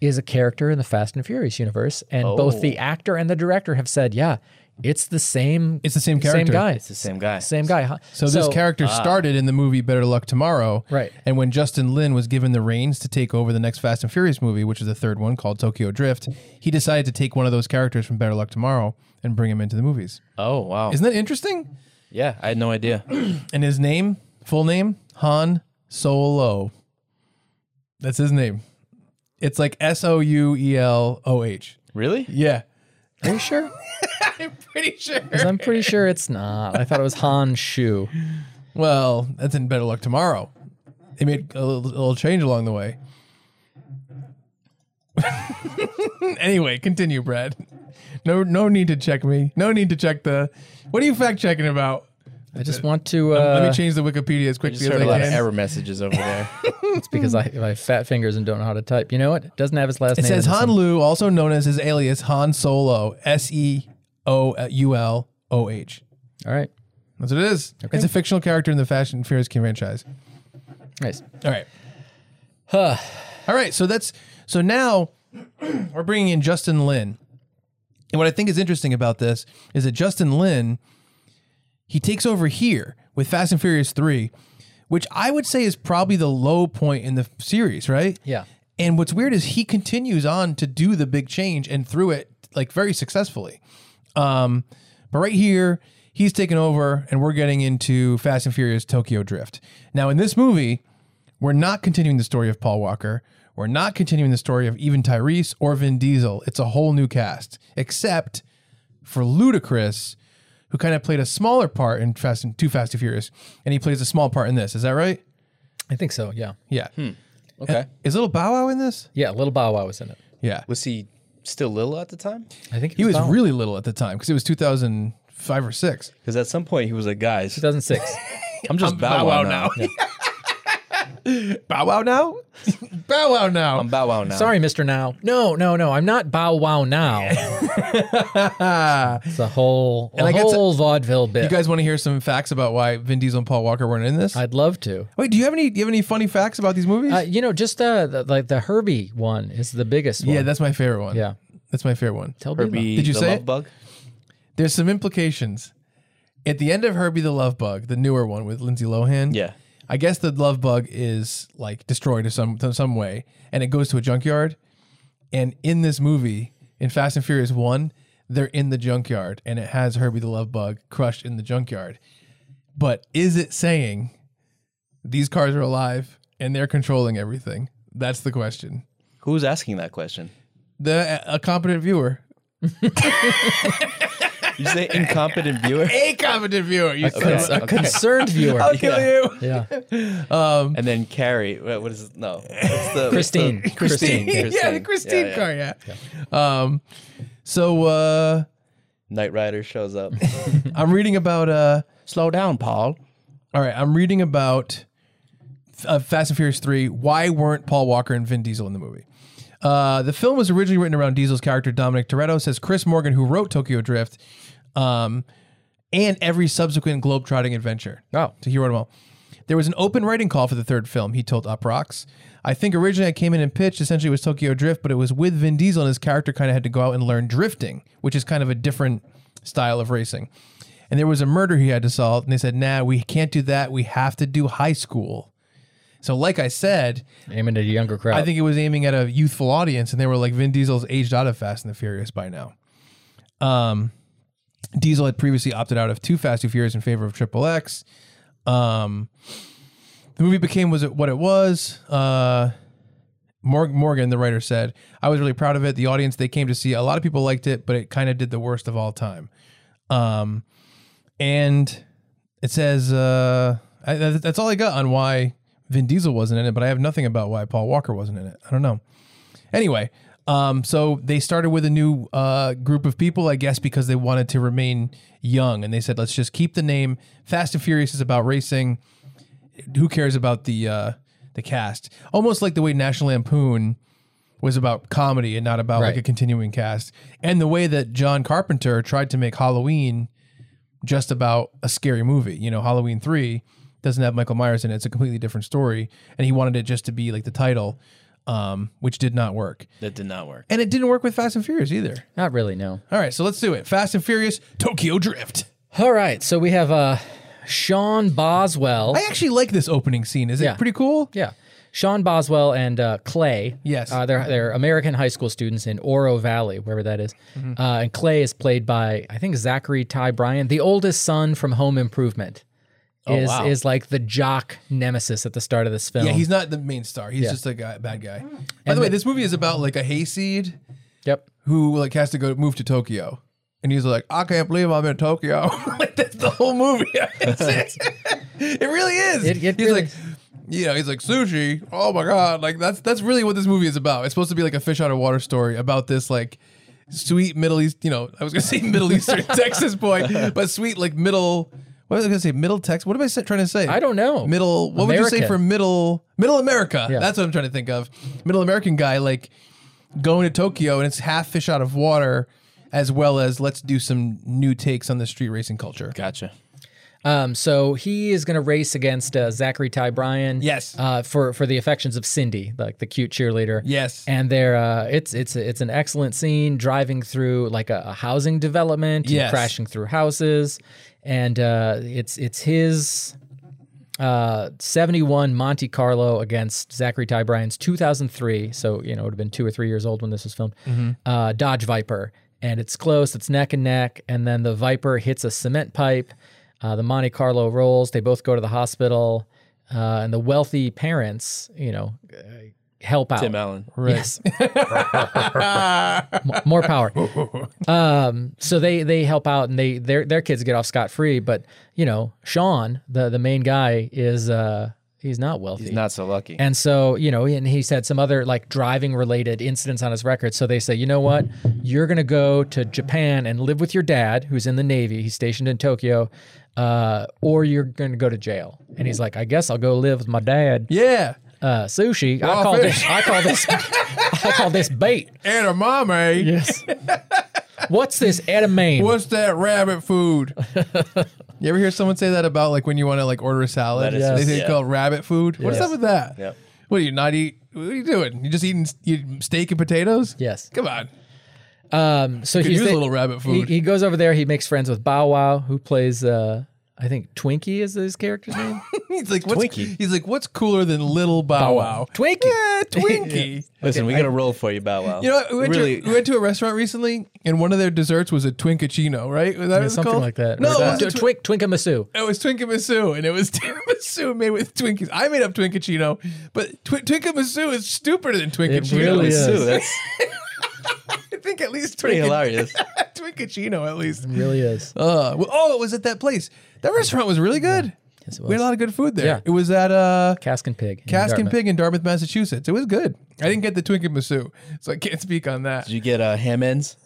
B: is a character in the Fast and Furious universe, and both
C: Oh.
B: the actor and the director have said, "Yeah, it's the same.
C: It's the same character.
B: Same guy.
D: it's the same guy.
B: same guy." Han-
C: So, ah. this character started in the movie Better Luck Tomorrow.
B: Right.
C: And when Justin Lin was given the reins to take over the next Fast and Furious movie, which is the third one called Tokyo Drift, he decided to take one of those characters from Better Luck Tomorrow and bring him into the movies.
D: Oh wow.
C: Isn't that interesting?
D: yeah, I had no idea.
C: And his name, full name, Han Solo. That's his name. It's like S O U E L O H.
D: Really?
C: Yeah.
B: Are you sure?
C: I'm pretty sure.
B: 'Cause I'm pretty sure it's not. I thought it was Han Shu.
C: Well, that's in Better Luck Tomorrow. They made a little, little change along the way. anyway, continue, Brad. No, no need to check me. No need to check the. What are you fact checking about?
B: I just want to. Uh,
C: Let me change the Wikipedia as
D: I
C: quickly
D: just
C: as
D: heard
C: I
D: a lot
C: can.
D: of error messages over there.
B: it's because I, I have fat fingers and don't know how to type. You know what? It doesn't have his last
C: It
B: name.
C: says
B: in this
C: Han
B: one.
C: Lu, also known as his alias Han Solo, S E O U L O H.
B: All right.
C: That's what it is. It's a fictional character in the Fast and Furious franchise.
B: Nice.
C: All right. All right. So that's so now we're bringing in Justin Lin, and what I think is interesting about this is that Justin Lin he takes over here with Fast and Furious Three, which I would say is probably the low point in the series, right?
B: Yeah.
C: And what's weird is he continues on to do the big change and through it like very successfully. Um, but right here, he's taken over, and we're getting into Fast and Furious Tokyo Drift. Now, in this movie, we're not continuing the story of Paul Walker. We're not continuing the story of even Tyrese or Vin Diesel. It's a whole new cast, except for Ludacris, who kind of played a smaller part in Fast and Too Fast and Furious, and he plays a small part in this. Is that right?
B: I think so. Yeah.
C: Yeah.
D: Okay.
C: Is little Bow Wow in this?
B: Yeah. Little Bow Wow was in it.
C: Yeah.
D: Was he still little at the time?
B: I think
C: He was
B: Bow Wow.
C: really little at the time because it was 2005 or six.
D: Because at some point he was like, guys,
B: 2006.
D: I'm just Bow Wow now.
C: Bow Wow now? Bow Wow now.
D: I'm Bow Wow now.
B: Sorry, Mr. Now. No, no, no. I'm not Bow Wow Now. it's a whole, a
C: I guess-
B: whole vaudeville bit.
C: you guys want to hear some facts about why Vin Diesel and Paul Walker weren't in this?
B: I'd love to.
C: Wait, do you have any? Do you have any funny facts about these movies?
B: Uh, you know, just uh, the, like the Herbie one is the biggest one.
C: yeah, that's my favorite one.
B: yeah.
C: that's my favorite one.
B: Tell me.
D: Herbie,
C: Did you
D: the
C: say
D: love
C: it?
D: bug?
C: There's some implications. At the end of Herbie the Love Bug, the newer one with Lindsay Lohan.
D: Yeah.
C: I guess the love bug is like destroyed in some in some way, and it goes to a junkyard. And in this movie, in Fast and Furious One, they're in the junkyard, and it has Herbie the love bug crushed in the junkyard. But is it saying these cars are alive and they're controlling everything? That's the question.
D: Who's asking that question?
C: The uh, a competent viewer,
D: Did you say incompetent viewer?
C: a competent viewer. You
D: Okay.
C: son of a-
B: Concerned viewer.
C: I'll kill you.
B: Yeah.
D: And then Carrie, what what is no? What's the,
B: Christine.
D: what's the-
B: Christine.
D: Christine.
C: yeah, the Christine
D: Yeah,
C: car. Yeah. Um. So uh,
D: Knight Rider shows up.
C: I'm reading about uh.
D: Slow down, Paul.
C: All right, I'm reading about uh, Fast and Furious 3. Why weren't Paul Walker and Vin Diesel in the movie? Uh, the film was originally written around Diesel's character Dominic Toretto, says Chris Morgan, who wrote Tokyo Drift, um, and every subsequent globetrotting adventure.
B: Oh.
C: So he wrote them all. There was an open writing call for the third film, he told Up Rocks. I think originally I came in and pitched, essentially it was Tokyo Drift, but it was with Vin Diesel and his character kind of had to go out and learn drifting, which is kind of a different style of racing. And there was a murder he had to solve, and they said, nah, we can't do that. We have to do high school. So, like I said,
B: aiming at a younger crowd.
C: I think it was aiming at a youthful audience, and they were like, Vin Diesel's aged out of Fast and the Furious by now. Um, Diesel had previously opted out of Too Fast, Too Furious in favor of Triple X. Um, the movie became was it what it was. Uh, Mor- Morgan, the writer, said, "I was really proud of it. The audience they came to see, a lot of people liked it, but it kind of did the worst of all time." Um, and it says uh, I, that- that's all I got on why Vin Diesel wasn't in it, but I have nothing about why Paul Walker wasn't in it. I don't know. Anyway, um, so they started with a new uh, group of people, I guess, because they wanted to remain young, and they said, "Let's just keep the name. Fast and Furious is about racing. Who cares about the uh, the cast? Almost like the way National Lampoon." Was about comedy and not about like
B: Right.
C: a continuing cast, and the way that John Carpenter tried to make Halloween just about a scary movie. You know, Halloween 3 doesn't have Michael Myers in it. It's a completely different story. And he wanted it just to be like the title, um, which did not work.
D: That did not work.
C: And it didn't work with Fast and Furious either.
B: Not really, no.
C: All right, so let's do it Fast and Furious Tokyo Drift.
B: All right, so we have uh, Sean Boswell.
C: I actually like this opening scene. Is
B: Yeah.
C: it pretty cool?
B: Yeah. Sean Boswell and uh, Clay.
C: Yes.
B: Uh, they're, they're American high school students in Oro Valley, wherever that is.
C: Mm-hmm.
B: Uh, and Clay is played by, I think, Zachary Ty Bryan, the oldest son from Home Improvement. Is,
D: wow.
B: is like the jock nemesis at the start of this film.
C: Oh, Yeah, he's not the main star. He's just a guy, bad guy. By the way, this movie is about like a hayseed
B: yep.
C: who like has to go move to Tokyo. And he's like, I can't believe I'm in Tokyo. like that's the whole movie. It's- it's- it really is.
B: It- it
C: he's
B: really
C: like,
B: is.
C: you know, he's like sushi. Oh my god, like that's that's really what this movie is about. It's supposed to be like a fish out of water story about this like sweet Middle East. You know, I was gonna say Middle Eastern Texas boy, but sweet like middle. What was I gonna say? Middle Texas. What am I sa- trying to say?
B: I don't know.
C: Middle. What would you say
B: American.
C: for middle? Middle America.
B: Yeah.
C: That's what I'm trying to think of. Middle American guy like going to Tokyo and it's half fish out of water, as well as let's do some new takes on the street racing culture.
D: Gotcha.
B: Um, so he is going to race against uh, Zachary Ty Bryan.
C: Yes.
B: Uh, for for the affections of Cindy, like the cute cheerleader.
C: Yes.
B: And they're uh, it's it's it's an excellent scene driving through like a, a housing development. and
C: Yes.
B: Crashing through houses, and uh, it's it's his. Uh, 71 Monte Carlo against Zachary Ty Bryan's 2003. So, you know, it would have been two or three years old when this was filmed. Uh, Dodge Viper. And it's close, it's neck and neck. And then the Viper hits a cement pipe. Uh, the Monte Carlo rolls. They both go to the hospital. Uh, and the wealthy parents, you know, uh, help out.
D: Tim Allen.
B: Yes. M- More power. Um, so they they help out and they their their kids get off scot free, but you know, Sean, the the main guy is uh he's not wealthy.
D: He's not so lucky.
B: and so, you know, and he's had some other like driving related incidents on his record. So they say, you know what? You're going to go to Japan and live with your dad, who's in the Navy. He's stationed in Tokyo, uh, or you're going to go to jail. And he's like, I guess I'll go live with my dad
C: Yeah.
B: uh, sushi. I call
C: fish.
B: this. I call this. I call this bait.
C: Edamame.
B: Yes. What's this edamame?
C: What's that rabbit food? you ever hear someone say that about like when you want to like order a salad?
D: Lettuce, Yes.
C: They say
D: yeah.
C: it's called rabbit food. What's
B: Yes.
C: up with that?
D: Yep.
C: What are you not eat? What are you doing? You just eating s- you steak and potatoes?
B: Yes.
C: Come on.
B: Um, so
C: Could
B: he's
C: use a
B: the-
C: little rabbit
B: He,
C: food.
B: he goes over there. He makes friends with Bow Wow, who plays. Uh, I think Twinkie is his character's name.
C: he's like what's,
D: Twinkie.
C: He's like what's cooler than little Bow Wow?
B: Twinkie.
C: Yeah, Twinkie.
D: Listen, we got a roll for you, Bow Wow.
C: You know, we went,
D: really,
C: to, we went to a restaurant recently, and one of their desserts was a Twinkachino, right? Was that what it's
B: Something
C: called?
B: like that.
C: No,
B: Or
C: it was,
B: Tw-
C: a twi-
B: Twink Twinkamasu.
C: It was Twinkamasu, and it was tiramisu made with Twinkies. I made up Twinkachino, but twi- Twinkamasu is stupider than
B: It
C: Twinkachino.
B: really
D: Sue,
B: is.
D: that's
C: I think at least
D: pretty
C: Twinka-
D: hilarious.
C: Twinkachino, at least.
B: Really is.
C: Uh, well, oh, it was at that place. That restaurant was really good.
B: Yes, it
C: We had
B: was.
C: a lot of good food there.
B: Yeah.
C: It was at uh,
B: Cask and Pig. in
C: Cask and
B: Dartmouth.
C: Pig in Dartmouth, Massachusetts. It was good. I didn't get the Twinkamasu, so I can't speak on that.
D: Did you get uh, ham ends?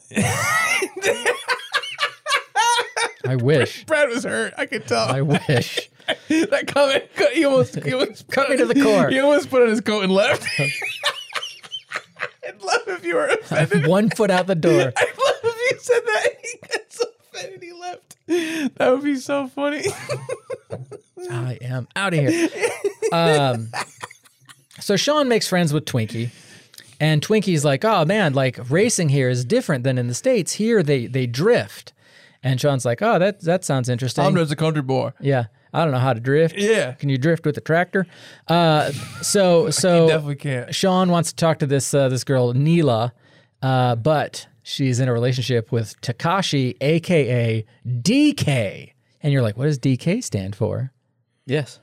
B: I wish.
C: Brad was hurt. I could tell.
B: I wish.
C: that comment, cut- he almost, he almost
B: Cut me to the core.
C: He almost put on his coat and left. I'd love if you were offended.
B: One foot out the door.
C: I'd love if you said that. He got so offended he left. That would be so funny.
B: I am out of here. Um, so Sean makes friends with Twinkie, and Twinkie's like, "Oh man, like racing here is different than in the states. Here they they drift." And Sean's like, "Oh, that that sounds interesting."
C: I'm just a country boy.
B: yeah, I don't know how to drift.
C: Yeah.
B: can you drift with a tractor? Uh, so so
C: Definitely can't.
B: Sean wants to talk to this uh, this girl Neela, uh, but she's in a relationship with Takashi, aka DK. And you're like, what does DK stand for?
D: Yes.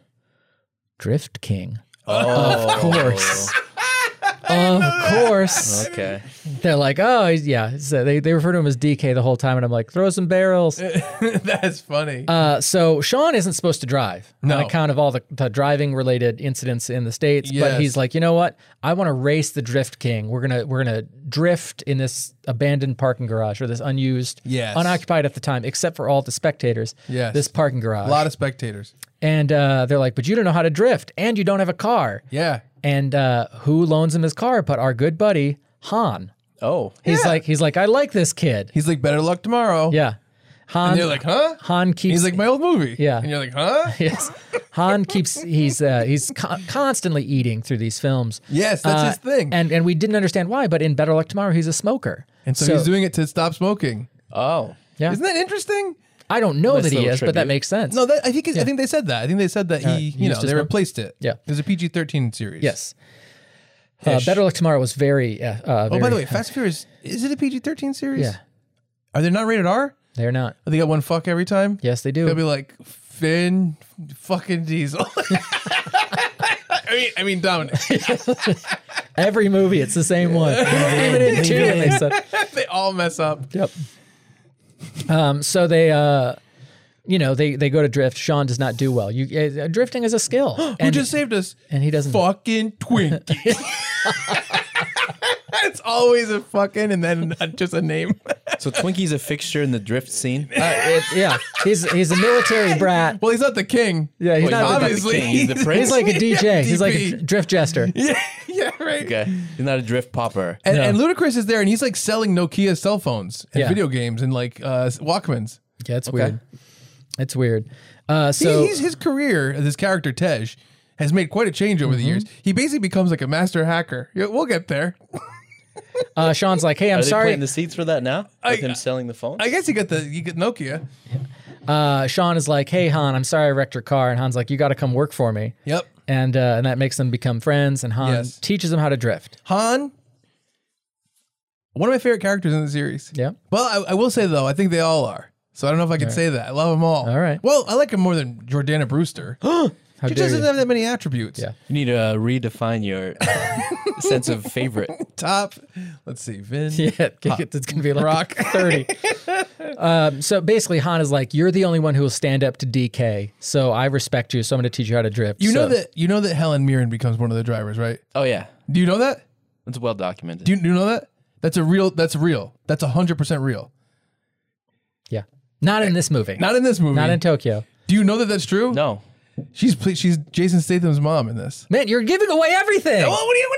B: Drift King.
D: Oh,
B: Of course. Of course.
D: Okay.
B: They're like, oh, he's- yeah. So they, they refer to him as DK the whole time. And I'm like, throw some barrels.
C: That's funny.
B: Uh, so Sean isn't supposed to drive
C: No.
B: on account of all the, the driving related incidents in the states.
C: Yes.
B: But he's like, you know what? I want to race the Drift King. We're gonna we're gonna drift in this abandoned parking garage or this unused,
C: Yes.
B: unoccupied at the time, except for all the spectators.
C: Yes.
B: this parking garage.
C: a lot of spectators.
B: and uh, they're like, but you don't know how to drift, and you don't have a car.
C: Yeah.
B: And uh, who loans him his car? But our good buddy Han.
D: Oh.
B: He's like he's like I like this kid.
C: He's like, better luck tomorrow.
B: Yeah, Han.
C: And you're like, huh?
B: Han keeps.
C: He's like, my old movie.
B: Yeah.
C: And you're like, huh?
B: Yes. Han keeps he's uh, he's con- constantly eating through these films.
C: Yes, that's
B: Uh,
C: his thing.
B: And and we didn't understand why, but in Better Luck Tomorrow he's a smoker.
C: And so, he's doing it to stop smoking.
D: Oh.
B: Yeah.
C: Isn't that interesting?
B: I don't know that he
D: little
B: is, but that
D: tribute.
B: makes sense.
C: No, that I think I think they said that. I think they said that he, you know,
B: Uh, used to
C: they
B: smoke?
C: replaced it.
B: Yeah.
C: it was a PG thirteen series.
B: Yes. Uh, Better Luck Tomorrow was very uh, uh
C: Oh, by
B: very-
C: the way, Fast and Furious is it a PG thirteen series?
B: Yeah.
C: Are they not rated R?
B: They're not.
C: Are they got one fuck every time?
B: Yes, they
C: They'll be
B: do.
C: like Finn, fucking Diesel. I mean, I mean Dominic.
B: Every movie it's the same one. Even in two when they said
C: they all mess up.
B: Yep. Um, so they, uh, you know, they, they go to drift. Sean does not do well. You uh, drifting is a skill.
C: Who
B: and,
C: just saved us?
B: and he doesn't.
C: fucking Twinkie. it's always a fucking and then a- just a name.
D: So Twinkie's a fixture in the drift scene.
B: Uh, it- yeah, he's he's a military brat.
C: Well, he's not the king.
B: Yeah, he's
D: Well,
B: not.
D: not the
C: obviously.
D: king, he's the prince.
B: he's like a DJ. he's like a
C: DP.
B: dr- drift jester.
C: yeah, yeah, right.
D: Okay. He's not a drift popper.
C: And, and Ludacris is there, and he's like selling Nokia cell phones and
B: Yeah.
C: video games and like uh, Walkmans.
B: Yeah, it's weird. It's weird. Uh, so
C: he, he's, his career, this character Tej, has made quite a change over the
B: Mm-hmm.
C: years. He basically becomes like a master hacker. Yeah, we'll get there.
B: uh, Sean's like, "Hey, I'm
D: Are they
B: sorry."
D: planting the seeds for that now? With him selling the phone?
C: I guess you get the you get Nokia.
B: Uh, Sean is like, "Hey, Han, I'm sorry I wrecked your car." And Han's like, "You got to come work for me."
C: Yep.
B: And uh, and that makes them become friends. And Han
C: Yes.
B: teaches him how to drift.
C: Han, one of my favorite characters in the series.
B: Yeah.
C: Well, I, I will say though, I think they all are. So I don't know if I can say that. I love them all.
B: All right.
C: Well, I like him more than Jordana Brewster.
B: How
C: she
B: dare
C: doesn't
B: you.
C: have that many attributes.
B: Yeah.
D: you need to uh, redefine your sense of favorite.
C: Top. Let's see. Vin.
B: Yeah, it's gonna be like
C: Rock.
B: 30. um, so basically, Han is like, "You're the only one who will stand up to DK, so I respect you. So I'm gonna teach you how to drift."
C: You know
B: So-
C: that you know that Helen Mirren becomes one of the drivers, right?
D: Oh yeah.
C: Do you know that?
D: It's well documented.
C: Do you, do you know that? That's a real. That's real. That's hundred percent real.
B: Yeah, not in this movie.
C: Not in this movie.
B: Not in Tokyo.
C: do you know that that's true?
D: no.
C: She's ple- she's Jason Statham's mom in this.
B: Man, you're giving away everything.
C: what do you?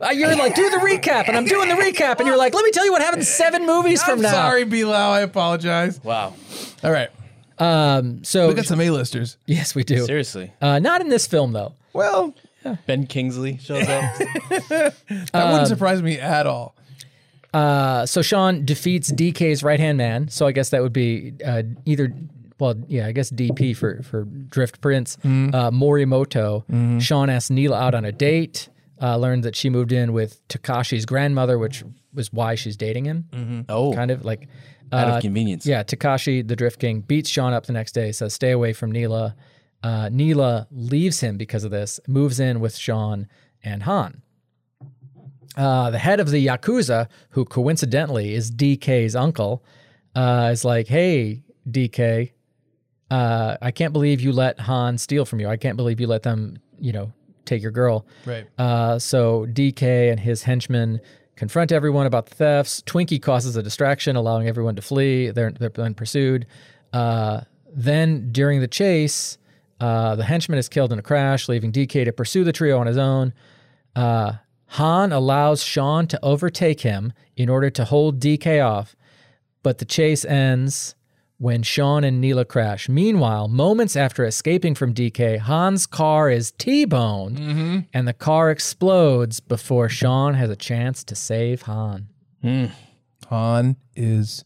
B: Uh, You're like, do the recap, and I'm doing the recap, and you're like, let me tell you what happened seven movies
C: I'm
B: from now.
C: sorry, Bilal. I apologize.
D: Wow.
C: All right.
B: Um, so
C: We got some A-listers.
B: yes, we do.
D: Seriously.
B: Uh, not in this film though.
C: Well,
D: Ben Kingsley shows up.
C: that wouldn't surprise me at all.
B: Uh, so Sean defeats DK's right hand man. So I guess that would be uh, either. Well, yeah, I guess DP for for Drift Prince
C: Mm-hmm.
B: uh, Morimoto. Sean asked Neela out on a date. Uh, learned that she moved in with Takashi's grandmother, which was why she's dating him.
C: Mm-hmm.
D: oh.
B: Kind of like
D: out
B: uh,
D: of convenience.
B: Yeah, Takashi, the Drift King, beats Sean up the next day, says, stay away from Neela. Uh, Neela leaves him because of this, moves in with Sean and Han. Uh, the head of the Yakuza, who coincidentally is DK's uncle, uh, is like, hey, DK, uh, I can't believe you let Han steal from you. I can't believe you let them, you know, take your girl.
C: Right.
B: Uh, so DK and his henchmen confront everyone about the thefts. Twinkie causes a distraction, allowing everyone to flee. They're, they're then pursued. Uh, then during the chase, uh, the henchman is killed in a crash, leaving DK to pursue the trio on his own. Uh, Han allows Sean to overtake him in order to hold DK off, but the chase ends when Sean and Neela crash. Meanwhile, moments after escaping from DK, Han's car is T boned and the car explodes before Sean has a chance to save Han.
C: Han is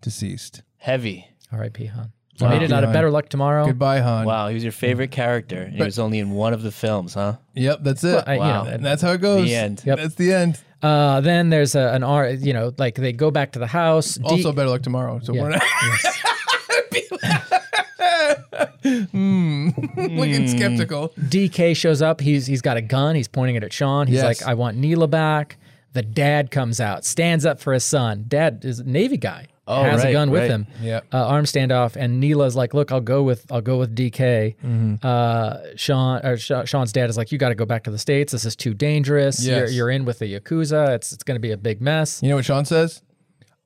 C: deceased.
D: Heavy.
B: R.I.P. Han. I made it out of
C: Goodbye.
B: better luck tomorrow.
C: Goodbye, Han.
D: Wow, he was your favorite
C: Mm.
D: character, and he was only in one of the films, huh?
C: Yep, that's it.
B: I- you
D: Wow.
B: know,
C: and that's how it goes.
D: The end.
B: Yep.
C: That's the end.
B: Uh, then there's a, an R, you know, like they go back to the house. D-
C: Also, better luck tomorrow. So we're not Hmm. looking skeptical.
B: DK shows up. He's he's got a gun. He's pointing it at Sean. He's
C: Yes.
B: like, "I want Neela back." The dad comes out, stands up for his son. Dad is a Navy guy.
D: Oh,
B: has a
D: right,
B: gun with
D: right.
B: him.
C: Yep.
B: Uh, arm standoff, and Neela's like, "Look, I'll go with I'll go with DK." Uh, Sean or Sha- Sean's dad is like, "You got to go back to the states. This is too dangerous. You're,
C: Yes.
B: you're in with the yakuza. It's it's going to be a big mess."
C: You know what Sean says?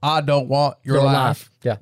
C: I don't want your,
B: You're
C: life.
B: alive. Yeah,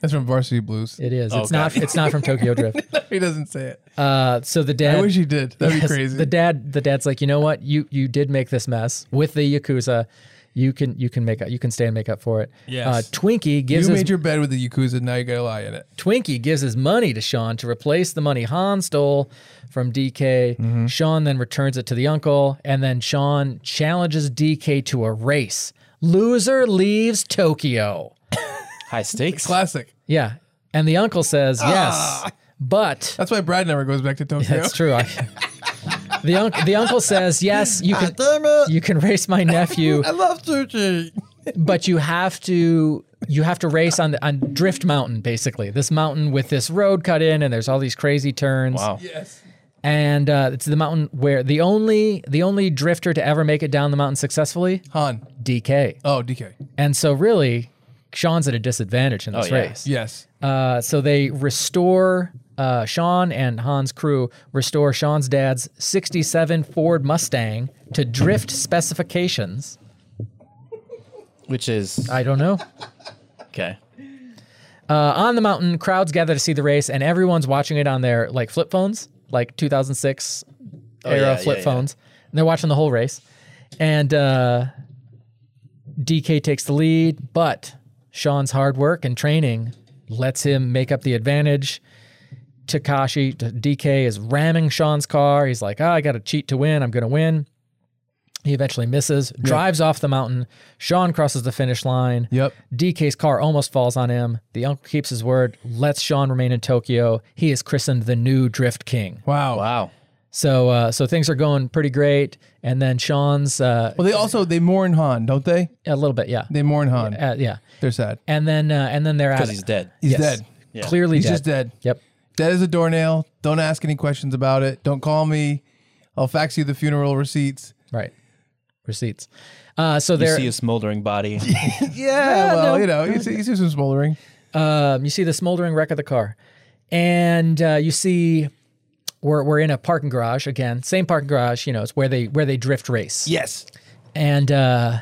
C: That's from Varsity Blues.
B: it is. it's not it's not from Tokyo Drift.
C: he doesn't say it.
B: Uh, so the dad.
C: I wish he did. That'd
B: Yes,
C: be crazy.
B: The dad, the dad's like, you know what? You you did make this mess with the yakuza. You can you can make up. You can stay and make up for it.
C: Yes.
B: Uh, Twinkie gives
C: you
B: his
C: made your bed with the Yakuza. Now you gotta lie in it.
B: Twinkie gives his money to Sean to replace the money Han stole from DK.
C: Mm-hmm.
B: Sean then returns it to the uncle, and then Sean challenges DK to a race. Loser leaves Tokyo.
D: High stakes.
C: Classic.
B: Yeah, and the uncle says yes,
C: Ah.
B: but
C: That's why Brad never goes back to Tokyo.
B: That's true. I, the, unc the uncle says, "Yes, you can. You can race my nephew,
C: I love sushi.
B: but you have to. You have to race on the, on Drift Mountain, basically. This mountain with this road cut in, and there's all these crazy turns.
D: Wow.
C: Yes.
B: And uh, it's the mountain where the only the only drifter to ever make it down the mountain successfully,
C: Han.
B: DK.
C: Oh, DK.
B: And so really, Sean's at a disadvantage in this
D: Oh, yeah.
B: race.
C: Yes.
B: Uh, so they restore uh, Sean and Han's crew restore Sean's dad's '67 Ford Mustang to drift specifications.
D: Which is
B: I don't know.
D: okay.
B: Uh, on the mountain, crowds gather to see the race, and everyone's watching it on their like flip phones, like 2006 era
D: Oh, yeah,
B: flip
D: yeah, yeah.
B: phones, and they're watching the whole race. And uh, DK takes the lead, but Sean's hard work and training lets him make up the advantage. Takashi DK is ramming Sean's car. He's like, "Ah, I got to cheat to win. I'm going to win." He eventually misses, drives off the mountain. Sean crosses the finish line.
C: Yep.
B: DK's car almost falls on him. The uncle keeps his word, lets Sean remain in Tokyo. He is christened the new Drift King.
C: Wow.
D: Wow.
B: So, uh, so things are going pretty great. And then Sean's uh,
C: Well, they also they mourn Han, don't they?
B: a little bit, yeah,
C: They mourn Han.
B: uh, yeah.
C: They're sad.
B: And then, uh, and then they're at
D: Because
B: it.
D: he's dead.
C: He's
B: Yes.
C: dead.
B: clearly
C: He's
B: dead.
C: just dead.
B: Yep.
C: Dead as a doornail. Don't ask any questions about it. Don't call me. I'll fax you the funeral receipts.
B: Right. Receipts. Uh, so
D: You
B: they're
D: see a smoldering body.
C: Yeah, well, you know, you see, you see some smoldering.
B: um, you see the smoldering wreck of the car, and uh, you see we're we're in a parking garage again, same parking garage. You know, it's where they where they drift race.
C: Yes.
B: and uh,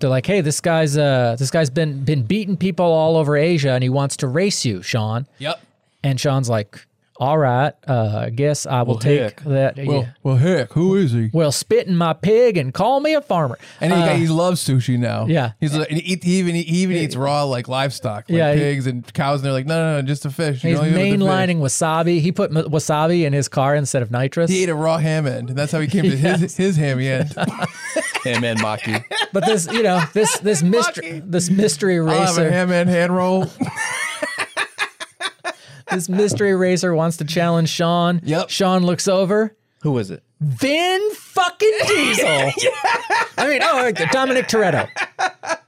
B: they're like, "Hey, this guy's uh, this guy's been been beating people all over Asia, and he wants to race you, Sean."
C: Yep.
B: And Sean's like, "All right, uh, I guess I will take
D: heck.
B: that.
C: Well,
B: yeah.
C: well, heck, who is he?
B: well, spit in my pig and call me a farmer."
C: And he, he loves sushi now.
B: Uh, yeah.
C: he's like, and he, eat- he even he even eats raw like livestock, like
B: Yeah, he-
C: pigs and cows. And they're like, no, no, no, just a fish. You
B: He's
C: can only live with the fish."
B: mainlining wasabi. He put m- wasabi in his car instead of nitrous.
C: He ate a raw ham end. and That's how he came to his his ham end.
D: Him and Maki.
B: But this, you know, this this mystery this mystery
C: I'll have a
B: racer
C: ham end hand roll.
B: this mystery racer wants to challenge Sean.
C: Yep.
B: Sean looks over.
D: Who was it?
B: Vin fucking Diesel. I mean, oh, Dominic Toretto.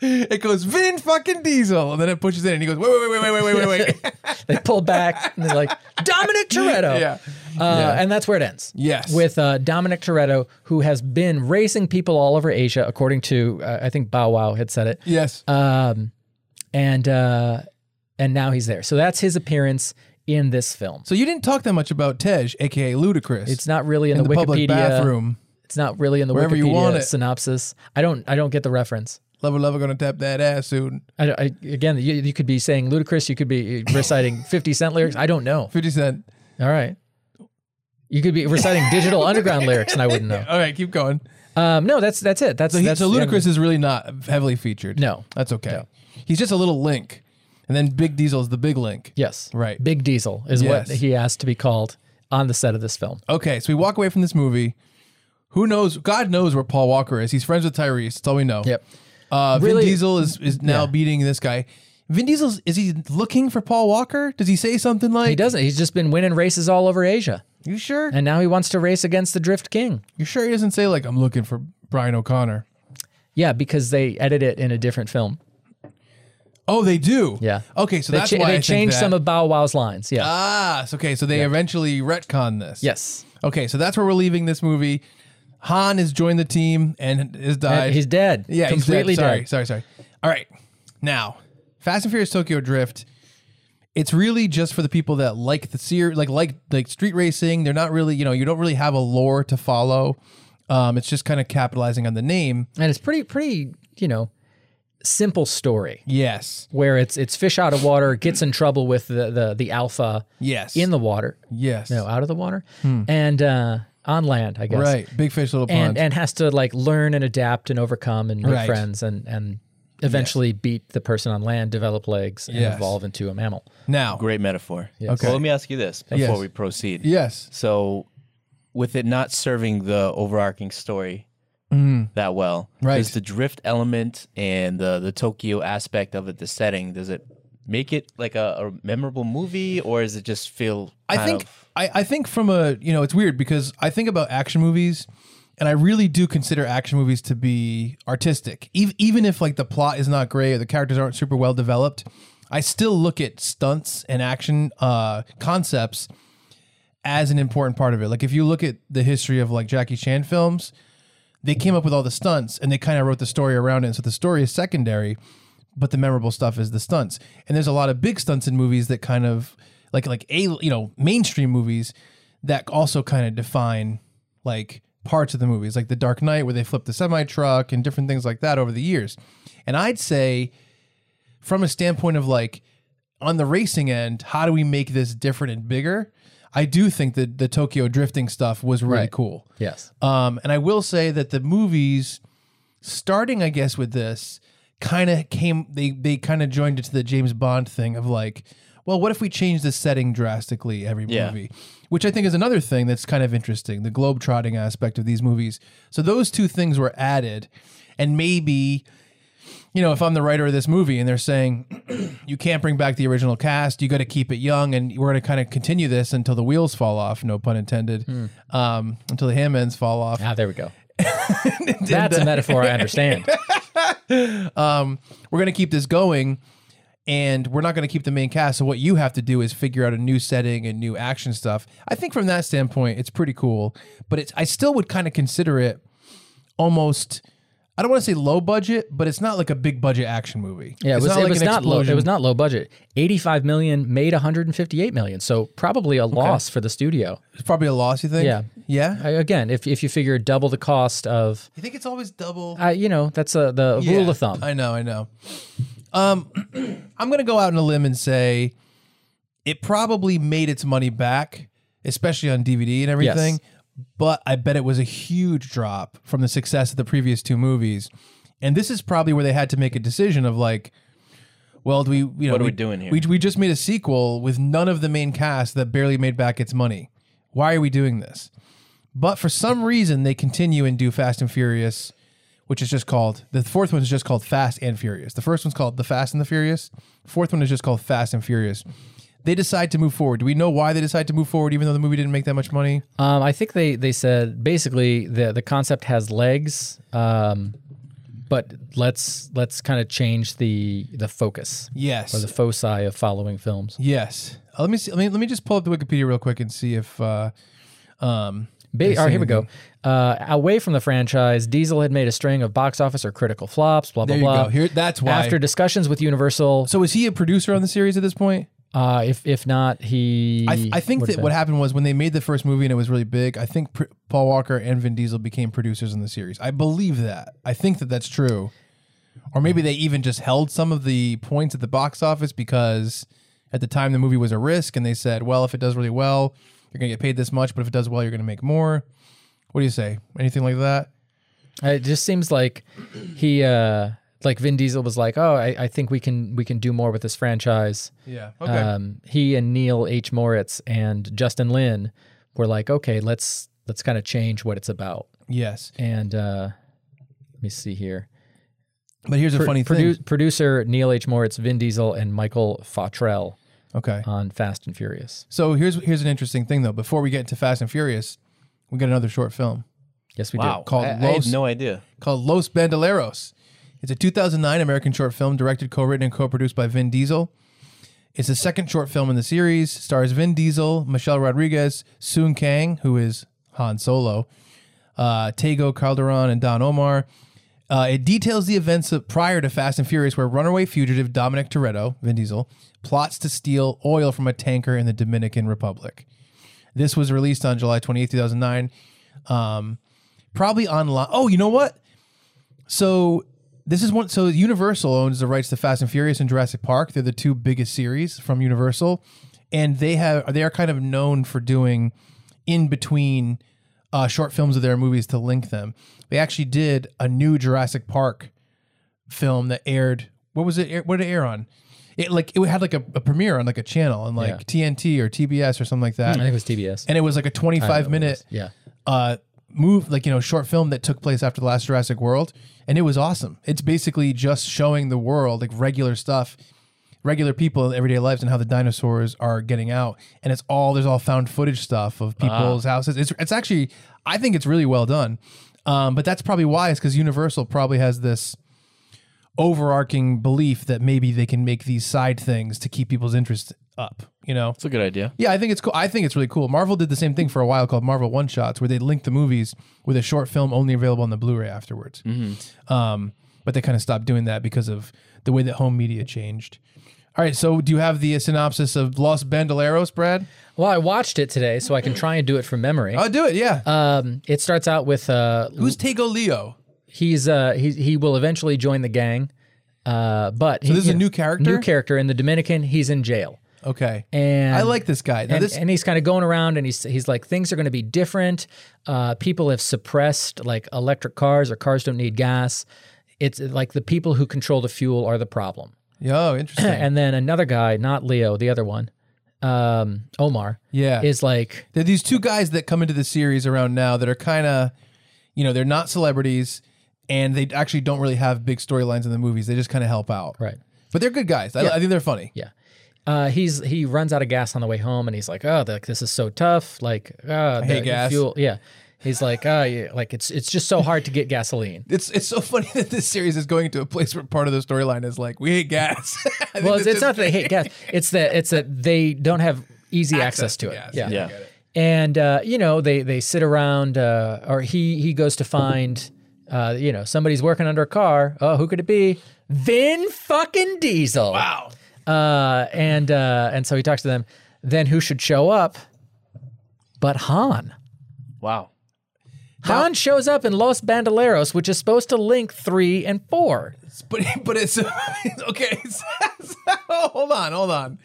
C: It goes Vin fucking Diesel, and then it pushes in, and he goes, wait, wait, wait, wait, wait, wait, wait, wait.
B: They pull back and they're like, Dominic Toretto.
C: yeah.
B: Uh, And that's where it ends.
C: Yes.
B: With uh, Dominic Toretto, who has been racing people all over Asia, according to, uh, I think Bow Wow had said it.
C: Yes.
B: And, uh, and now he's there. So that's his appearance in this film.
C: so you didn't talk that much about Tej, aka Ludacris.
B: It's not really in,
C: in the,
B: the,
C: public
B: Wikipedia.
C: bathroom.
B: It's not really in the
C: Wherever
B: Wikipedia
C: you want it.
B: synopsis. I don't. I don't get the reference.
C: Lover, lover, gonna tap that ass soon.
B: I, I, again, you, you could be saying ludicrous. You could be reciting Fifty Cent lyrics. I don't know.
C: Fifty Cent.
B: All right. You could be reciting Digital Underground lyrics, and I wouldn't know.
C: All right, keep going.
B: Um, no, that's that's it. That's
C: So, he,
B: that's
C: so
B: the end.
C: Ludacris is really not heavily featured.
B: No.
C: that's okay. He's just a little link. And then Big Diesel is the big link.
B: Yes.
C: Right.
B: Big Diesel is
C: Yes.
B: what he asked to be called on the set of this film.
C: Okay, so we walk away from this movie. Who knows? God knows where Paul Walker is. He's friends with Tyrese. That's all we know.
B: Yep.
C: Uh,
B: Really-
C: Vin Diesel is, is now beating this guy. Vin Diesel's is he looking for Paul Walker? Does he say something like
B: He doesn't. He's just been winning races all over Asia.
C: You sure?
B: And now he wants to race against the Drift King.
C: You sure he doesn't say like I'm looking for Brian O'Connor?
B: Yeah, because they edit it in a different film.
C: Oh, they do.
B: Yeah.
C: Okay, so
B: They,
C: that's
B: cha-
C: why I
B: they
C: think
B: changed
C: that.
B: some of Bow Wow's lines. Yeah.
C: Ah, so- okay, so they eventually retcon this.
B: yes.
C: Okay, so that's where we're leaving this movie. Han has joined the team and has died.
B: And he's dead.
C: Yeah, he's dead.
B: completely
C: Sorry,
B: dead.
C: sorry, sorry. All right, now Fast and Furious Tokyo Drift. It's really just for the people that like the series, like like like street racing. They're not really, you know, you don't really have a lore to follow. Um, it's just kind of capitalizing on the name.
B: And it's pretty, pretty, you know, simple story
C: Yes,
B: where it's it's fish out of water, gets in trouble with the the, the alpha
C: yes,
B: in the water.
C: yes,
B: No, out of the water. And uh on land, I guess.
C: Hmm. right. Big fish, little pond.
B: and and has to like learn and adapt and overcome and make
C: Right.
B: friends and and eventually beat the person on land, develop legs, and
C: Yes.
B: evolve into a mammal.
C: now,
D: Great metaphor.
C: Okay.
D: Well, let me ask you this before
C: Yes.
D: we proceed.
C: yes,
D: So, with it not serving the overarching story that well,
C: Mm. Right.
D: does the drift element and the the Tokyo aspect of it, the setting, does it make it like a, a memorable movie, or does it just feel?
C: I
D: kind
C: think
D: of-
C: I, I think from a you know it's weird because I think about action movies and I really do consider action movies to be artistic. Ev- even if like the plot is not great or the characters aren't super well developed, I still look at stunts and action uh, concepts as an important part of it. Like if you look at the history of like Jackie Chan films, they came up with all the stunts and they kind of wrote the story around it. so the story is secondary, but the memorable stuff is the stunts. And there's a lot of big stunts in movies that kind of like like a you know mainstream movies that also kind of define like parts of the movies, like The Dark Knight, where they flip the semi truck and different things like that over the years. And I'd say, from a standpoint of like on the racing end, how do we make this different and bigger? I do think that the Tokyo drifting stuff was really cool.
B: Yes.
C: Um, and I will say that the movies, starting I guess with this, kind of came they they kind of joined it to the James Bond thing of like, well, what if we change the setting drastically every
D: Yeah.
C: movie, which I think is another thing that's kind of interesting, the globetrotting aspect of these movies. So those two things were added, and maybe. You know, if I'm the writer of this movie and they're saying you can't bring back the original cast, you got to keep it young, and we're going to kind of continue this until the wheels fall off, no pun intended, um, until the ham ends fall off.
B: Ah, there we go. That's a metaphor I understand.
C: Um, we're going to keep this going and we're not going to keep the main cast so what you have to do is figure out a new setting and new action stuff i think from that standpoint it's pretty cool but it's i still would kind of consider it almost i don't want to say low budget but it's not like a big budget action movie
B: Yeah, it
C: it's
B: was it
C: like
B: was
C: an
B: not low it
C: explosion.
B: was not low budget. 85 million made 158 million. So probably a loss for the studio.
C: it's probably a loss you think
B: Yeah.
C: yeah
B: I- Again, if if you figure double the cost of
C: you think it's always double
B: uh, you know, that's a, the
C: Yeah,
B: rule of thumb.
C: I know, I know. Um, I'm gonna go out on a limb and say it probably made its money back, especially on DVD and everything. But I bet it was a huge drop from the success of the previous two movies, and this is probably where they had to make a decision of like, well, do we, you know,
D: What are we doing here?
C: We we just made a sequel with none of the main cast that barely made back its money. Why are we doing this? But for some reason, they continue and do Fast and Furious which is just called the fourth one is just called Fast and Furious. The first one's called The Fast and the Furious. Fourth one is just called Fast and Furious. They decide to move forward. Do we know why they decide to move forward, even though the movie didn't make that much money?
B: Um, I think they they said basically the the concept has legs, um, but let's let's kind of change the the focus
C: Yes.
B: or the foci of following films.
C: yes. Uh, let me see. Let me let me just pull up the Wikipedia real quick and see if. Uh, um,
B: Ba- or here we go. Uh, away from the franchise, Diesel had made a string of box office or critical flops. Blah blah
C: there you
B: blah.
C: go. Here, that's why.
B: After discussions with Universal,
C: so is he a producer on the series at this point?
B: uh, if if not, he
C: I, I think
B: would've
C: that what happened was when they made the first movie and it was really big. I think pr- Paul Walker and Vin Diesel became producers in the series. I believe that. I think that that's true, or maybe they even just held some of the points at the box office because at the time the movie was a risk, and they said, "Well, if it does really well, you're gonna get paid this much, but if it does well, you're gonna make more." What do you say? Anything like that?
B: been. it just seems like he uh, like Vin Diesel was like, "Oh, I, I think we can we can do more with this franchise."
C: Yeah. Okay.
B: Um, he and Neil H. Moritz and Justin Lin were like, "Okay, let's let's kind of change what it's about."
C: yes.
B: And uh, let me see here.
C: But here's a funny
B: Produ-
C: thing.
B: Producer Neil H. Moritz, Vin Diesel, and Michael Fotrell
C: Okay.
B: on Fast and Furious.
C: So here's here's an interesting thing though. Before we get into Fast and Furious, we got another short film
B: Yes, we
D: Wow.
C: Called
D: I, I had
C: Los-
D: no idea.
C: called Los Bandoleros. It's a 2009 American short film directed, co-written, and co-produced by Vin Diesel. It's the second short film in the series. Stars Vin Diesel, Michelle Rodriguez, Soon Kang, who is Han Solo, uh, Tego Calderon, and Don Omar. Uh, it details the events of, prior to Fast and Furious, where runaway fugitive Dominic Toretto, Vin Diesel, plots to steal oil from a tanker in the Dominican Republic. This was released on July 28, 2009. Um, probably online. Oh, you know what? So this is one. So Universal owns the rights to Fast and Furious and Jurassic Park. They're the two biggest series from Universal, and they have they are kind of known for doing in between uh, short films of their movies to link them. They actually did a new Jurassic Park film that aired. What was it? air- What did it air on? It like it had like a, a premiere on like a channel and like TNT or TBS or something like that.
B: Mm, I think it was TBS.
C: And it was like a 25 minute
B: yeah.
C: uh, move, like you know, short film that took place after the last Jurassic World, and it was awesome. It's basically just showing the world like regular stuff, regular people, everyday lives, and how the dinosaurs are getting out. And it's all there's all found footage stuff of people's houses. It's it's actually I think it's really well done, um, but that's probably wise because Universal probably has this overarching belief that maybe they can make these side things to keep people's interest up. You know,
D: It's a good idea.
C: yeah, I think it's cool. I think it's really cool. Marvel did the same thing for a while called Marvel One Shots, where they linked the movies with a short film only available on the Blu-ray afterwards. Um, but they kind of stopped doing that because of the way that home media changed. All right, so do you have the synopsis of Los Bandoleros, Brad?
B: Well, I watched it today, so I can try and do it from memory.
C: Oh, do it, yeah.
B: Um, it starts out with uh,
C: Who's Tego Leo?
B: he's uh, he he will eventually join the gang, uh, but so
C: this is a new character?
B: New character in the Dominican. He's in jail.
C: Okay,
B: And
C: I like this guy. Now
B: and,
C: this,
B: and he's kind of going around and he's he's like things are going to be different. Uh, people have suppressed like electric cars or cars don't need gas. It's like the people who control the fuel are the problem.
C: oh, interesting.
B: And then another guy, not Leo, the other one, um, Omar,
C: Yeah.
B: is like
C: There are these two guys that come into the series around now that are kind of, you know, they're not celebrities, and they actually don't really have big storylines in the movies. They just kind of help out,
B: right.
C: But they're good guys. I, I think they're funny.
B: Yeah. Uh, he's he runs out of gas on the way home, and he's like, "Oh, like this is so tough. Like, uh, the, the
C: gas."
B: fuel. Yeah." He's like, "Oh, yeah, like it's it's just so hard to get gasoline."
C: It's it's so funny that this series is going to a place where part of the storyline is like we hate gas. I think
B: well,
C: this
B: it's, it's
C: is-
B: not that they hate gas; it's that it's that they don't have easy access, to, it.
C: gas.
B: Yeah.
D: Yeah.
B: And uh, you know, they they sit around, uh, or he he goes to find. Uh, you know, somebody's working under a car. Oh, who could it be? Vin fucking Diesel.
C: Wow.
B: Uh, and uh, and so he talks to them. Then who should show up? But Han.
D: Wow.
B: Han shows up in Los Bandoleros, which is supposed to link three and four.
C: But but it's okay. so- hold on, hold on.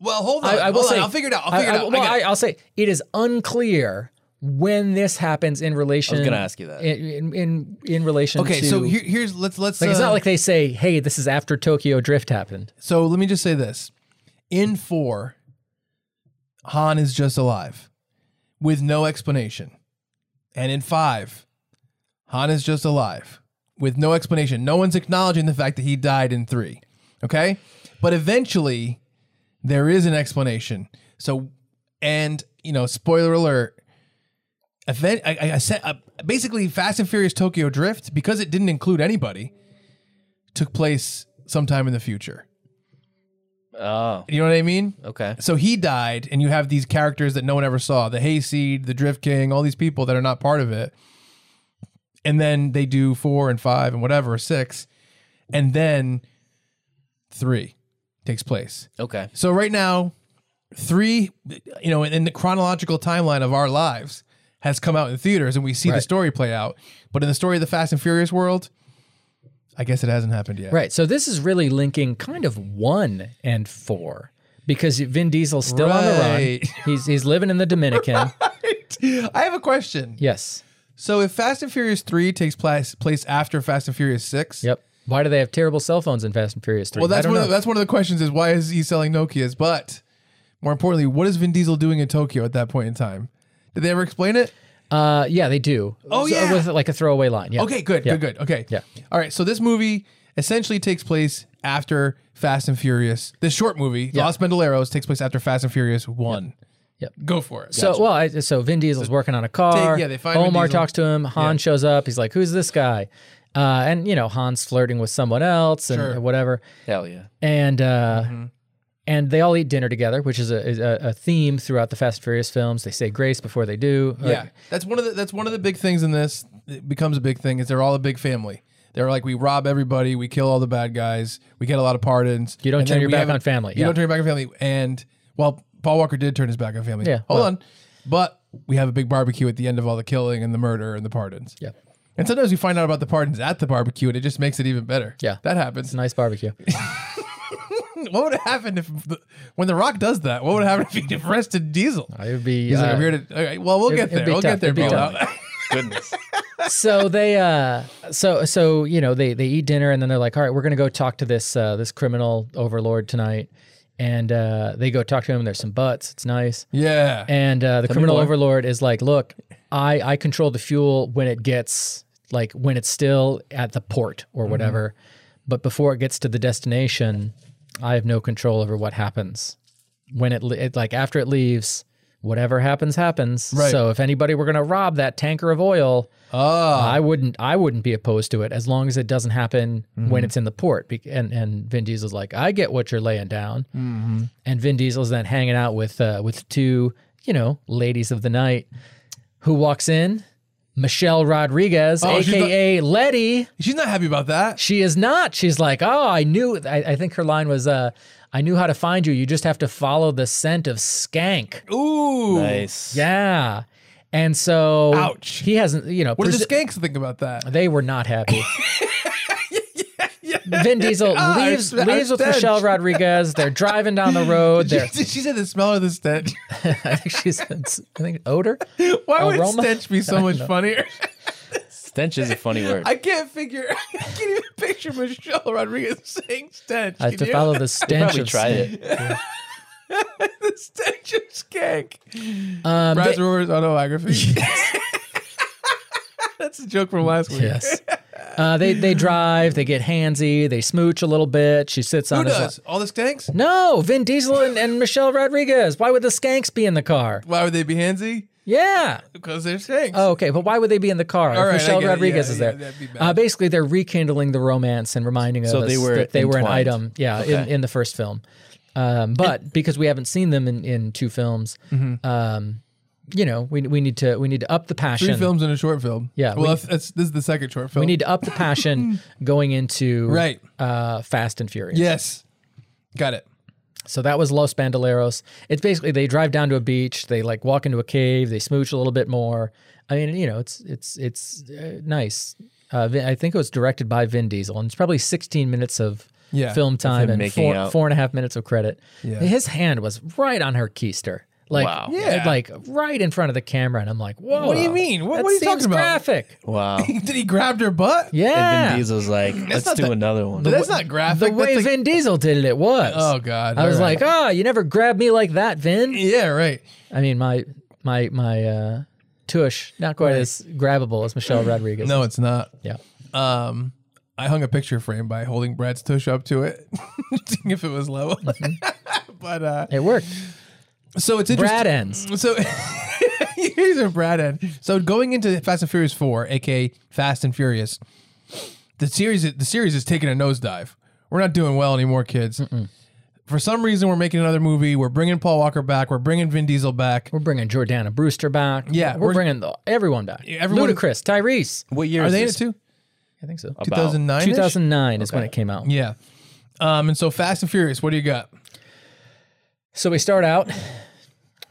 C: Well, hold on.
B: I, I will
C: hold on,
B: say,
C: I'll figure it out. I'll figure
B: I-
C: it out. I
B: Well,
C: got
B: I
C: it.
B: will say it is unclear when this happens in relation.
D: gonna ask you that.
B: in in in, in relation.
C: okay,
B: to-
C: so here, here's let's let's.
B: like, it's
C: uh,
B: not like they say, "Hey, this is after Tokyo Drift happened."
C: So let me just say this. In four, Han is just alive with no explanation. And in five, Han is just alive with no explanation. No one's acknowledging the fact that he died in three. Okay? But eventually, there is an explanation. So, and, you know, spoiler alert. Event, I, I, I said uh, basically Fast and Furious Tokyo Drift because it didn't include anybody took place sometime in the future.
D: Oh.
C: You know what I mean?
D: Okay.
C: So he died, and you have these characters that no one ever saw the Hayseed, the Drift King, all these people that are not part of it. And then they do four and five and whatever, six. And then three takes place.
D: Okay.
C: So right now, three, you know, in, in the chronological timeline of our lives, has come out in theaters, and we see the
B: Right.
C: story play out. But in the story of the Fast and Furious world, I guess it hasn't happened yet.
B: Right. So this is really linking kind of one and four because Vin Diesel's still on the
C: Right.
B: run. He's he's living in the Dominican.
C: I have a question.
B: yes.
C: So if Fast and Furious Three takes place place after Fast and Furious Six,
B: Yep. Why do they have terrible cell phones in Fast and Furious Three?
C: Well,
B: I
C: that's
B: don't
C: one. Of
B: know.
C: the, that's one of the questions: is why is he selling Nokia's? But more importantly, what is Vin Diesel doing in Tokyo at that point in time? Did they ever explain it?
B: Uh, yeah, they do.
C: Oh, yeah.
B: with like a throwaway line. Yeah.
C: Okay, good,
B: Yeah.
C: good, good. Okay,
B: Yeah.
C: All right. So this movie essentially takes place after Fast and Furious. This short movie, Los Bandoleros, takes place after Fast and Furious One.
B: Yep.
C: Go for it.
B: So well, I, so Vin Diesel's working on a car.
C: They- yeah, they find Vin
B: Omar
C: Diesel.
B: talks to him. Han shows up. He's like, "Who's this guy?" Uh, and you know, Han's flirting with someone else and
C: Sure. Mm-hmm.
B: whatever.
D: Hell yeah.
B: And uh, and they all eat dinner together, which is a, is a, a theme throughout the Fast and Furious films. They say grace before they do. Or-
C: Yeah, that's one of the that's one of the big things in this. It becomes a big thing is they're all a big family. They're like we rob everybody, we kill all the bad guys, we get a lot of pardons.
B: You don't
C: and
B: turn
C: then
B: your
C: we
B: back
C: haven't-
B: on family,
C: You
B: yeah.
C: don't turn your back on family. And well, Paul Walker did turn his back on family.
B: Yeah,
C: hold
B: well-
C: on, but we have a big barbecue at the end of all the killing and the murder and the pardons.
B: Yeah.
C: And sometimes we find out about the pardons at the barbecue, and it just makes it even better.
B: Yeah.
C: that happens.
B: It's a nice barbecue.
C: What would happen if the, when The Rock does that? What would happen if he arrested Diesel?
B: It would be.
C: He's like,
B: uh,
C: I'm here to. Okay, well, we'll
B: it'd-
C: get
B: it'd
C: there.
B: be
C: We'll
B: tough.
C: get there.
B: It'd be
C: Bill.
B: tough.
D: Goodness.
B: so they uh so so you know they they eat dinner and then they're like all right we're gonna go talk to this uh this criminal overlord tonight and uh they go talk to him and there's some butts it's nice
C: yeah.
B: and uh the criminal
D: more.
B: overlord is like look i i control the fuel when it gets like when it's still at the port or
C: Mm-hmm.
B: whatever but before it gets to the destination i have no control over what happens when it, le- it like after it leaves whatever happens happens
C: Right.
B: so if anybody were gonna rob that tanker of oil
C: Ah.
B: I wouldn't. I wouldn't be opposed to it as long as it doesn't happen
C: Mm-hmm.
B: when it's in the port. Be- And and Vin Diesel's like, I get what you're laying down. And Vin Diesel's then hanging out with uh, with two, you know, ladies of the night, who walks in, Michelle Rodriguez,
C: Oh, she's
B: aka Letty.
C: She's not happy about that.
B: She is not. She's like, oh, I knew. I, I think her line was, uh, I knew how to find you. You just have to follow the scent of skank.
C: Ooh.
D: Nice.
B: Yeah. And so,
C: Ouch.
B: He hasn't, you know.
C: What did
B: persi-
C: the skanks think about that?
B: They were not happy. Vin Diesel
C: Ah,
B: leaves
C: it's-
B: leaves with
C: it's
B: Michelle Rodriguez. They're driving down the road. They're,
C: She, she said the smell of the stench.
B: I think she's I think odor.
C: Why would
B: Aroma?
C: stench be so much funnier?
D: Stench is a funny word.
C: I can't figure. I can't even picture Michelle Rodriguez saying stench.
B: I have
C: Can
B: to
C: you?
B: follow the
D: I
B: stench.
D: probably
B: of
D: tried it.
C: the stench of skank.
B: Um,
C: Brad
B: they-
C: Brewer's autobiography. That's a joke from last week.
B: yes. Uh, they they drive. They get handsy. They smooch a little bit. She sits
C: Who
B: on his.
C: does? All the skanks?
B: No, Vin Diesel and, and Michelle Rodriguez. Why would the skanks be in the car?
C: Why would they be handsy?
B: Yeah.
C: Because they're skanks.
B: Oh, okay, but why would they be in the car? if
C: right, I
B: Michelle
C: get it.
B: Rodriguez
C: Yeah,
B: is
C: yeah,
B: there.
C: that'd be bad.
B: uh, basically, they're rekindling the romance and reminding
D: So
B: us
D: they were
B: that they were an
D: entwined.
B: item, yeah, in,
D: Okay.
B: in the first film. Um, but because we haven't seen them in, in two films, um, you know, we, we need to we need to up the passion.
C: Mm-hmm. Three films and a short film.
B: Yeah, we-
C: Well, that's, that's, this is the second short film.
B: We need to up the passion going into
C: Right.
B: uh, Fast and Furious.
C: Yes. Got it.
B: So that was Los Bandoleros. It's basically they drive down to a beach, they like walk into a cave, they smooch a little bit more. I mean, you know, it's it's it's uh, nice. Uh, Vin, I think it was directed by Vin Diesel, and it's probably 16 minutes of
C: Yeah,
B: film time and
D: making
B: four,
D: out.
B: four and a half minutes of credit.
C: Yeah.
B: His hand was right on her keister, like
D: Wow.
C: Yeah.
B: like right in front of the camera, and I'm like, whoa.
C: What do you mean? What-
B: that
C: what are you
B: seems
C: talking about?
B: Graphic.
D: Wow.
C: Did he grab her butt?
D: And
B: Yeah.
D: Vin Diesel's like, let's
C: not
D: do
C: the-
D: another one.
C: That's not graphic.
B: the way
C: that's like-
B: Vin Diesel did it, it was.
C: oh god.
B: I was
C: all right.
B: like, oh, you never grabbed me like that, Vin.
C: yeah, right.
B: I mean, my my my uh, tush not quite as grabbable as Michelle Rodriguez.
C: No, it's not.
B: yeah,
C: Um, I hung a picture frame by holding Brad's tush up to it, seeing if it was level. but uh,
B: it worked.
C: so it's interesting.
B: Mm-hmm. Brad ends.
C: So here's a Brad end. So going into Fast and Furious Four, aka Fast and Furious, the series the series is taking a nosedive. We're not doing well anymore, kids. For some reason, we're making another movie. We're bringing Paul Walker back. We're bringing Vin Diesel back.
B: We're bringing Jordana Brewster back.
C: Yeah,
B: we're,
C: we're-
B: bringing the, everyone back.
C: everyone-
B: Ludacris, Tyrese.
D: what year
C: Are
D: is
C: they in it
D: this?
C: too?
B: I think so.
D: About-
C: 2009.
B: 2009 is when it came out.
C: Yeah. Um, and so Fast and Furious, what do you got?
B: So we start out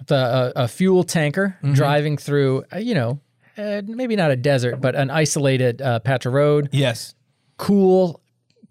B: the uh, a fuel tanker
C: Mm-hmm.
B: driving through, uh, you know, uh, maybe not a desert, but an isolated uh, patch of road.
C: Yes.
B: Cool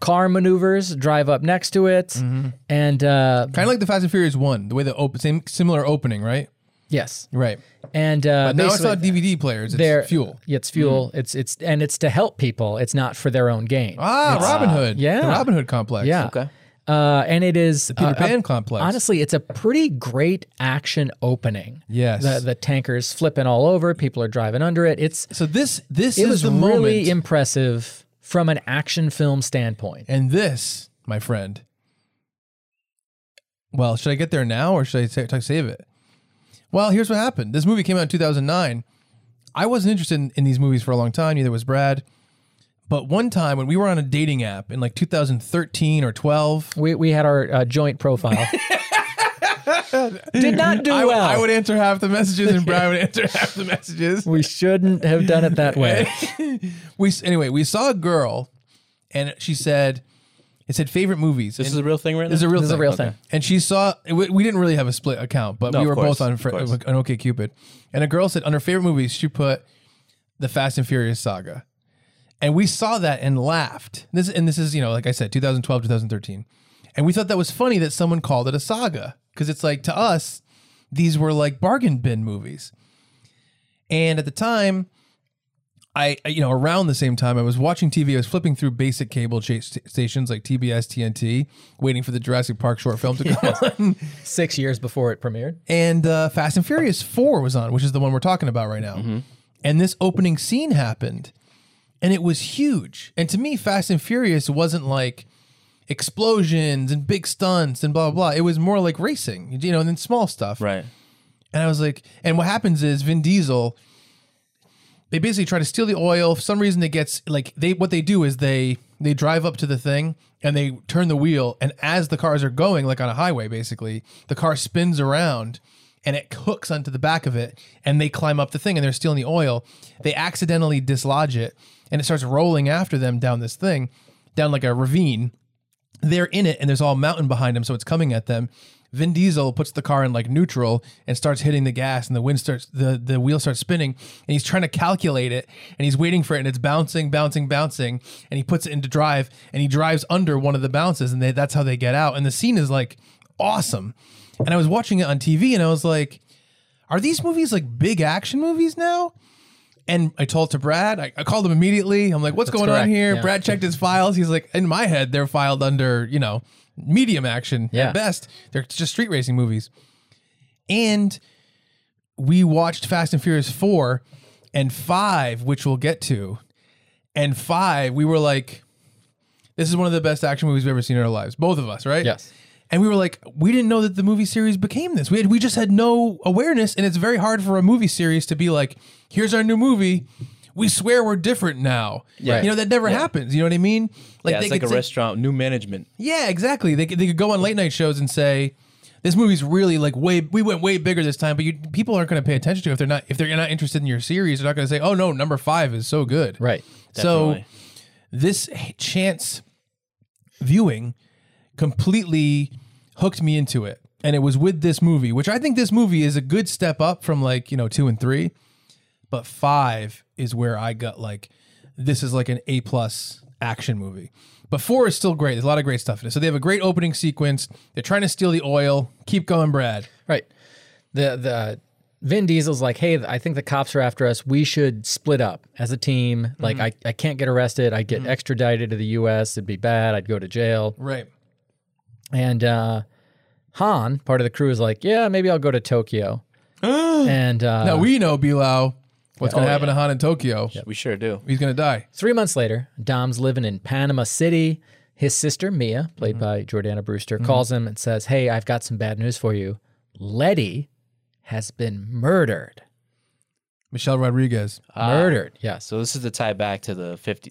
B: car maneuvers. Drive up next to it, and uh,
C: Mm-hmm. Kind of like the Fast and Furious one, the way the op- same similar opening, right?
B: Yes.
C: Right.
B: And uh,
C: Now it's
B: basically-
C: not DVD players. It's
B: they're
C: fuel. Mm-hmm.
B: Yeah, it's fuel. It's it's and it's to help people. It's not for their own gain.
C: Ah, Robin Hood.
B: yeah.
C: The Robin Hood complex.
B: yeah.
D: Okay.
B: Uh, and it is
C: Peter
B: uh,
C: Pan
B: uh,
C: complex.
B: Honestly, it's a pretty great action opening.
C: Yes.
B: The the tanker's flipping all over. People are driving under it. It's
C: So this this
B: it
C: is
B: was
C: the moment,
B: really impressive from an action film standpoint.
C: and this, my friend. Well, should I get there now or should I sa- save it? Well, here's what happened. This movie came out in 2009. I wasn't interested in, in these movies for a long time. Neither was Brad. But one time when we were on a dating app in like 2013 or 12,
B: We we had our uh, joint profile. Did not do
C: I,
B: well.
C: I would answer half the messages and Brad would answer half the messages.
B: we shouldn't have done it that way.
C: We s- anyway, we saw a girl, and she said, "It said favorite movies."
D: This
C: and
D: is a real thing right now?
C: This is a real
B: This is
C: thing.
B: a real thing.
C: And she saw we, we didn't really have a split account, but we
D: of
C: were
D: course,
C: both on
D: of
C: fr-
D: course.
C: on OK Cupid. And a girl said on her favorite movies, she put the Fast and Furious saga, and we saw that and laughed. This and this is you know like I said, 2012, 2013, and we thought that was funny that someone called it a saga because it's like to us these were like bargain bin movies. And at the time, I I- you know around the same time I was watching TV. I was flipping through basic cable cha- st- stations like TBS, TNT, waiting for the Jurassic Park short film to come on.
B: Six years before it premiered.
C: And uh, Fast and Furious Four was on, which is the one we're talking about right now. And this opening scene happened, and it was huge. And to me, Fast and Furious wasn't like explosions and big stunts and blah blah blah. It was more like racing, you know, and then small stuff.
D: Right.
C: And I was like, and what happens is Vin Diesel, they basically try to steal the oil. For some reason, it gets like they what they do is they they drive up to the thing and they turn the wheel, and as the cars are going, like on a highway, basically, the car spins around and it hooks onto the back of it, and they climb up the thing and they're stealing the oil. They accidentally dislodge it, and it starts rolling after them down this thing, down like a ravine they're in it and there's all mountain behind them, so it's coming at them. Vin Diesel puts the car in like neutral and starts hitting the gas, and the wind starts the the wheel starts spinning, and he's trying to calculate it, and he's waiting for it, and it's bouncing, bouncing, bouncing, and he puts it into drive, and he drives under one of the bounces, and they, that's how they get out. And the scene is like awesome. And I was watching it on TV, and I was like, "Are these movies like big action movies now?" And I told to Brad, I, I called him immediately. I'm like, what's going on
B: correct.
C: here?
B: Yeah.
C: Brad checked his files. He's like, in my head, they're filed under, you know, medium action
B: Yeah.
C: at best. They're just street racing movies. And we watched Fast and Furious 4 and 5, which we'll get to. And 5, we were like, this is one of the best action movies we've ever seen in our lives. Both of us, right?
B: Yes.
C: And we were like, we didn't know that the movie series became this. We had, we just had no awareness, and it's very hard for a movie series to be like, here's our new movie. We swear we're different now. Yeah. You know, that never happens. You know what I mean?
D: Yeah, it's like a
C: say-
D: restaurant, new management.
C: yeah, exactly. They, could- they could go on late night shows and say, "This movie's really like way we went way bigger this time." But you, people aren't going to pay attention to it if they're not if they're not interested in your series. They're not going to say, "Oh no, number five is so good."
B: Right.
D: Definitely.
C: So this h- chance viewing completely hooked me into it, and it was with this movie, which I think this movie is a good step up from like you know two and three, but five is where I got like this is like an A plus action movie. But four is still great. There's a lot of great stuff in it. So they have a great opening sequence. They're trying to steal the oil. Keep going, Brad.
B: Right. The the Vin Diesel's like, hey, I think the cops are after us. We should split up as a team. Like, I, I can't get arrested. I get extradited to the U.S. It'd be bad. I'd go to jail.
C: Right.
B: And uh, Han, part of the crew, is like, yeah, maybe I'll go to Tokyo. and uh,
C: Now we know Bilal. What's going to happen to Han in Tokyo?
D: We sure do.
C: He's going to die.
B: three months later, Dom's living in Panama City. His sister Mia, played by Jordana Brewster, calls him and says, "Hey, I've got some bad news for you. Letty has been murdered.
C: Michelle Rodriguez.
B: murdered. Yes.
D: So this is the tie back to the 50,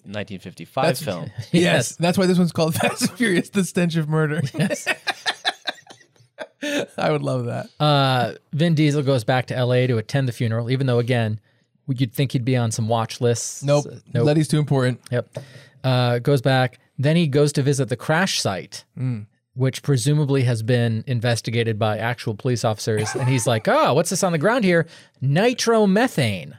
D: 1955 film.
C: Yes. That's why this one's called Fast and Furious, The Stench of Murder. I would love that.
B: Uh, Vin Diesel goes back to LA to attend the funeral, even though, again, you'd think he'd be on some watch lists. Uh,
C: nope.
B: Nope.
C: Letty's too important.
B: Yep. Uh, goes back. Then he goes to visit the crash site,
C: Mm.
B: which presumably has been investigated by actual police officers. and he's like, oh, what's this on the ground here? Nitromethane.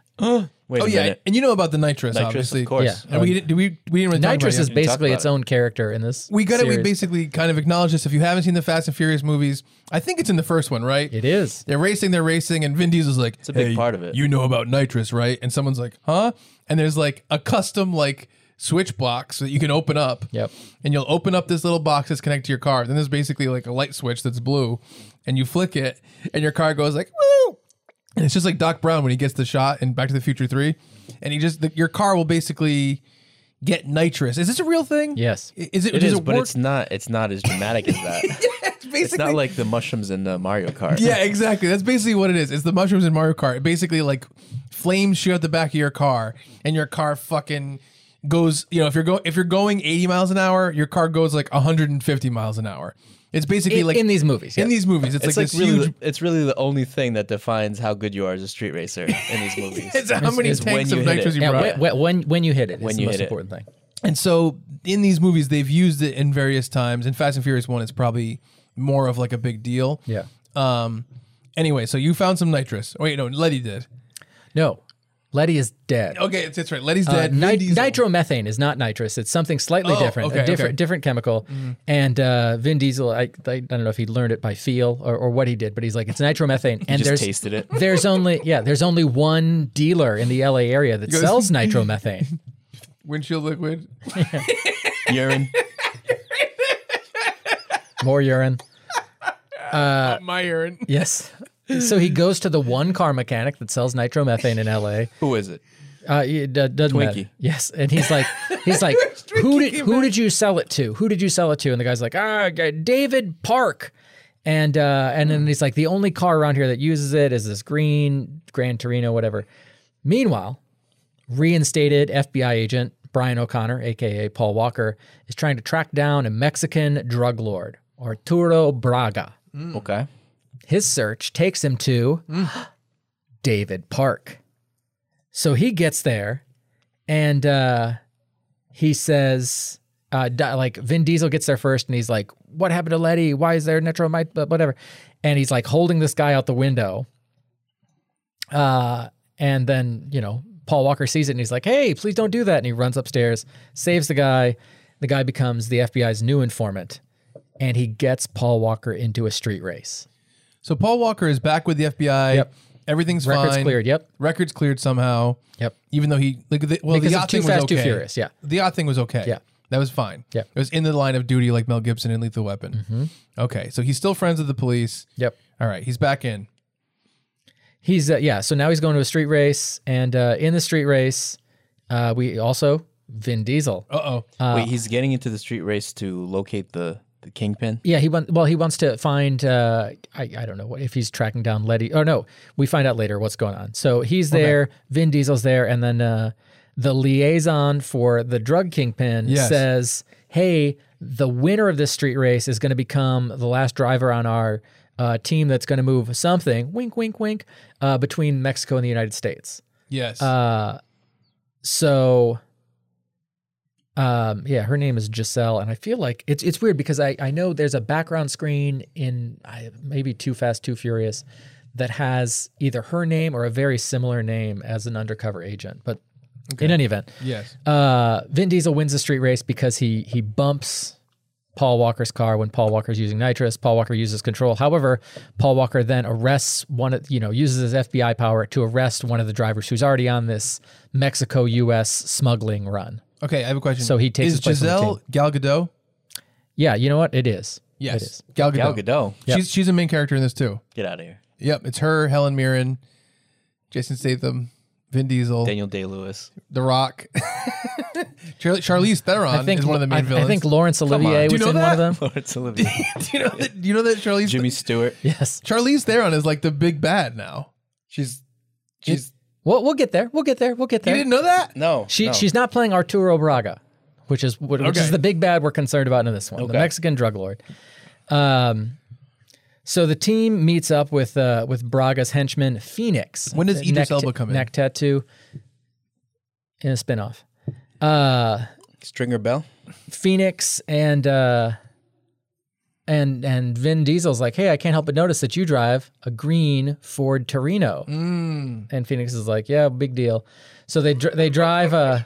D: Wait
C: Oh
D: a
C: yeah,
D: minute.
C: and you know about the nitrous,
D: Nitrous,
C: obviously.
D: of course.
B: Yeah.
C: And we didn't. did We we didn't. Really talk about it
B: Nitrous
C: yet.
B: is
D: didn't talk
B: basically
D: about
B: its
D: it.
B: own character in this.
C: We got it. We
B: series.
C: basically kind of acknowledge this. If you haven't seen the Fast and Furious movies, I think it's in the first one, right?
B: It is.
C: They're racing, they're racing, and Vin Diesel's like, it's
D: a big part of it."
C: You know about nitrous, right? And someone's like, huh? And there's like a custom like switch box that you can open up.
B: Yep.
C: And you'll open up this little box that's connected to your car. Then there's basically like a light switch that's blue, and you flick it, and your car goes like, woo! And it's just like Doc Brown when he gets the shot in Back to the Future 3. And he just, the, your car will basically get nitrous. Is this a real thing?
B: Yes.
C: I- Is it,
D: It
C: does
D: is,
C: it
D: but
C: work?
D: it's not. It's not as dramatic as that.
C: It's basically
D: It's not like the mushrooms in the Mario Kart.
C: Yeah, exactly. That's basically what it is. It's the mushrooms in Mario Kart. It basically like flames shoot out the back of your car, and your car fucking goes. You know, if you're going if you're going 80 miles an hour, your car goes like 150 miles an hour. It's basically
B: In,
C: like
B: in these movies.
C: in
B: yeah.
C: these movies. It's,
D: It's
C: like,
D: like
C: this
D: really,
C: huge.
D: the, it's really the only thing that defines how good you are as a street racer in these movies.
C: It's how many
D: is when
C: tanks
D: you
C: of
D: hit it.
C: nitrous you
B: yeah,
C: brought.
B: when- when, when you hit it,
D: When
B: it's the
D: you
B: most
D: hit it.
B: important thing.
C: And so in these movies, they've used it in various times. In Fast and Furious One, it's probably more of like a big deal.
B: Yeah.
C: Um. Anyway, so you found some nitrous. Wait, no, Letty did.
B: No, Letty is dead.
C: Okay, it's, it's right. Letty's
B: Uh,
C: dead. Vin
B: nit-
C: Diesel-
B: nitromethane is not nitrous. It's something slightly
C: Oh,
B: different,
C: okay, Mm-hmm.
B: a different
C: okay.
B: different chemical. And uh, Vin Diesel, I, I, I don't know if he learned it by feel or, or what he did, but he's like, it's nitromethane. and
D: just
B: there's
D: tasted it.
B: There's only yeah, there's only one dealer in the LA area that
C: goes-
B: sells nitromethane.
C: windshield liquid.
D: Urine.
B: More urine. Uh,
C: my urine.
B: Yes. So he goes to the one car mechanic that sells nitromethane in LA.
D: Who is it?
B: Uh, it do- doesn't matter.
D: Twinkie.
B: Yes, and he's like, he's like, who did who did you sell it to? Who did you sell it to? And the guy's like, ah, G- David Park. And uh, and then he's like, the only car around here that uses it is this green Grand Torino, whatever. Meanwhile, reinstated FBI agent Brian O'Connor, aka Paul Walker, is trying to track down a Mexican drug lord, Arturo Braga.
C: Mm.
D: Okay.
B: His search takes him to David Park. So he gets there and uh, he says, uh, di- like, Vin Diesel gets there first and he's like, What happened to Letty? Why is there nitromite? But whatever. And he's like holding this guy out the window. Uh, and then, you know, Paul Walker sees it and he's like, Hey, please don't do that. And he runs upstairs, saves the guy. The guy becomes the FBI's new informant and he gets Paul Walker into a street race.
C: So Paul Walker is back with the FBI.
B: Yep.
C: Everything's
B: Records
C: fine.
B: cleared. Yep.
C: Records cleared somehow.
B: Yep.
C: Even though he like the, well
B: Because
C: the
B: of
C: yacht
B: Too
C: thing was
B: Fast, Too
C: okay.
B: Furious, yeah.
C: The yacht thing was okay.
B: Yeah.
C: That was fine.
B: Yeah.
C: It was in the line of duty like Mel Gibson in Lethal Weapon. Okay. So he's still friends with the police.
B: Mm-hmm. Yep.
C: All right. He's back in.
B: He's uh, yeah. So now he's going to a street race, and uh, in the street race, uh, we also Vin Diesel.
C: Uh oh.
D: Wait, he's getting into the street race to locate the, the kingpin.
B: Yeah, he wants. Well, he wants to find. Uh, I I don't know what if he's tracking down Letty. Oh no, we find out later what's going on. So he's there. Vin Diesel's there, and then uh, the liaison for the drug kingpin
C: Yes.
B: says, "Hey, the winner of this street race is going to become the last driver on our." Uh, team that's going to move something, wink, wink, wink, uh, between Mexico and the United States.
C: Yes.
B: Uh, so, um, yeah, her name is Giselle, and I feel like it's it's weird because I I know there's a background screen in I, maybe Too Fast Too Furious that has either her name or a very similar name as an undercover agent, but. In any event,
C: yes.
B: uh, Vin Diesel wins the street race because he he bumps Paul Walker's car when Paul Walker's using nitrous. Paul Walker uses control. However, Paul Walker then arrests one of you know uses his FBI power to arrest one of the drivers who's already on this Mexico U.S. smuggling run.
C: Okay. I have a question.
B: So he takes
C: is
B: his place on the
C: Giselle Gal Gadot.
B: Yeah, you know what? It is.
C: Yes.
B: It is.
C: Gal Gadot.
D: Gal Gadot.
C: She's she's a main character in this too.
D: Get out of here.
C: Yep. It's her, Helen Mirren, Jason Statham, Vin Diesel,
D: Daniel Day Lewis.
C: The Rock. Char- Charlize Theron
B: I think
C: is one of the main
B: I,
C: villains.
B: I think Lawrence Olivier
D: on. Do
C: you
B: was
C: know
B: in
C: that?
B: one of them.
D: Lawrence Olivier.
C: do you know that? Do you know that Charlize?
D: Jimmy Stewart.
B: yes.
C: Charlize Theron is like the big bad now. She's she's.
B: Well, we'll get there. We'll get there. We'll get
C: you
B: there.
C: didn't know that?
D: No.
B: She
D: no.
B: she's not playing Arturo Braga, which is what- which
C: Okay.
B: is the big bad we're concerned about in this one, the
D: Okay.
B: Mexican drug lord. Um, so the team meets up with uh, with Braga's henchman Phoenix.
C: When does
B: Uh,
C: Idris
B: neck
C: Elba come in?
B: Neck tattoo in a spinoff. Uh,
D: Stringer Bell.
B: Phoenix and uh, and and Vin Diesel's like, "Hey, I can't help but notice that you drive a green Ford Torino."
C: Mm.
B: And Phoenix is like, "Yeah, big deal." So they dr- they drive a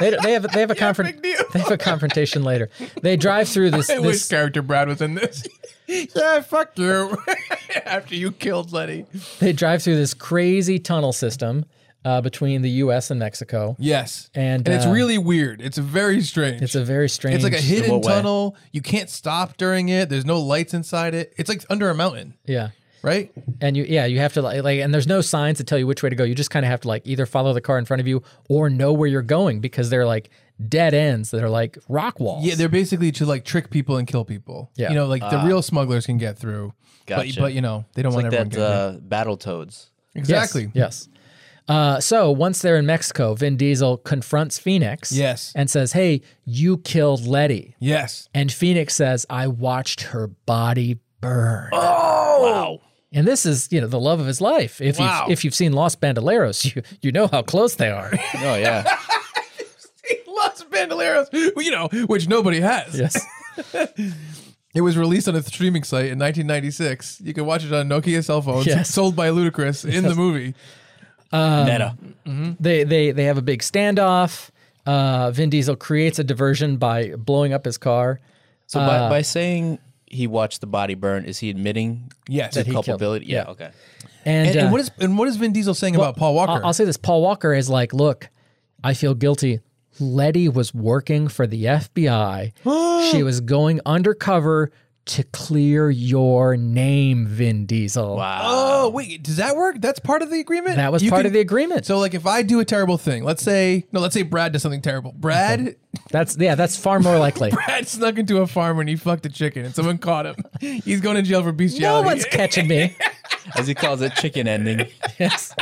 B: they, they have they have a confront they have a confrontation later. They drive through this
C: I wish
B: this
C: character Brad was in this. yeah, fuck you. After you killed Letty.
B: they drive through this crazy tunnel system uh, between the U.S. and Mexico.
C: Yes,
B: And,
C: it's
B: uh,
C: really weird. It's very strange.
B: It's a very strange.
C: It's like a
D: In
C: hidden
D: what way?
C: tunnel. You can't stop during it. There's no lights inside it. It's like under a mountain,
B: yeah.
C: right?
B: And you, yeah, you have to like, like, and there's no signs to tell you which way to go. You just kind of have to like either follow the car in front of you or know where you're going because they're like dead ends that are like rock walls.
C: Yeah, they're basically to like trick people and kill people.
B: Yeah.
C: you know, like the real smugglers can get through.
D: Ah. Gotcha.
C: But, but you know, they don't want
D: like
C: everyone
D: that
C: getting in.
D: uh, battle toads.
B: Yes,
C: exactly.
B: Yes. Uh, so once they're in Mexico, Vin Diesel confronts Phoenix.
C: Yes.
B: And says, "Hey, you killed Letty."
C: Yes.
B: And Phoenix says, "I watched her body burn."
D: Wow.
B: And this is, you know, the love of his life. If
C: Oh! Wow.
B: you've if you've seen Lost Bandoleros, you you know how close they are.
D: Oh yeah.
C: He loves Bandoleros, you know, which nobody has.
B: yes.
C: It was released on a streaming site in 1996. You can watch it on Nokia cell phones,
B: Yes.
C: sold by Ludacris in the movie.
D: Meta.
B: They they they have a big standoff. Uh, Vin Diesel creates a diversion by blowing up his car.
D: So
C: Uh,
D: by, by saying he watched the body burn, is he admitting
C: Yes.
D: to
C: And,
B: killed him.
D: culpability? Yeah.
B: Yeah.
D: Okay.
B: And,
C: and,
B: uh,
C: what is and what is Vin Diesel saying about Paul Walker?
B: I'll, I'll say this: Paul Walker is like, look, I feel guilty. Letty was working for the FBI. she was going undercover to clear your name, Vin Diesel. Wow.
C: oh, wait, does that work? That's part of the agreement.
B: That was
C: You
B: part
C: can-
B: of the agreement.
C: So, like, if I do a terrible thing, let's say no, let's say Brad does something terrible. Brad
B: that's yeah, that's far more likely.
C: Brad snuck into a farm and he fucked a chicken, and someone caught him. He's going to jail for
B: no
C: bestiality.
B: one's catching me.
D: As he calls it, chicken ending.
B: Yes.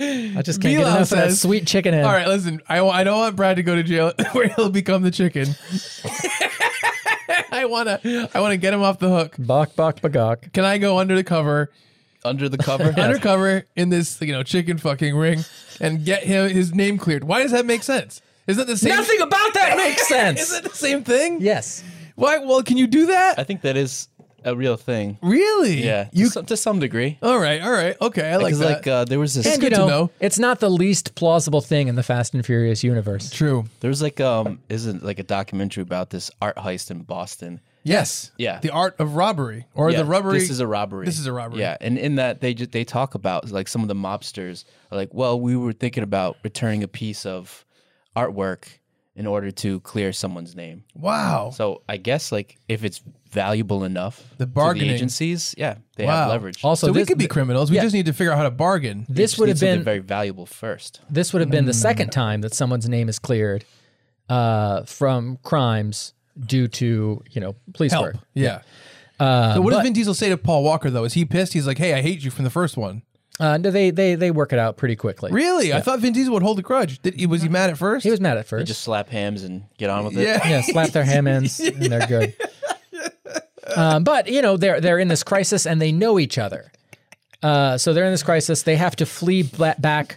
B: I just can't
C: Bilal
B: get enough of that
C: says-
B: sweet chicken. In.
C: All right, listen. I, wa- I don't want Brad to go to jail where he'll become the chicken. I wanna I wanna get him off the hook.
B: Bok, bok, bagok.
C: Can I go under the cover,
D: Under the cover.
C: undercover in this you know chicken fucking ring, and get him his name cleared? Why does that make sense? Is that the same?
B: Nothing about that makes
C: Is
B: sense.
C: that the same thing?
B: yes.
C: Why? Well, can you do that?
D: I think that is a real thing.
C: Really?
D: Uh, Yeah.
C: You.
D: to, some, to some degree.
C: All right. All right. Okay. I like
D: Because
C: that.
D: like uh, there was this
B: And you
C: good to
B: know,
C: know.
B: it's not the least plausible thing in the Fast and Furious universe.
C: True.
D: there was like um isn't like a documentary about this art heist in Boston.
C: Yes.
D: Yeah.
C: The art of robbery or
D: Yeah,
C: the robbery.
D: This is a robbery.
C: This is a robbery.
D: Yeah, and in that they just they talk about like some of the mobsters are like, well, we were thinking about returning a piece of artwork in order to clear someone's name.
C: Wow.
D: So I guess like if it's valuable enough,
C: The bargaining.
D: to the agencies, yeah, they
C: Wow.
D: have leverage.
B: Also,
C: So, we
B: this-
C: could be criminals. We just need to figure out how to bargain.
B: This
D: Just
B: would
D: need
B: have
D: something
B: been
D: very valuable first.
B: this would have
C: Mm.
B: been the second time that someone's name is cleared uh, from crimes due to you know police
C: Help.
B: work.
C: Yeah.
B: Uh,
C: so what does Vin Diesel say to Paul Walker though? Is he pissed? He's like, "Hey, I hate you from the first one."
B: Uh, no, they they they work it out pretty quickly.
C: Really? I thought Vin Diesel would hold a grudge. Did, was he mad at first?
B: He was mad at
D: They
B: first.
D: just slap hams and get on with it.
C: yeah.
B: yeah, slap their ham ends and they're good. Um, but you know they're they're in this crisis and they know each other, uh, so they're in this crisis. They have to flee bla- back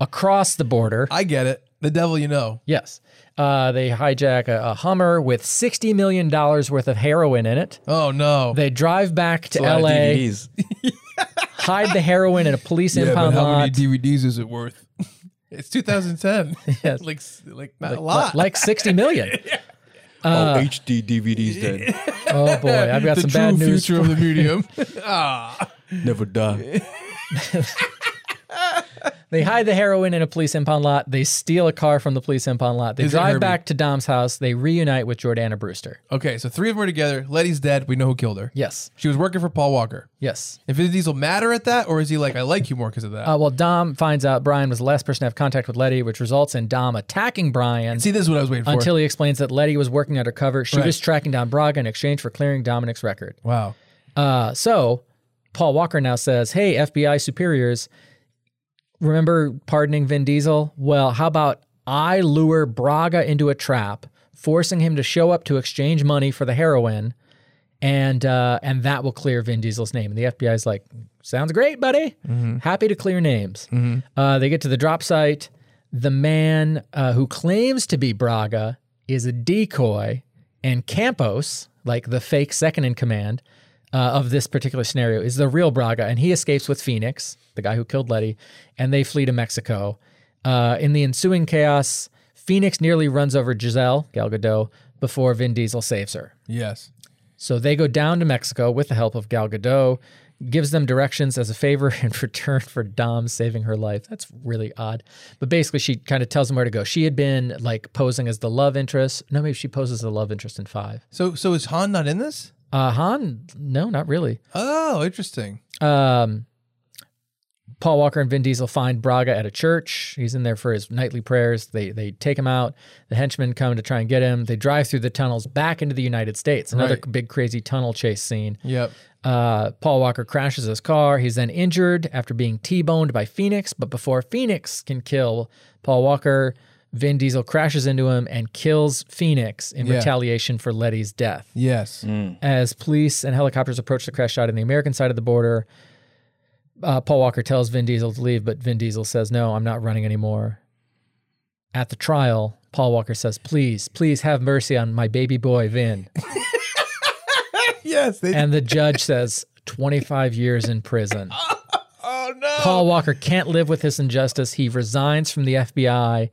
B: across the border.
C: I get it. The devil, you know.
B: Yes, uh, they hijack a, a Hummer with sixty million dollars worth of heroin in it.
C: Oh no.
B: They drive back to
D: A lot of
B: L.A.,
D: DVDs.
B: hide the heroin in a police
C: yeah, but
B: impound
C: how
B: lot,
C: many DVDs is it worth? it's 2010.
B: Yes.
C: like like not a lot.
B: like sixty million.
D: oh, HD DVDs then
B: Oh boy, I've got
C: the
B: some
C: true
B: bad news.
C: future of the medium.
D: never die.
B: They hide the heroin in a police impound lot. They steal a car from the police impound lot. They
C: Is it
B: drive
C: Herbie?
B: back to Dom's house. They reunite with Jordana Brewster.
C: okay, so three of them are together. Letty's dead. We know who killed her.
B: Yes,
C: She was working for Paul Walker.
B: yes.
C: If Vin Diesel matter at that, or is he like, I like you more because of that?
B: Uh, well, Dom finds out Brian was the last person to have contact with Letty, which results in Dom attacking Brian
C: See, this is what I was waiting for.
B: until he explains that Letty was working undercover. She
C: Right.
B: was tracking down Braga in exchange for clearing Dominic's record.
C: wow.
B: Uh, so Paul Walker now says, Hey, FBI superiors, remember pardoning Vin Diesel? Well, how about I lure Braga into a trap, forcing him to show up to exchange money for the heroin, and uh, and that will clear Vin Diesel's name. And the FBI's like, Sounds great, buddy. Happy to clear names. Uh, they get to the drop site. The man uh, who claims to be Braga is a decoy And Campos, like the fake second in command uh, of this particular scenario, is the real Braga, and he escapes with Phoenix, the guy who killed Letty, and they flee to Mexico. Uh, in the ensuing chaos, Phoenix nearly runs over Giselle Gal Gadot before Vin Diesel saves her.
C: Yes.
B: So they go down to Mexico with the help of Gal Gadot, gives them directions as a favor in return for Dom saving her life. That's really odd. But basically, she kind of tells them where to go. She had been like posing as the love interest. No, maybe she poses as the love interest in five.
C: So so is Han not in this?
B: Uh, Han, no, not really.
C: Oh, interesting.
B: Um, Paul Walker and Vin Diesel find Braga at a church. He's in there for his nightly prayers. They they take him out. The henchmen come to try and get him. They drive through the tunnels back into the United States. Another
C: Right.
B: big crazy tunnel chase scene.
C: Yep.
B: Uh, Paul Walker crashes his car. He's then injured after being T-boned by Phoenix. But before Phoenix can kill Paul Walker, Vin Diesel crashes into him and kills Phoenix in
C: Yeah.
B: retaliation for Letty's death.
C: Yes.
D: Mm.
B: As police and helicopters approach the crash site on the American side of the border, uh, Paul Walker tells Vin Diesel to leave, but Vin Diesel says, No, I'm not running anymore. At the trial, Paul Walker says, Please, please have mercy on my baby boy, Vin.
C: Yes. They,
B: And the judge says, 25 years in prison.
C: oh no.
B: Paul Walker can't live with this injustice. He resigns from the FBI.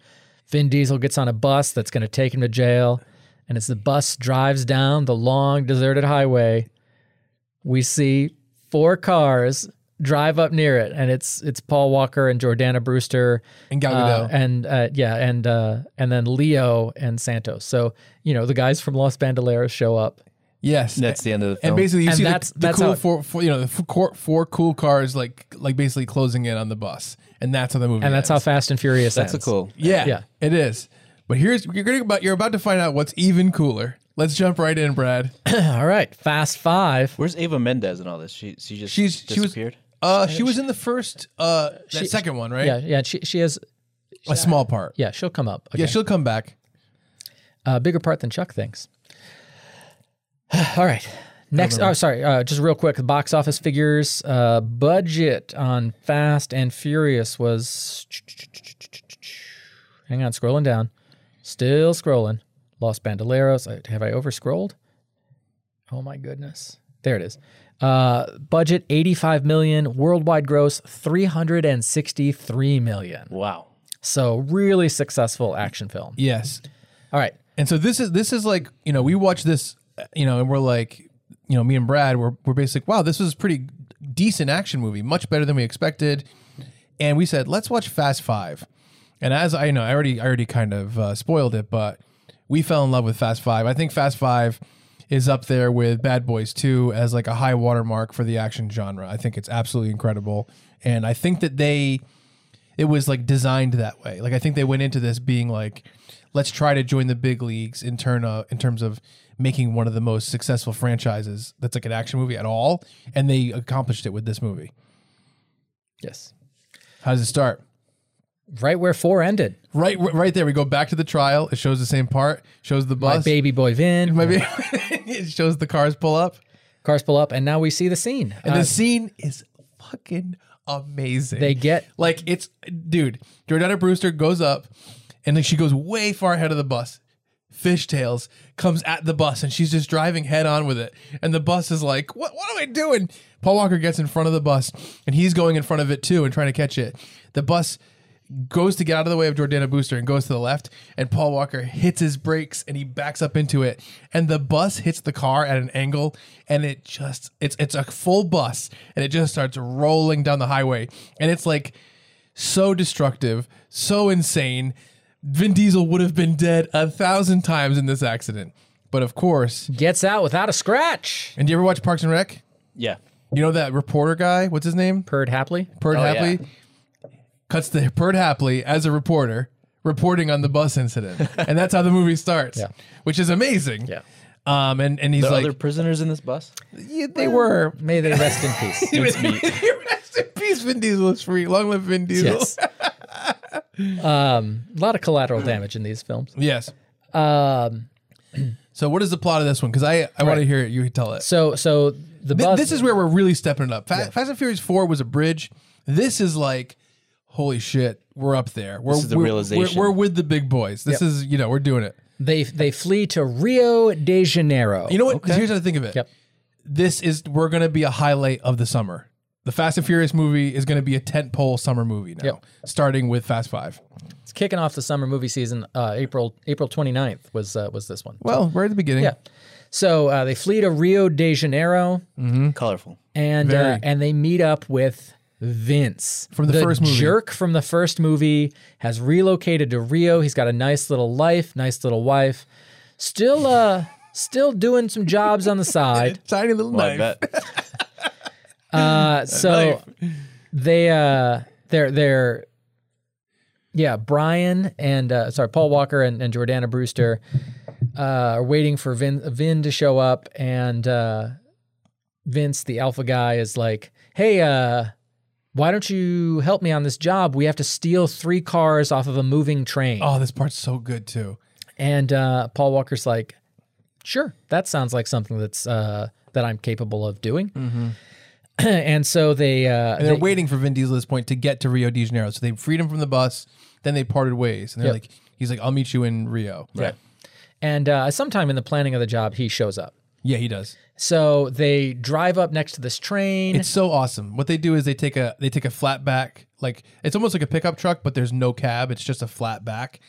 B: Vin Diesel gets on a bus that's going to take him to jail. And as the bus drives down the long deserted highway, we see four cars drive up near it. And it's it's Paul Walker and Jordana Brewster
C: And Gal
B: uh,
C: Gadot.
B: and uh, yeah, and uh, and then Leo and Santos. So, you know, the guys from Los Bandoleros show up.
C: yes.
D: That's the end of the film.
C: and basically, you
B: And
C: see
B: that's-
C: the, the
B: that's
C: cool
B: how it-
C: four, four, you know, the f- cor- four cool cars like like basically closing in on the bus, and that's how the movie.
B: And that's how
C: ends.
B: Fast and Furious
D: that's a
B: ends.
D: cool.
C: Yeah,
B: Yeah.
C: it is. But here's you're gonna about you're about to find out what's even cooler. Let's jump right in, Brad.
B: All right, Fast Five.
D: Where's Ava Mendez and all this? She she just
C: She's she was
D: disappeared.
C: uh she was in the first uh that second one, right?
B: Yeah, yeah. She she has
C: a small part.
B: Yeah, she'll come up.
C: Yeah,
B: Again.
C: she'll come back.
B: a uh, bigger part than Chuck thinks. All right. Next, oh, sorry, uh, just real quick, the box office figures. Uh, budget on Fast and Furious was. Hang on, scrolling down. Still scrolling. Los Bandoleros. I- Have I over scrolled? Oh my goodness. There it is. Uh, budget 85 million. Worldwide gross 363 million.
D: Wow.
B: So, really successful action film.
C: Yes.
B: All right.
C: And so this is this is like you know we watch this uh, you know and we're like you know me and Brad we're we're basically wow this was a pretty decent action movie much better than we expected and we said let's watch Fast Five and as I you know I already I already kind of uh, spoiled it but we fell in love with Fast Five I think Fast Five is up there with Bad Boys Two as like a high watermark for the action genre I think it's absolutely incredible and I think that they it was like designed that way. Like I think they went into this being like, let's try to join the big leagues in turn uh, in terms of making one of the most successful franchises that's like an action movie at all, and they accomplished it with this movie.
B: Yes.
C: How does it start?
B: right where four ended.
C: Right, right there. We go back to the trial. It shows the same part. Shows the
B: My
C: bus.
B: baby boy Vin,
C: My baby- it shows the cars pull up,
B: cars pull up, and now we see the scene.
C: and
B: Uh,
C: the scene is fucking amazing.
B: they get
C: Like it's dude, Jordana Brewster goes up and then she goes way far ahead of the bus. Fishtails comes at the bus and she's just driving head on with it. And the bus is like, What what am I doing? Paul Walker gets in front of the bus and he's going in front of it too and trying to catch it. The bus goes to get out of the way of Jordana Brewster and goes to the left and Paul Walker hits his brakes and he backs up into it and the bus hits the car at an angle and it just it's it's a full bus and it just starts rolling down the highway and it's like so destructive, so insane. Vin Diesel would have been dead a thousand times in this accident. But of course,
B: gets out without a scratch.
C: and do you ever watch Parks and Rec?
D: Yeah.
C: You know that reporter guy? What's his name?
B: Purred happily.
C: Perd
D: Oh,
C: Hapley cuts the Perd Hapley as a reporter reporting on the bus incident, and that's how the movie starts,
B: Yeah.
C: which is amazing.
B: Yeah.
C: Um, and and he's
D: The
C: like,
D: other prisoners in this bus?
C: yeah, they were.
B: May they rest in peace.
C: Rest in peace, Vin Diesel is free. Long live Vin Diesel.
B: Yes. Um, a lot of collateral damage in these films.
C: Yes.
B: Um,
C: So, what is the plot of this one? Because I, I want to
B: Right.
C: hear it. You tell it.
B: so so the
C: Th-
B: bus.
C: this is where we're really stepping it up. Fa- Fast and Furious Four was a bridge. This is like, holy shit, we're up there. We're,
D: is the
C: we're-
D: realization.
C: We're, we're with the big boys. This is you know we're doing it.
B: They they flee to Rio de Janeiro.
C: You know what? Here's how to think of it.
B: Yep.
C: This is we're gonna be a highlight of the summer. The Fast and Furious movie is gonna be a tentpole summer movie now,
B: Yep.
C: starting with Fast Five.
B: it's kicking off the summer movie season. Uh, April April 29th was uh, was this one.
C: Well, right at the beginning.
B: Yeah. So uh, they flee to Rio de Janeiro
D: Colorful.
B: and uh,
C: Very.
B: and they meet up with Vince
C: From the first movie.
B: Jerk from the first movie has relocated to Rio. He's got a nice little life, nice little wife. Still uh still doing some jobs on the side.
C: Tiny little
D: Well, I
C: knife.
D: bet.
B: Uh, so they uh they're they're yeah brian and uh sorry paul walker and, and jordana brewster uh are waiting for vin vin to show up and uh vince the alpha guy is like hey uh why don't you help me on this job we have to steal three cars off of a moving train
C: Oh, this part's so good too.
B: and uh paul walker's like sure that sounds like something that's uh that i'm capable of doing and so they uh
C: Mm-hmm. And they're
B: they-
C: waiting for Vin Diesel at this point to get to Rio de Janeiro. So they freed him from the bus, then they parted ways. And they're
B: Yep.
C: like, he's like, I'll meet you in Rio. Right.
B: And uh, sometime in the planning of the job, he shows up.
C: Yeah, he does.
B: So they drive up next to this train.
C: It's so awesome. What they do is they take a they take a flat back, like it's almost like a pickup truck, but there's no cab. It's just a flat back,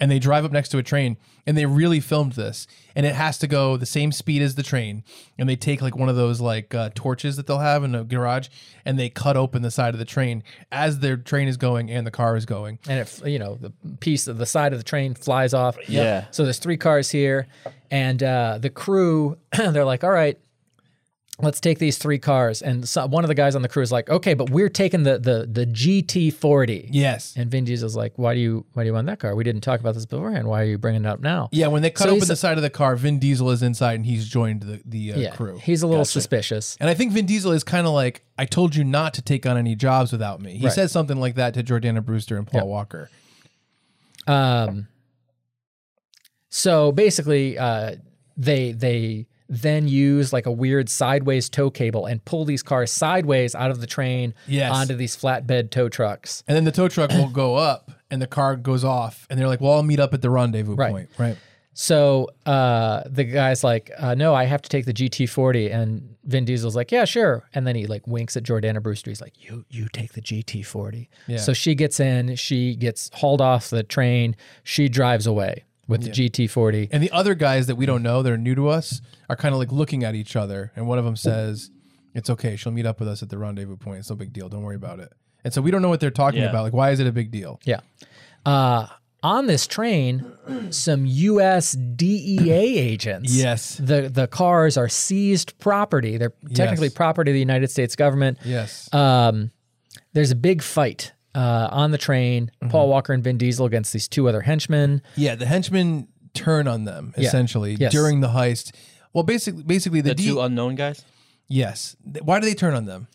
C: and they drive up next to a train. And they really filmed this, and it has to go the same speed as the train. And they take like one of those like uh, torches that they'll have in a garage, and they cut open the side of the train as their train is going and the car is going.
B: and it, you know, the piece of the side of the train flies off.
D: Yeah.
B: So there's three cars here, and uh, the crew, they're like, "All right, let's take these three cars." And so, one of the guys on the crew is like, "Okay, but we're taking the the the GT40."
C: Yes.
B: And Vin Diesel's like, "Why do you why do you want that car? We didn't talk about this beforehand. Why are you bringing it up now?"
C: Yeah, when they cut
B: So
C: open
B: he's-
C: the side of the car, Vin Diesel is inside and he's joined the the uh,
B: Yeah.
C: crew.
B: He's a little suspicious.
C: And I think Vin Diesel is kind of like, I told you not to take on any jobs without me. He
B: Right.
C: says something like that to Jordana Brewster and Paul Walker.
B: Um, so basically, uh, they they then use like a weird sideways tow cable and pull these cars sideways out of the train
C: Yes.
B: onto these flatbed tow trucks.
C: And then the tow truck will go up and the car goes off. And they're like, well, I'll meet up at the rendezvous
B: Right.
C: point. Right.
B: So uh, the guy's like, uh, "No, I have to take the GT40." And Vin Diesel's like, "Yeah, sure." And then he like winks at Jordana Brewster. He's like, "You you take the GT40."
C: Yeah.
B: So she gets in. She gets hauled off the train. She drives away with the GT40.
C: And the other guys that we don't know that are new to us are kind of like looking at each other. And one of them says, it's okay. She'll meet up with us at the rendezvous point. It's no big deal. Don't worry about it. And so we don't know what they're talking
D: Yeah.
C: about. Like, why is it a big deal?
B: Yeah. Uh, on this train, some U.S. DEA E agents.
C: Yes.
B: The the cars are seized property. They're technically
C: Yes.
B: property of the United States government.
C: Yes.
B: Um, there's a big fight uh, on the train.
C: Mm-hmm.
B: Paul Walker and Vin Diesel against these two other henchmen.
C: Yeah, the henchmen turn on them essentially
B: Yes.
C: during the heist. Well, basically, basically the,
D: The
C: D-
D: two unknown guys.
C: yes. Th- Why do they turn on them?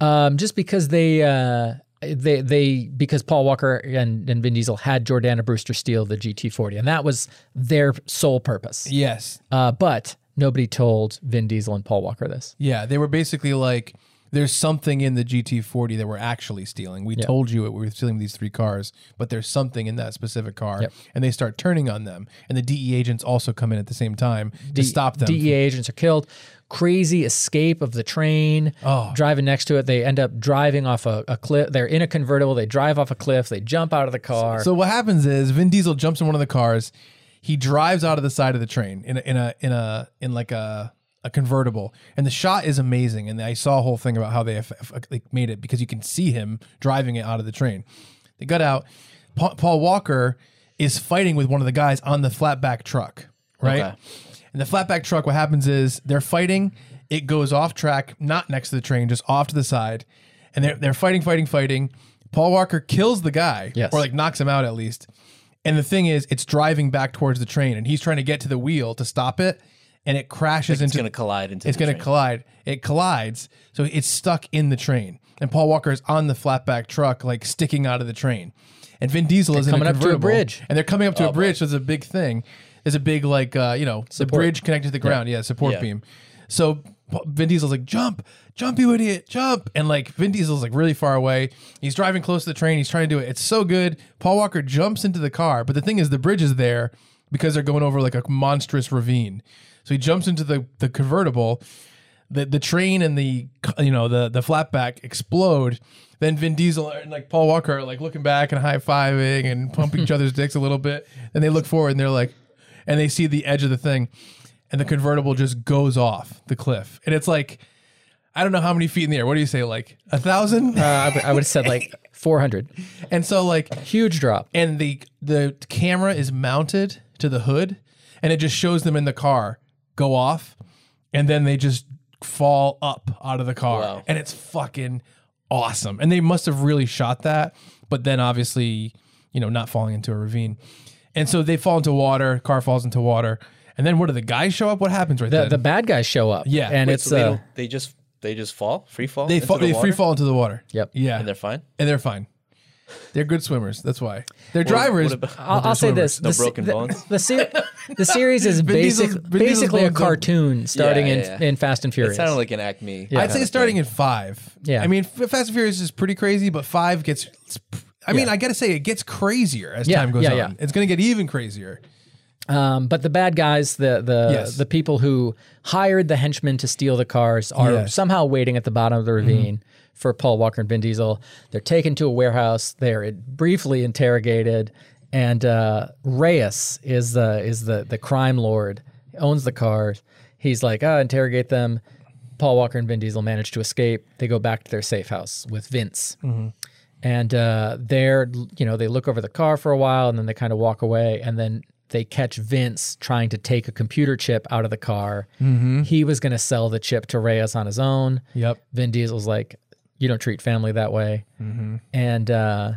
B: Um, just because they. Uh, they they because Paul Walker and, and Vin Diesel had Jordana Brewster steal the GT40 and that was their sole purpose.
C: Yes,
B: Uh, but nobody told Vin Diesel and Paul Walker this.
C: yeah. They were basically like, "There's something in the GT40 that we're actually stealing. We told you it. We were stealing these three cars, but there's something in that specific car." And they start turning on them, and the DE agents also come in at the same time to stop them.
B: DEA E agents are killed. Crazy escape of the train.
C: Oh.
B: Driving next to it, they end up driving off a, a cliff. They're in a convertible. They drive off a cliff. They jump out of the car.
C: So what happens is Vin Diesel jumps in one of the cars. He drives out of the side of the train in a, in a in a in like a a convertible, and the shot is amazing. And I saw a whole thing about how they eff- eff- like made it because you can see him driving it out of the train. They got out. Pa- Paul Walker is fighting with one of the guys on the flatback truck, right?
D: Okay.
C: And the flatback truck, what happens is they're fighting. It goes off track, not next to the train, just off to the side. And they're, they're fighting, fighting, fighting. Paul Walker kills the guy,
B: Yes.
C: or like knocks him out at least. And the thing is, it's driving back towards the train, and he's trying to get to the wheel to stop it, and it crashes
D: It's
C: into
D: gonna collide into.
C: it's
D: the
C: going to
D: train.
C: collide. It collides, so it's stuck in the train. And Paul Walker is on the flatback truck, like sticking out of the train. And Vin Diesel is
B: coming
C: in a
B: up to a
C: convertible,
B: bridge.
C: and they're coming up to a bridge. So it's a big thing. There's a big like uh, you know the bridge connected to the ground. Yeah, support
D: Yeah.
C: beam. So Pa- Vin Diesel's like jump, jump, you idiot, jump! And like Vin Diesel's like really far away. He's driving close to the train. He's trying to do it. It's so good. Paul Walker jumps into the car, but the thing is, the bridge is there. because they're going over like a monstrous ravine. So he jumps into the, the convertible. The, the train and the you know the the flatback explode. Then Vin Diesel and like Paul Walker are like looking back and high fiving and pumping each other's dicks a little bit. And they look forward and they're like, and they see the edge of the thing, and the convertible just goes off the cliff. And it's like, I don't know how many feet in the air. What do you say, like a thousand?
B: Uh, I, would have said like 400.
C: and so like
B: Huge drop.
C: and the the camera is mounted to the hood and it just shows them in the car go off and then they just fall up out of the car
D: Wow.
C: and it's fucking awesome and they must have really shot that but then obviously you know not falling into a ravine and so they fall into water car falls into water and then what do the guys show up what happens right
B: The,
C: then
B: the bad guys show up.
C: Yeah.
B: And
C: Wait,
B: it's,
D: so they,
B: uh,
D: don't- they just they just fall, free fall.
C: they,
D: into
C: fall,
D: the
C: they
D: water?
C: free fall into the water
B: Yep.
C: yeah
D: and they're fine.
C: and they're fine they're good swimmers that's why they're drivers
D: what about-
B: I'll, I'll say this:
D: No
B: the, se-
D: broken
B: the-
D: bones?
B: The, se- the series is
C: Vin
B: basic,
C: Diesel's- Vin Diesel's
B: basically a
C: bones are-
B: cartoon starting
D: yeah,
B: in
D: yeah.
B: in Fast and
D: It
B: Furious.
D: sounded like an acme.
B: Yeah.
C: I'd say starting at five.
B: Yeah.
C: I mean, F- Fast and Furious is pretty crazy, but five gets. I mean, I gotta say, it gets crazier as
B: Yeah,
C: time goes
B: yeah,
C: on.
B: yeah.
C: It's gonna get even crazier.
B: um, but the bad guys, the the
C: Yes.
B: the people who hired the henchmen to steal the cars, are
C: Yes. Mm-hmm.
B: somehow waiting at the bottom of the ravine for Paul Walker and Vin Diesel. They're taken to a warehouse. They're briefly interrogated, and uh, Reyes is the is the the crime lord. Owns the cars. He's like, ah, interrogate them. Paul Walker and Vin Diesel manage to escape. They go back to their safe house with Vince. And uh, they're, you know, they look over the car for a while and then they kind of walk away. And then they catch Vince trying to take a computer chip out of the car. He was going to sell the chip to Reyes on his own.
C: Yep.
B: Vin Diesel's like, you don't treat family that way. And uh,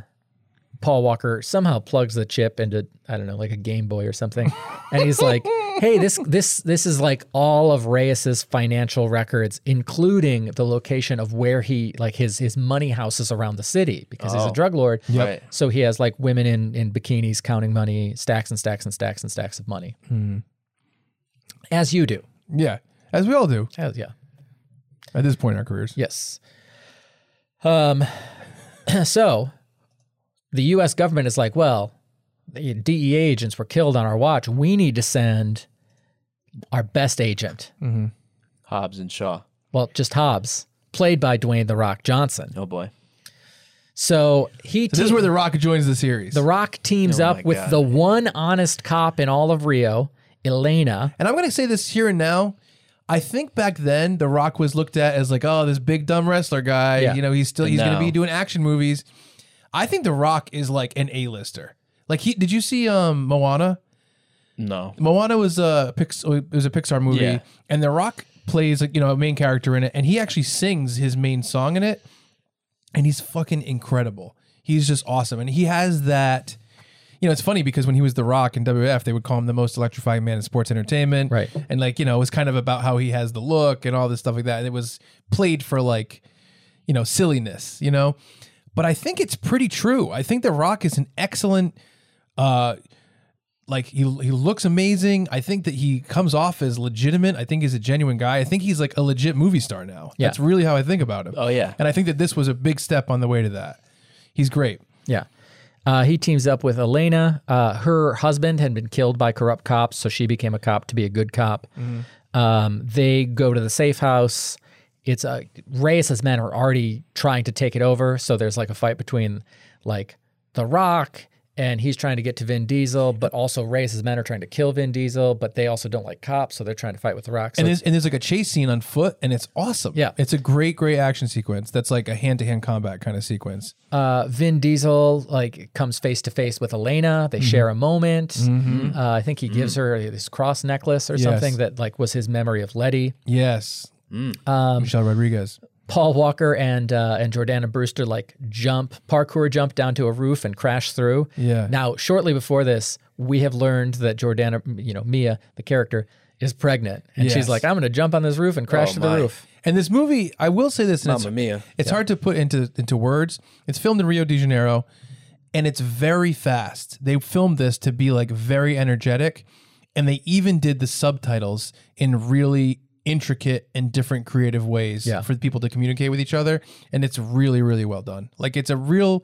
B: Paul Walker somehow plugs the chip into I don't know like a Game Boy or something, and he's like, "Hey, this this this is like all of Reyes's financial records, including the location of where he like his his money houses around the city because he's a drug lord.
D: Yep. Right.
B: So he has like women in in bikinis counting money, stacks and stacks and stacks and stacks of money, as you do.
C: Yeah, as we all do
B: As- yeah.
C: at this point in our careers.
B: Yes. Um, so the U.S. government is like, well, the DEA agents were killed on our watch. We need to send our best agent.
D: Hobbs and Shaw.
B: Well, just Hobbs, played by Dwayne the Rock Johnson.
D: Oh boy.
B: So he
C: This is
B: te-
C: where The Rock joins the series.
B: the Rock teams
D: Oh my
B: up with
D: God.
B: the one honest cop in all of Rio, Elena.
C: and I'm gonna say this here and now. I think back then, The Rock was looked at as like, oh, this big dumb wrestler guy.
B: Yeah.
C: You know, he's still he's gonna
D: No.
C: be doing action movies. I think The Rock is like an A-lister. Like he did you see um Moana?
D: No.
C: Moana was a Pix- oh, it was a Pixar movie,
D: Yeah.
C: and The Rock plays like you know a main character in it, and he actually sings his main song in it, and he's fucking incredible. He's just awesome, and he has that. You know, it's funny because when he was The Rock in WF, they would call him the most electrifying man in sports entertainment,
B: Right.
C: And like you know, it was kind of about how he has the look and all this stuff like that. And it was played for like you know silliness, you know. But I think it's pretty true. I think The Rock is an excellent uh, like he he looks amazing. I think that he comes off as legitimate. I think he's a genuine guy. I think he's like a legit movie star now.
B: Yeah.
C: That's really how I think about him.
D: Oh, yeah.
C: And I think that this was a big step on the way to that. He's great.
B: Yeah. Uh, he teams up with Elena. Uh, her husband had been killed by corrupt cops, so she became a cop to be a good cop. Um, they go to the safe house. It's uh, Reyes's men are already trying to take it over, so there's like a fight between like The Rock and he's trying to get to Vin Diesel, but also Reyes's men are trying to kill Vin Diesel, but they also don't like cops, so they're trying to fight with The Rock. So
C: And there's, and there's like a chase scene on foot, and it's awesome.
B: Yeah.
C: it's a great, great action sequence. That's like a hand to hand combat kind of sequence.
B: uh, Vin Diesel like comes face to face with Elena. They share a moment. Uh, I think he gives her this cross necklace or something that like was his memory of Letty.
C: Yes, Michelle Rodriguez.
B: Paul Walker and uh, and Jordana Brewster like jump parkour jump down to a roof and crash through.
C: Yeah.
B: Now, shortly before this, we have learned that Jordana, you know Mia, the character, is pregnant, and
C: Yes.
B: she's like, "I'm going to jump on this roof and crash
D: Oh,
B: to the
D: my.
B: roof."
C: And this movie, I will say this, and it's,
D: Mamma mia.
C: it's hard to put into into words. It's filmed in Rio de Janeiro, and it's very fast. They filmed this to be like very energetic, and they even did the subtitles in really intricate and different creative ways
B: Yeah.
C: for people to communicate with each other. And it's really, really well done. Like it's a real.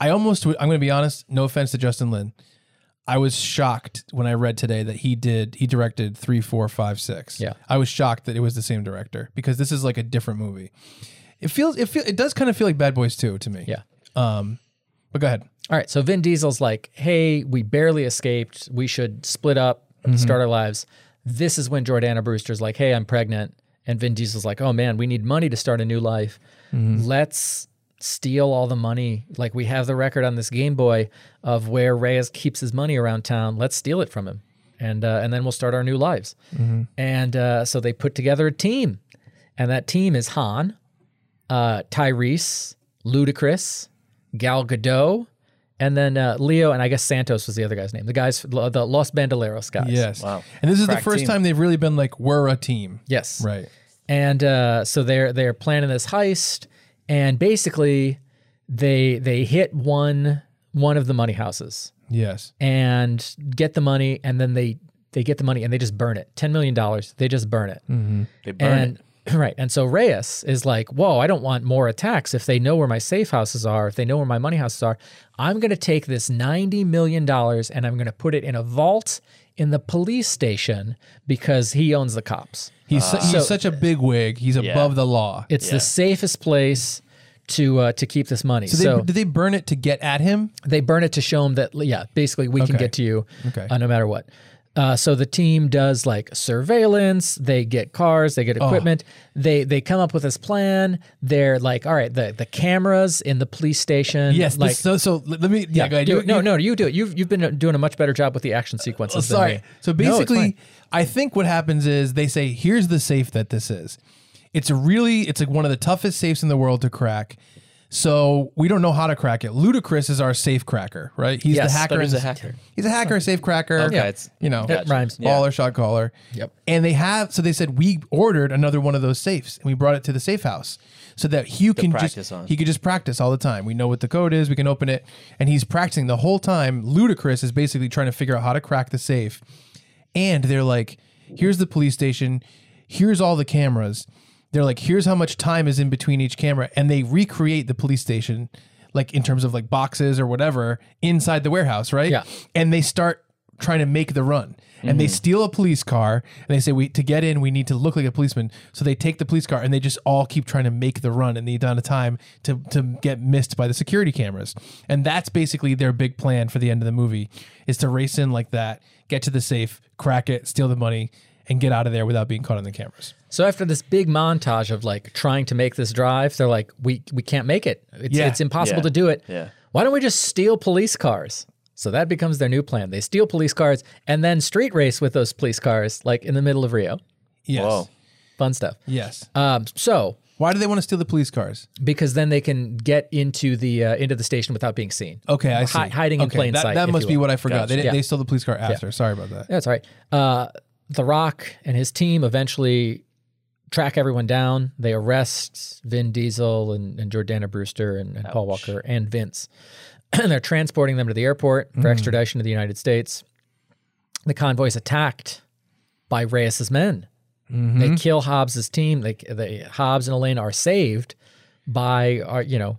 C: I almost, would- I'm going to be honest. No offense to Justin Lin, I was shocked when I read today that he did he directed three, four, five, six.
B: Yeah.
C: I was shocked that it was the same director because this is like a different movie. It feels it feel it does kind of feel like Bad Boys Two to me.
B: Yeah.
C: Um, but go ahead.
B: All right, so Vin Diesel's like, "Hey, we barely escaped. We should split up, start our lives." This is when Jordana Brewster's like, "Hey, I'm pregnant," and Vin Diesel's like, "Oh man, we need money to start a new life. Let's steal all the money. Like we have the record on this Game Boy of where Reyes keeps his money around town. Let's steal it from him, and uh, and then we'll start our new lives." And uh, so they put together a team, and that team is Han, uh, Tyrese, Ludacris, Gal Gadot, and then uh, Leo, and I guess Santos was the other guy's name. The guys, the Los Bandoleros guys.
C: Yes.
D: Wow.
C: And this is the
D: Crack
C: first
D: team.
C: time they've really been like we're a team.
B: Yes.
C: Right.
B: And uh, so they're they're planning this heist, and basically, they they hit one one of the money houses
C: Yes.
B: and get the money, and then they they get the money and they just burn it. Ten million dollars. They just burn
C: Mm-hmm.
B: it.
D: They burn
B: and,
D: it.
B: Right. And so Reyes is like, whoa, I don't want more attacks. If they know where my safe houses are, if they know where my money houses are, I'm going to take this $90 million and I'm going to put it in a vault in the police station because he owns the cops.
C: He's su-
B: Uh,
C: he's such a big wig. He's above the law.
B: It's the safest place to uh, to keep this money. So,
C: Did they, did they burn it to get at him?
B: they burn it to show them that yeah basically we can
C: Okay.
B: get to you
C: Okay.
B: uh, no matter what uh, so the team does like surveillance they get cars they get
C: Oh.
B: equipment they they come up with this plan they're like all right the, the cameras in the police station
C: Yes.
B: like
C: Like, so so let me. Yeah. go ahead.
B: do
C: You-
B: it. no
C: you-
B: no you do it you've, you've been doing a much better job with the action sequences
C: Oh,
B: than
C: sorry.
B: me.
C: So
B: No, it's
C: basically,
B: fine.
C: I think what happens is they say, "Here's the safe that this is. It's a really, it's like one of the toughest safes in the world to crack." So we don't know how to crack it. Ludacris is our safe cracker, right? He's
B: Yes,
C: the
B: but
C: hacker.
D: he's
C: and-
D: a hacker.
C: He's a hacker, safe cracker.
D: Okay, it's-
C: you know,
B: It rhymes.
D: Yeah.
C: baller, shot caller.
B: Yep.
C: And they have so they said we ordered another one of those safes and we brought it to the safe house so that Hugh can
D: practice
C: just
D: on.
C: he could just practice all the time. We know what the code is. We can open it, and he's practicing the whole time. Ludacris is basically trying to figure out how to crack the safe, and they're like, "Here's the police station. Here's all the cameras." They're like, "Here's how much time is in between each camera," and they recreate the police station, like in terms of like boxes or whatever inside the warehouse, right?
B: Yeah.
C: And they start trying to make the run. And they steal a police car and they say we to get in we need to look like a policeman. So they take the police car and they just all keep trying to make the run in the amount of time to to get missed by the security cameras. And that's basically their big plan for the end of the movie is to race in like that, get to the safe, crack it, steal the money, and get out of there without being caught on the cameras.
B: So after this big montage of like trying to make this drive, they're like, we we can't make it. It's,
C: Yeah.
B: it's impossible
D: Yeah.
B: to do it.
D: Yeah.
B: Why don't we just steal police cars? So that becomes their new plan. They steal police cars and then street race with those police cars, like in the middle of Rio.
C: Yes.
D: Whoa.
B: Fun stuff.
C: Yes.
B: Um, so
C: Why do they want to steal the police cars?
B: because then they can get into the uh, into the station without being seen.
C: Okay, I see.
B: Hi- hiding in
C: Okay,
B: plain
C: that,
B: sight,
C: That
B: if
C: must
B: you
C: be
B: will.
C: what I forgot. They,
B: Gotcha.
C: didn't they stole the police car after. Sorry about that.
B: That's all right. Uh, the Rock and his team eventually track everyone down. They arrest Vin Diesel and, and Jordana Brewster and, and Paul Walker and Vince. and they're transporting them to the airport for extradition to the United States. The convoy's attacked by Reyes's men. They kill Hobbs's team. They, they Hobbs and Elaine are saved by our, you know,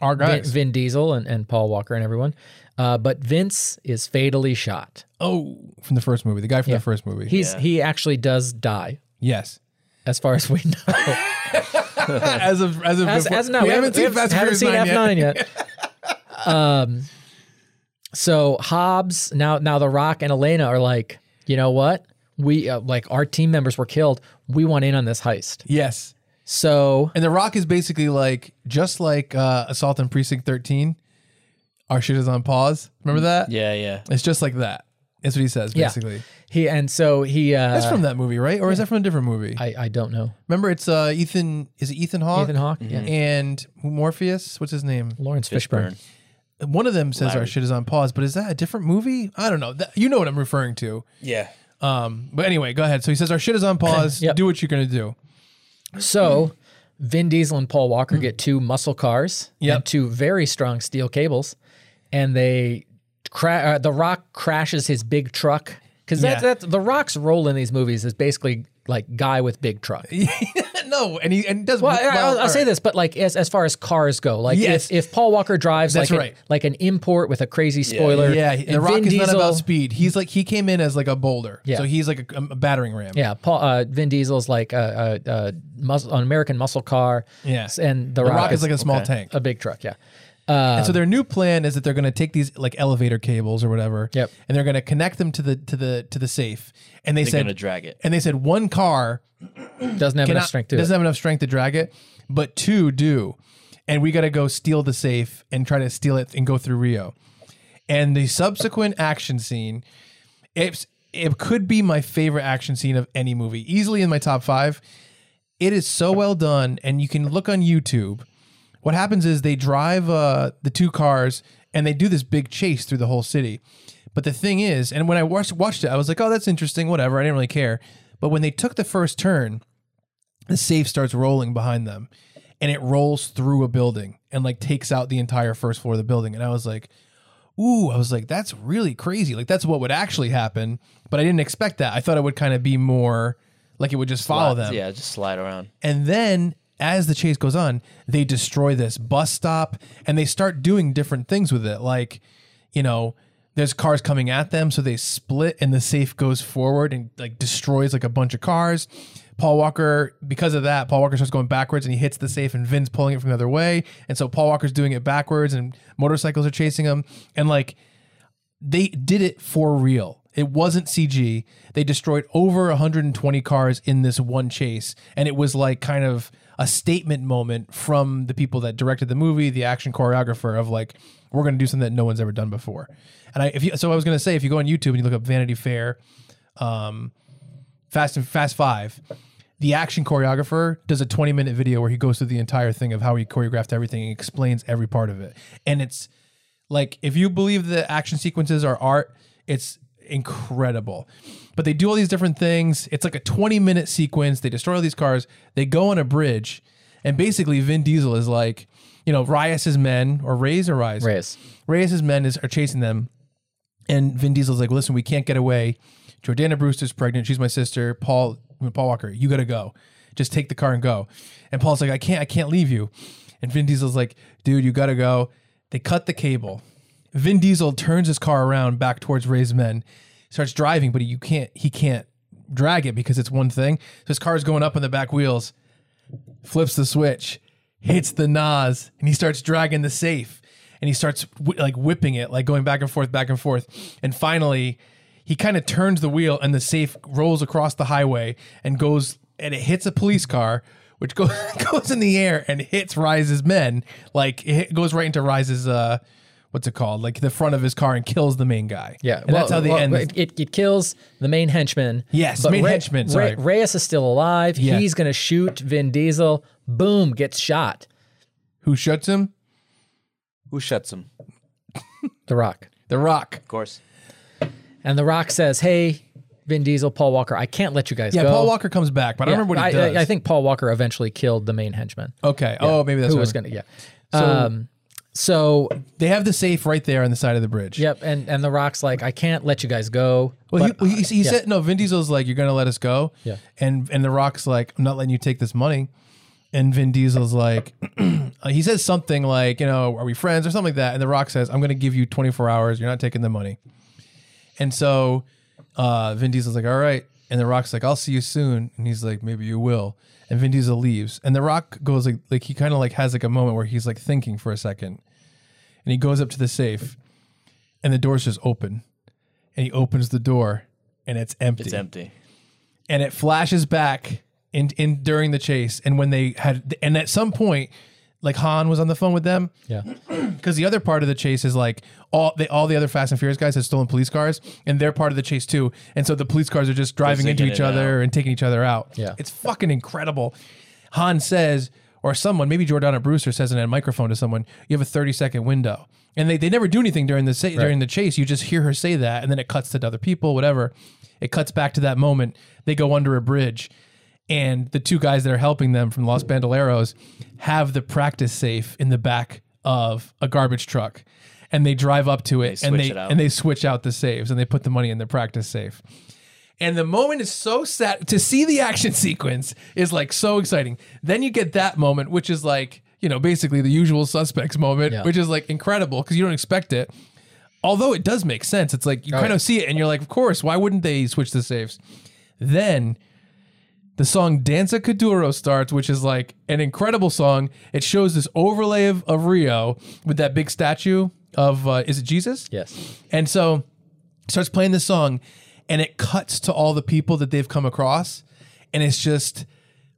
C: Our
B: Vin,
C: guys.
B: Vin Diesel and, and Paul Walker and everyone. Uh, but Vince is fatally shot.
C: Oh, from the first movie, the guy from the first movie.
B: He's he actually does die,
C: yes.
B: as far as we know.
C: as of as of
B: As,
C: before-
B: as no, we haven't, we haven't, haven't
C: Furious
B: seen F
C: 9
B: nine yet. um, so Hobbs now now the Rock and Elena are like, you know what? We uh, like our team members were killed. We want in on this heist.
C: Yes,
B: So
C: and The Rock is basically like just like uh, Assault on Precinct Thirteen. Our shit is on pause. Remember that?
D: Yeah, yeah.
C: it's just like that. That's what he says
B: Mm, Yeah.
C: basically.
B: he and so he. Uh,
C: That's from that movie, right? Or is that from a different movie?
B: I I don't know.
C: Remember, it's uh, Ethan. Is it Ethan Hawke?
B: Ethan Hawke, yeah.
C: And Morpheus. What's his name?
B: Lawrence Fishburne.
D: Fishburne.
C: One of them says our shit is on pause, but is that a different movie? I don't know. That, you know what I'm referring to.
D: Yeah.
C: Um, but anyway, go ahead. So he says our shit is on pause.
B: Yep.
C: Do what you're gonna do.
B: So Vin Diesel and Paul Walker get two muscle cars
C: Yep.
B: and two very strong steel cables, and they cra- uh, the Rock crashes his big truck because
C: Yeah.
B: that's, that's the Rock's role in these movies is basically like guy with big truck.
C: can't know. And he and does.
B: Well, I- I'll, I'll
C: all
B: say
C: right.
B: this, but like as, as far as cars go, like
C: Yes.
B: if, if Paul Walker drives
C: That's
B: like
C: right.
B: an, like an import with a crazy spoiler,
C: Yeah, he-
B: and
C: The Rock
B: Vin
C: is not
B: Diesel-
C: about speed. He's like he came in as like a boulder.
B: Yeah.
C: So he's like a, a battering ram.
B: Yeah, Paul uh, Vin Diesel's like a, a, a muscle, an American muscle car.
C: Yeah.
B: and the,
C: The Rock is like a small tank.
B: a big truck. Yeah,
C: and so their new plan is that they're going to take these like elevator cables or whatever.
B: Yep.
C: And they're going to connect them to the to the to the safe. And they
D: They're
C: said
D: gonna drag it.
C: And they said one car
B: doesn't have enough
C: cannot,
B: strength to it.
C: doesn't have enough strength to drag it, but two do. And we got to go steal the safe and try to steal it and go through Rio. And the subsequent action scene, it's it could be my favorite action scene of any movie, easily in my top five. It is so well done, and you can look on YouTube. What happens is they drive uh, the two cars and they do this big chase through the whole city. But the thing is, and when I watched, watched it, I was like, oh, that's interesting, whatever. I didn't really care. But when they took the first turn, the safe starts rolling behind them and it rolls through a building and like takes out the entire first floor of the building. And I was like, ooh, I was like, that's really crazy. Like that's what would actually happen. But I didn't expect that. I thought it would kind of be more like it would just follow them.
D: Yeah, just slide around.
C: And then as the chase goes on, they destroy this bus stop and they start doing different things with it. Like, you know, there's cars coming at them, so they split and the safe goes forward and like destroys like a bunch of cars. Paul Walker, because of that, Paul Walker starts going backwards and he hits the safe and Vin's pulling it from the other way. And so Paul Walker's doing it backwards and motorcycles are chasing him. And like they did it for real. It wasn't CG. They destroyed over 120 cars in this one chase, and it was like kind of a statement moment from the people that directed the movie, the action choreographer of like we're going to do something that no one's ever done before. And I if you, so I was going to say if you go on YouTube and you look up Vanity Fair Fast and Fast Five, the action choreographer does a 20 minute video where he goes through the entire thing of how he choreographed everything and explains every part of it. And it's like if you believe the action sequences are art, it's incredible. But they do all these different things. It's like a 20 minute sequence. They destroy all these cars. They go on a bridge, and basically Vin Diesel is like, you know, Rias's men or Ray's or Rise.
B: Reyes.
C: Reyes' men is, are chasing them, and Vin Diesel's like, "Listen, we can't get away. Jordana Brewster's pregnant. She's my sister. Paul, Paul Walker, you gotta go. Just take the car and go." And Paul's like, "I can't. I can't leave you." And Vin Diesel's like, "Dude, you gotta go." They cut the cable. Vin Diesel turns his car around back towards Ray's men, starts driving, but you can't. He can't drag it because it's one thing. So his car's going up on the back wheels flips the switch, hits the Nas, and he starts dragging the safe, and he starts whi- like whipping it, like going back and forth, back and forth, and finally, he kind of turns the wheel, and the safe rolls across the highway and goes, and it hits a police car, which goes goes in the air and hits Rise's men, like it hit- goes right into Rise's uh. What's it called? Like the front of his car and kills the main guy.
B: Yeah,
C: and that's how they
B: well,
C: end.
B: It, it- it kills the main henchman.
C: Yes, main henchman, sorry.
B: Reyes is still alive.
C: Yeah.
B: He's gonna shoot Vin Diesel. Boom, gets shot.
C: Who shuts him?
D: Who shuts him? Of
B: The Rock.
C: The Rock.
D: course.
B: And The Rock says, "Hey, Vin Diesel, Paul Walker, I can't let you guys
C: Yeah,
B: go."
C: Paul Walker comes back, but I
B: Yeah,
C: don't remember what he
B: I- I-
C: does.
B: I think Paul Walker eventually killed the main henchman.
C: Okay. Oh, maybe that's
B: who
C: what
B: was
C: I-
B: going to yeah. um, so
C: They have the safe right there on the side of the bridge.
B: yep, and and the Rock's like, I can't let you guys go.
C: Well,
B: but
C: he, well, he, he said no. Vin Diesel's like, "You're gonna let us go."
B: Yeah.
C: And and the Rock's like, "I'm not letting you take this money." And Vin Diesel's like, he says something like, "You know, are we friends or something like that?" And the Rock says, "I'm gonna give you 24 hours. You're not taking the money." And so, uh, Vin Diesel's like, "All right." And the Rock's like, "I'll see you soon." And he's like, "Maybe you will." And Vin Diesel leaves. And the Rock goes like, like he kind of like has like a moment where he's like thinking for a second, and he goes up to the safe, and the door's just open, and he opens the door, and it's empty.
D: It's empty.
C: and it flashes back in in during the chase, and when they had, and at some point, like Han was on the phone with them,
B: yeah,
C: because the other part of the chase is like all the all the other Fast and Furious guys have stolen police cars, and they're part of the chase too. And so the police cars are just driving into
D: Zigging
C: each
D: it
C: other and taking each other out.
B: Yeah.
C: it's fucking incredible. Han says, or someone, maybe Jordana Brewster says in a microphone to someone, "You have a thirty second window," and they, they never do anything during the sa- during the chase. You just hear her say that, and then it cuts to other people, whatever. It cuts back to that moment. They go under a bridge. And the two guys that are helping them from Los Bandoleros have the practice safe in the back of a garbage truck and they drive up to it
D: They
C: and
D: switch
C: they
D: it out.
C: and they switch out the saves and they put the money in the practice safe. And the moment is so sad to see the action sequence is like so exciting. Then you get that moment, which is like, you know, basically the usual suspects moment,
B: Yeah.
C: which is like incredible because you don't expect it. Although it does make sense. It's like you kind
B: yeah.
C: of see it and you're like, of course, why wouldn't they switch the saves? Then the song Danza Kuduro starts, which is like an incredible song. It shows this overlay of, of Rio with that big statue of, uh, is it Jesus?
B: Yes.
C: And so starts playing this song and it cuts to all the people that they've come across and it's just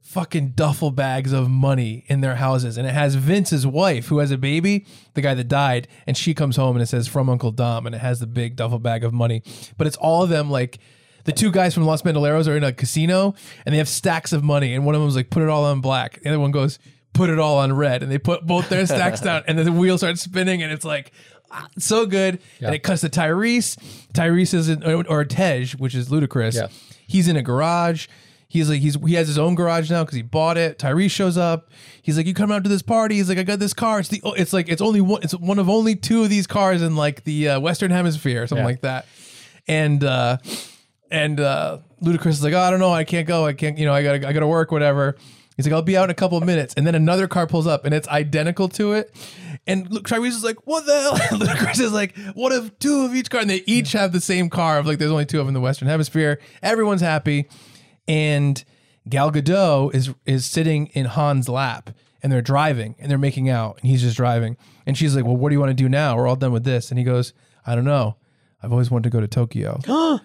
C: fucking duffel bags of money in their houses and it has Vince's wife who has a baby, the guy that died, and she comes home and it says from Uncle Dom and it has the big duffel bag of money. But it's all of them like the two guys from Los Bandoleros are in a casino and they have stacks of money and one of them's like put it all on black. The other one goes put it all on red and they put both their stacks down and then the wheel starts spinning and it's like ah, so good and it cuts to Tyrese. Tyrese is in, or, or Tej, which is ludicrous.
B: Yeah.
C: He's in a garage. He's like he's he has his own garage now because he bought it. Tyrese shows up. He's like, you come out to this party. He's like, I got this car. It's the oh, it's like it's only one. It's one of only two of these cars in like the uh, Western Hemisphere or something
B: Yeah.
C: like that. And uh, and uh, Ludacris is like, oh, I don't know, I can't go, I can't, you know, I gotta, I gotta work, whatever. He's like, I'll be out in a couple of minutes, and then another car pulls up, and it's identical to it. And Lu- Tyrese is like, what the hell? Ludacris is like, what if two of each car, and they each have the same car of like, there's only two of them in the Western Hemisphere. Everyone's happy, and Gal Gadot is is sitting in Han's lap, and they're driving, and they're making out, and he's just driving, and she's like, well, what do you want to do now? We're all done with this, and he goes, I don't know. I've always wanted to go to Tokyo.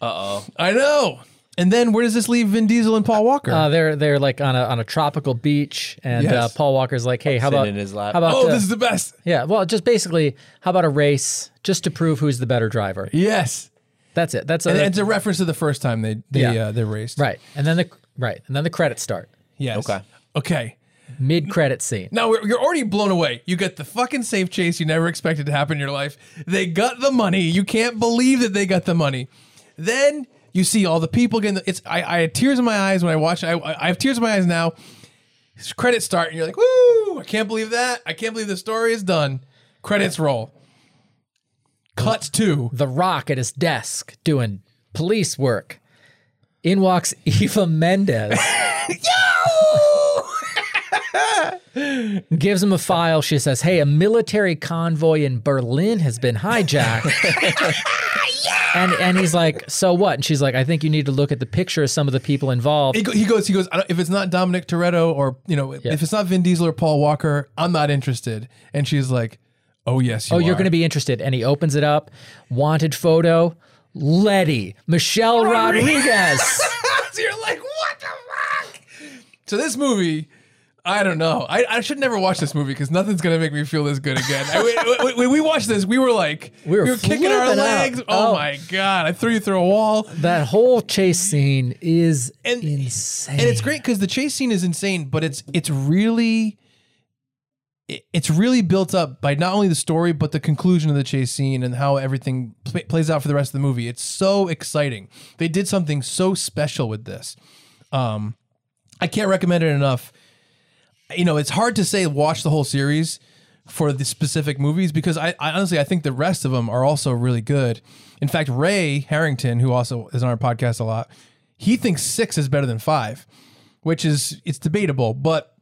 D: Uh oh.
C: I know. And then where does this leave Vin Diesel and Paul Walker?
B: Uh, they're they're like on a on a tropical beach, and uh,
C: Yes.
B: Paul Walker's like, "Hey, how
D: Sitting
B: about
D: in his lap.
B: how about
C: oh,
B: uh,
C: this is the best.
B: yeah? Well, just basically, how about a race just to prove who's the better driver?
C: Yes.
B: That's it. That's a,
C: And it's a reference to the first time they they
B: Uh, Yeah.
C: uh, they raced.
B: right, and then the right, and then the credits start
C: Yes.
D: Okay.
C: Okay.
B: mid credit scene.
C: Now we're, you're already blown away. You get the fucking safe chase you never expected to happen in your life. They got the money. You can't believe that they got the money. Then you see all the people getting. The, it's I, I had tears in my eyes when I watch. I, I have tears in my eyes now. Credits start and you're like, woo! I can't believe that. I can't believe the story is done. Credits roll. Cuts to
B: The Rock at his desk doing police work. In walks Eva Mendes, gives him a file. She says, "Hey, a military convoy in Berlin has been hijacked." And and he's like, "So what?" And she's like, "I think you need to look at the picture of some of the people involved."
C: He, go, he goes. He goes. I don't, if it's not Dominic Toretto or you know, if it's not Vin Diesel or Paul Walker, I'm not interested. And she's like, Oh yes, you
B: Oh, you're
C: are."
B: going to be interested. And he opens it up. Wanted photo, Letty, Michelle Rodriguez.
C: so you're like, what the fuck? So this movie, I don't know. I, I should never watch this movie because nothing's gonna make me feel this good again. I, when- when, when we watched this, we were like,
B: We were
C: kicking our
B: flipping out.
C: legs. Oh,
B: Oh.
C: my god! I threw you through a wall.
B: that whole chase scene is
C: Mm-hmm. And-
B: insane.
C: and it's great because the chase scene is insane, but it's it's really it- it's really built up by not only the story but the conclusion of the chase scene and how everything pl- plays out for the rest of the movie. It's so exciting. They did something so special with this. Um, I can't recommend it enough. You know, it's hard to say watch the whole series for the specific movies because I, I honestly I think the rest of them are also really good. In fact, Ray Harrington, who also is on our podcast a lot, he thinks six is better than five, which is it's debatable, but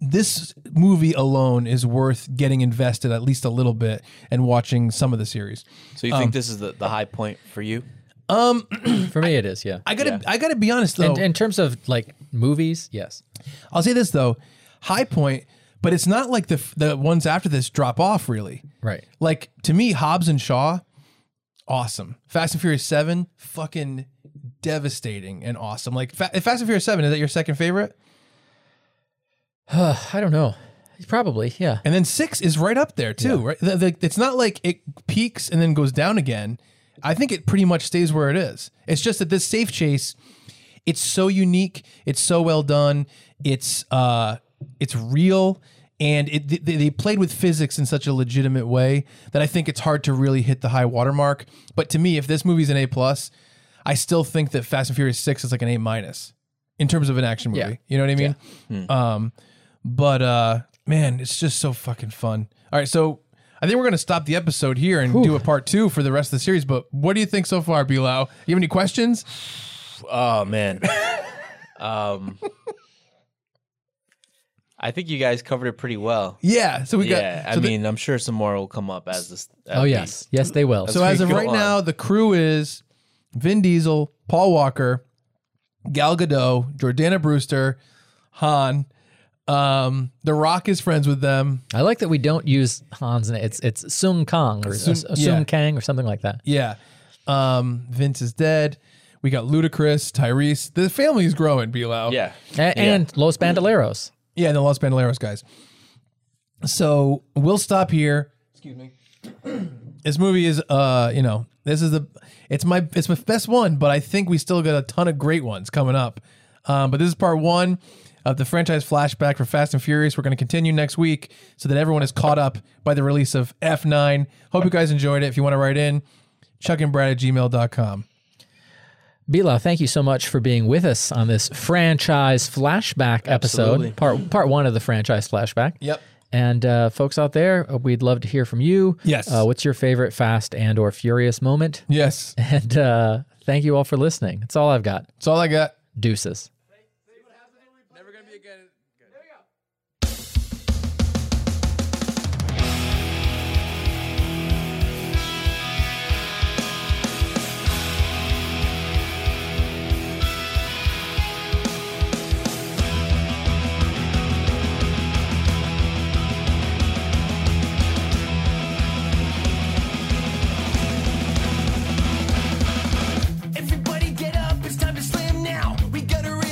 C: this movie alone is worth getting invested at least a little bit and watching some of the series.
D: So you think this is the, the high point for you?
B: For me, it is, yeah.
C: I gotta I gotta be honest though.
B: in, in terms of like movies, yes.
C: I'll say this though, high point, but it's not like the the ones after this drop off really.
B: Right.
C: Like to me, Hobbs and Shaw, awesome. Fast and Furious Seven, fucking devastating and awesome. Like Fa- Fast and Furious Seven, is that your second favorite?
B: I don't know. Probably, yeah.
C: And then six is right up there too, right? The, the, it's not like it peaks and then goes down again. I think it pretty much stays where it is. It's just that this safe chase, it's so unique, it's so well done, it's uh, it's real, and it they, they played with physics in such a legitimate way that I think it's hard to really hit the high watermark. But to me, if this movie's an A plus, I still think that Fast and Furious Six is like an A minus in terms of an action movie.
B: Yeah.
C: You know what I mean?
D: Hmm.
C: Um, but uh, man, it's just so fucking fun. All right, so I think we're going to stop the episode here and do a part two for the rest of the series. But what do you think so far, Bilal? You have any questions?
D: Oh man. um I think you guys covered it pretty well.
C: Yeah. So we
D: yeah,
C: got.
D: I
C: so the-
D: mean, I'm sure some more will come up as this. as
B: Oh
D: we-
B: yes, yes they will.
D: That's
C: So as of
D: Go
C: right
D: on.
C: now, the crew is Vin Diesel, Paul Walker, Gal Gadot, Jordana Brewster, Han. Um, the Rock is friends with them.
B: I like that we don't use Han's name. It's it's Sung Kang or Sung, Sung
C: yeah.
B: Kang or something like that.
C: Yeah. Um, Vince is dead. We got Ludacris, Tyrese. The family is growing, Bilal.
D: Yeah.
B: A- and Los Bandoleros.
C: Yeah, and the Los Bandoleros guys. So we'll stop here. Excuse me. this movie is, uh, you know, this is the, it's my, it's my best one, but I think we still got a ton of great ones coming up. Um, but this is part one of the franchise flashback for Fast and Furious. We're going to continue next week so that everyone is caught up by the release of F9. Hope you guys enjoyed it. If you want to write in, chuckandbrad at gmail.com.
B: Bila, thank you so much for being with us on this franchise flashback
D: Absolutely.
B: episode, part part one of the franchise flashback.
C: Yep.
B: And uh, folks out there, uh, we'd love to hear from you.
C: Yes.
B: Uh, what's your favorite Fast and or Furious moment?
C: Yes.
B: And uh, thank you all for listening. That's all I've got.
C: That's all I got.
B: Deuces.
E: Everybody get up, it's time to slam now. We gotta realize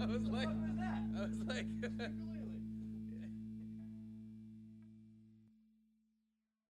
E: was like, I was like.